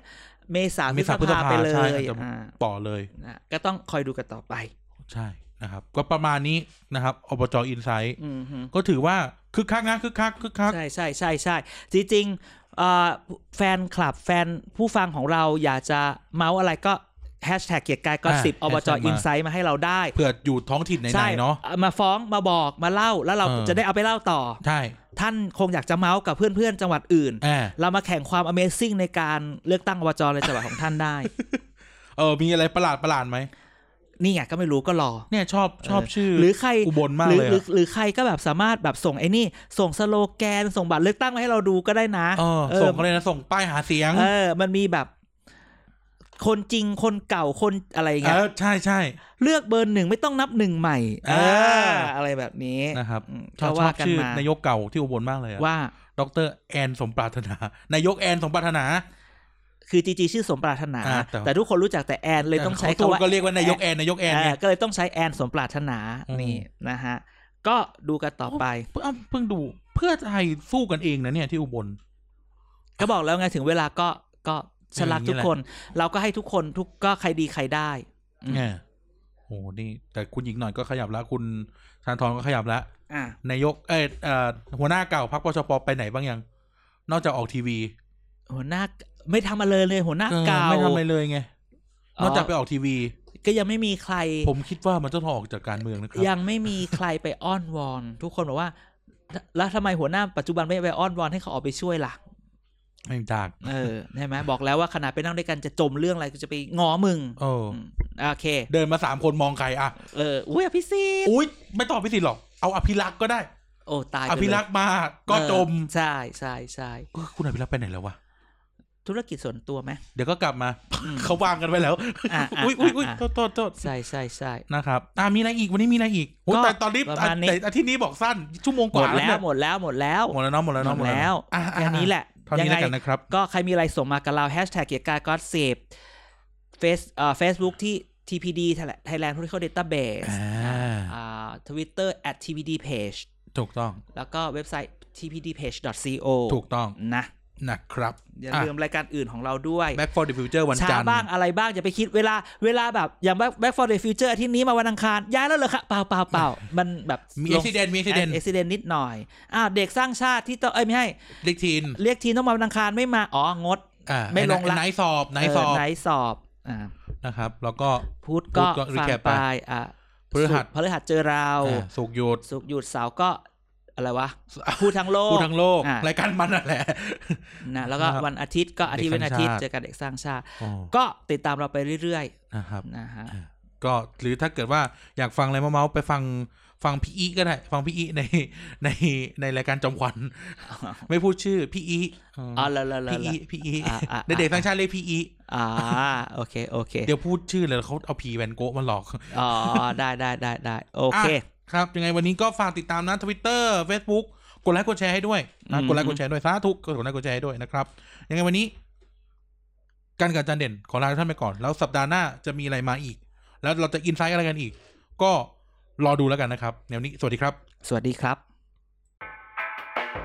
Speaker 1: เมษา
Speaker 2: เมษา
Speaker 1: พฤษภาไปเล
Speaker 2: ใช่
Speaker 1: ย
Speaker 2: อาจจะ
Speaker 1: อ่า
Speaker 2: ต่อเลย
Speaker 1: นะก็ต้องคอยดูกันต่อไป
Speaker 2: ใช่นะครับ ก็ประมาณนี้นะครับอบจอินไซต์
Speaker 1: อืมฮึ
Speaker 2: ก็ถือว่าคึกคักนะคึกคักคึกคัก
Speaker 1: ใช่ใช่ใช่ใช่จริงๆเอ่อแฟนคลับแฟนผู้ฟังของเราอยากจะเมาส์อะไรก็แฮชแท็กเกียรติกายก็สิบ
Speaker 2: อ่า
Speaker 1: อบ
Speaker 2: hashtag
Speaker 1: จ
Speaker 2: มา
Speaker 1: อินไซต์มาให้เราได้
Speaker 2: เผื่ออยู่ท้องถิ่นไหน
Speaker 1: ใช่
Speaker 2: ๆเนาะ
Speaker 1: อ่อมาฟ้องมาบอกมาเล่าแล้วเรา
Speaker 2: เออ
Speaker 1: จะได้เอาไปเล่าต่อ
Speaker 2: ใช่
Speaker 1: ท่านคงอยากจะเมาส์กับเพื่อนๆ จังหวัดอื่น
Speaker 2: แอบ
Speaker 1: เรามาแข่งความ Amazing ในการเลือกตั้งอบจในจังหวัดของท่านได้
Speaker 2: เออมีอะไรประหลาดประหลาดไหม
Speaker 1: นี่ไงก็ไม่รู้ก็รอ
Speaker 2: เนี่ยชอบชอบชื่อ
Speaker 1: หรือใคร
Speaker 2: อุบลมาก
Speaker 1: หรือ
Speaker 2: เลย
Speaker 1: หรือ
Speaker 2: อะ
Speaker 1: หรือใครก็แบบสามารถแบบส่งไอ้นี่ ส่งสโลแกนส่งบัตรเลือกตั้งมาให้เราดูก็ได้นะ
Speaker 2: เออ
Speaker 1: เออ
Speaker 2: ส่งเขาเลยนะ ส่งป้ายหาเสียง
Speaker 1: เออ มันมีแบบ คนจริง คนเก่า คนอะไรอย่าง
Speaker 2: เอ
Speaker 1: เงี้ย
Speaker 2: อใช่ใช่
Speaker 1: เลือกเบอร์หนึ่งไม่ต้องนับหนึ่งใหม่ เอ
Speaker 2: อ่า
Speaker 1: อ อะไรแบบนี้
Speaker 2: นะครับ
Speaker 1: อืม
Speaker 2: ชอ
Speaker 1: ก็
Speaker 2: บชอ
Speaker 1: ว่า
Speaker 2: บ
Speaker 1: กัน
Speaker 2: ชื่อ
Speaker 1: มาน
Speaker 2: ายกเก่าที่อุบลมากเลยอะ
Speaker 1: ว่า
Speaker 2: ดอกเตอรแอนสมปรารถนา นายกแอนสมปรารถนา
Speaker 1: คือจริงๆชื่อสมปรารถนา
Speaker 2: อ่าแต่
Speaker 1: แต่ทุกคนรู้จักแต่แอนเลยต้องใช้
Speaker 2: ขตูน
Speaker 1: คำว่า
Speaker 2: ก็เรียกว่านายกแอนนายกแอน
Speaker 1: เอ
Speaker 2: เนี่
Speaker 1: อย ก็เลยต้องใช้แอนสมปรารถนา
Speaker 2: อืม
Speaker 1: นี่นะฮะ ก็ดูกันต่อไป
Speaker 2: เพิ่งเอ้าเพิ่งดูเพื่อไทยสู้กันเองนะเนี่ยที่อุบล
Speaker 1: ก็บอกแล้วไงถึงเวลาก็ก็ฉลาดทุกคน เราก็ให้ทุกคนทุกก็ใครดีใครได้ อืม
Speaker 2: เนี่ยโอ้โหนี่ แต่คุณหญิงหน่อยก็ขยับแล้วคุณชานทรก็ขยับแล้ว
Speaker 1: อ่ะ
Speaker 2: นายกเอยเอ่อหัวหน้าเก่าพรรคปชปไปไหนบ้างยัง นอกจากออกทีวี
Speaker 1: หัวหน้าไม่ทำอะไรเลยหัวหน้า
Speaker 2: เออ
Speaker 1: เก่า
Speaker 2: ไม่ทำอะไรเลยไงนอกจากไปออกทีวี
Speaker 1: ก็ยังไม่มีใคร
Speaker 2: ผมคิดว่ามันจะต้องออกจากการเมืองนะครับ
Speaker 1: ยังไม่มีใครไปอ้อนวอน ทุกคนบอกว่า แล้วทำไมหัวหน้าปัจจุบันไม่ไปอ้อนวอนให้เขาออกไปช่วยล่ะ
Speaker 2: ไม่จาก
Speaker 1: เออใช่ไหมบอกแล้วว่าขนาดไปนั่งด้วยกันจะจมเรื่องอะไรกูจะไปง้อมึง
Speaker 2: เออ
Speaker 1: มโอเค
Speaker 2: เดินมาสามคนมองใครอ่ะ
Speaker 1: เอออุ้ยอภิสิทธิ์
Speaker 2: อุ้ยไม่ตอบพี่สิทธิ์หรอก เอาอภิรักษ์ก็ได้
Speaker 1: โอ้ตายไป
Speaker 2: อ
Speaker 1: เลย
Speaker 2: ภิรักษ์มาก็
Speaker 1: เออ
Speaker 2: จม
Speaker 1: ใช่ใช่ใช่
Speaker 2: เออคุณอภิรักษ์ไปไหนแล้ววะ
Speaker 1: ธุรกิจส่วนตัวไหม
Speaker 2: เดี๋ยวก็กลับมา
Speaker 1: อืม
Speaker 2: เขาวางกันไปแล้ว
Speaker 1: อ่ะอ่ะ
Speaker 2: อุ้ยอุ้ยอุ้ย
Speaker 1: อ่ะ
Speaker 2: โทษโทษโทษ
Speaker 1: ใช่ใช่ใช่
Speaker 2: นะครับ อ่ามีอะไรอีก วันนี้มีอะไรอีกโอ้
Speaker 1: ก็
Speaker 2: แต่ตอนนี้
Speaker 1: ประ
Speaker 2: อ่ะ
Speaker 1: มาณนี้
Speaker 2: แต่อาทิตย์นี้บอกสั้น ชั่วโมงก
Speaker 1: หม
Speaker 2: ว่า
Speaker 1: ดแล้ว หมดแล้วหมดแล้ว
Speaker 2: หมดแล้วเนาะหมดแล้วเนาะ
Speaker 1: หมดแล้ว
Speaker 2: อ่ะอ่
Speaker 1: แค่นี้แหละ
Speaker 2: เท่านี้แล้วกันนะครับ
Speaker 1: ก็ใครมีอะไรส่งมากับเราแฮชแท็กเกียร์กายก็เสพเฟซเอ่อเฟซบุ๊กที่ TPD Thailand Political Database
Speaker 2: อ่า
Speaker 1: ทวิตเตอร์ at tpd page
Speaker 2: ถูกต้อง
Speaker 1: แล้วก็เว็บไซต์ tpd page co
Speaker 2: ถูกต้อง
Speaker 1: นะ
Speaker 2: นะครับ
Speaker 1: อย่าลืมรายการอื่นของเราด้วย
Speaker 2: อ่ะ Back for the Future วัน
Speaker 1: ช้า
Speaker 2: จันทร์
Speaker 1: บ้างอะไรบ้าง อย่าไปคิดเวลาเวลาแบบ อย่าง Back- back for the future อาที่นี้มาวันอังคาร ย้ายแล้วเหรอคะเปล่าเปล่าเปล่ามันแบบ
Speaker 2: มี accident มี accident
Speaker 1: อุบิเหตุนิดหน่อยอ่าเด็กสร้างชาติที่ต้องเอ้ยไม่ให้
Speaker 2: เล็กทีน
Speaker 1: เรียกทีต้องมาวันอังคารไม่มา อ๋องด
Speaker 2: อ่า
Speaker 1: ไม่ลงละ
Speaker 2: ไหนสอบไหนสอบ
Speaker 1: เไหนสอบอ่า
Speaker 2: นะครับ แล้วก็
Speaker 1: พุธ
Speaker 2: พุ
Speaker 1: ก็
Speaker 2: ธก็
Speaker 1: ฟัง
Speaker 2: recap ไป
Speaker 1: ไปอ่า
Speaker 2: พฤหัส
Speaker 1: พฤหัสเจอเรา
Speaker 2: อ่าสุกหยุด
Speaker 1: สุกร์หยุดเสาร์ก็อะไร วะ พูดทั้งโลก
Speaker 2: พูดทั้งโลก
Speaker 1: อ่ะ
Speaker 2: รายการมันนั่นแหละ
Speaker 1: นะแล้วก็
Speaker 2: ครับ
Speaker 1: วันอาทิตย์ก็อาทิตย์
Speaker 2: เด็
Speaker 1: เว้
Speaker 2: ก
Speaker 1: น
Speaker 2: สร้าง
Speaker 1: อาทิตย์
Speaker 2: ชาติ
Speaker 1: เจอกันเด็กสร้างชาติ
Speaker 2: อ๋อ
Speaker 1: ก็ติดตามเราไปเรื่อย
Speaker 2: นะครับ
Speaker 1: ๆนะ ฮะ
Speaker 2: ก็หรือถ้าเกิดว่าอยากฟังอะไรเมาส์ๆไปฟังฟังพี่อีก็ได้ ฟังพี่อีในในในรายการจอมขวัญ ไม่พูดชื่อพี่อี
Speaker 1: อ๋อเหรอเหรอเหรอ
Speaker 2: พี่
Speaker 1: เหร
Speaker 2: อี
Speaker 1: อ
Speaker 2: พี่อี
Speaker 1: อ่ะอ่ะ
Speaker 2: เด็กๆทั้งชาติเรียกพี่อี
Speaker 1: อ่าโอเคโอเค
Speaker 2: เดี๋ยวพูดชื่อเลยเขาเอาผีแวนโกะมาหลอก
Speaker 1: อ๋อได้ได้ได้ได้โอเค
Speaker 2: อ่ะครับ ยังไงวันนี้ก็ฝากติดตามนะทวิตเตอร์เฟซบุ๊กกดไลค์กดแชร์ให้ด้วยนะ
Speaker 1: อืม
Speaker 2: กดไลค์กดแชร์ด้วยสาธุกดไลค์กดแชร์ให้ด้วยนะครับ ยังไงวันนี้การกับอาจันเด่นขอลาทุกท่านไปก่อน แล้วสัปดาห์หน้าจะมีอะไรมาอีก แล้วเราจะอินไซต์อะไรกันอีก ก็รอดูแล้วกันนะครับแนวนี้สวัสดีครับ
Speaker 1: สวัสดีครับ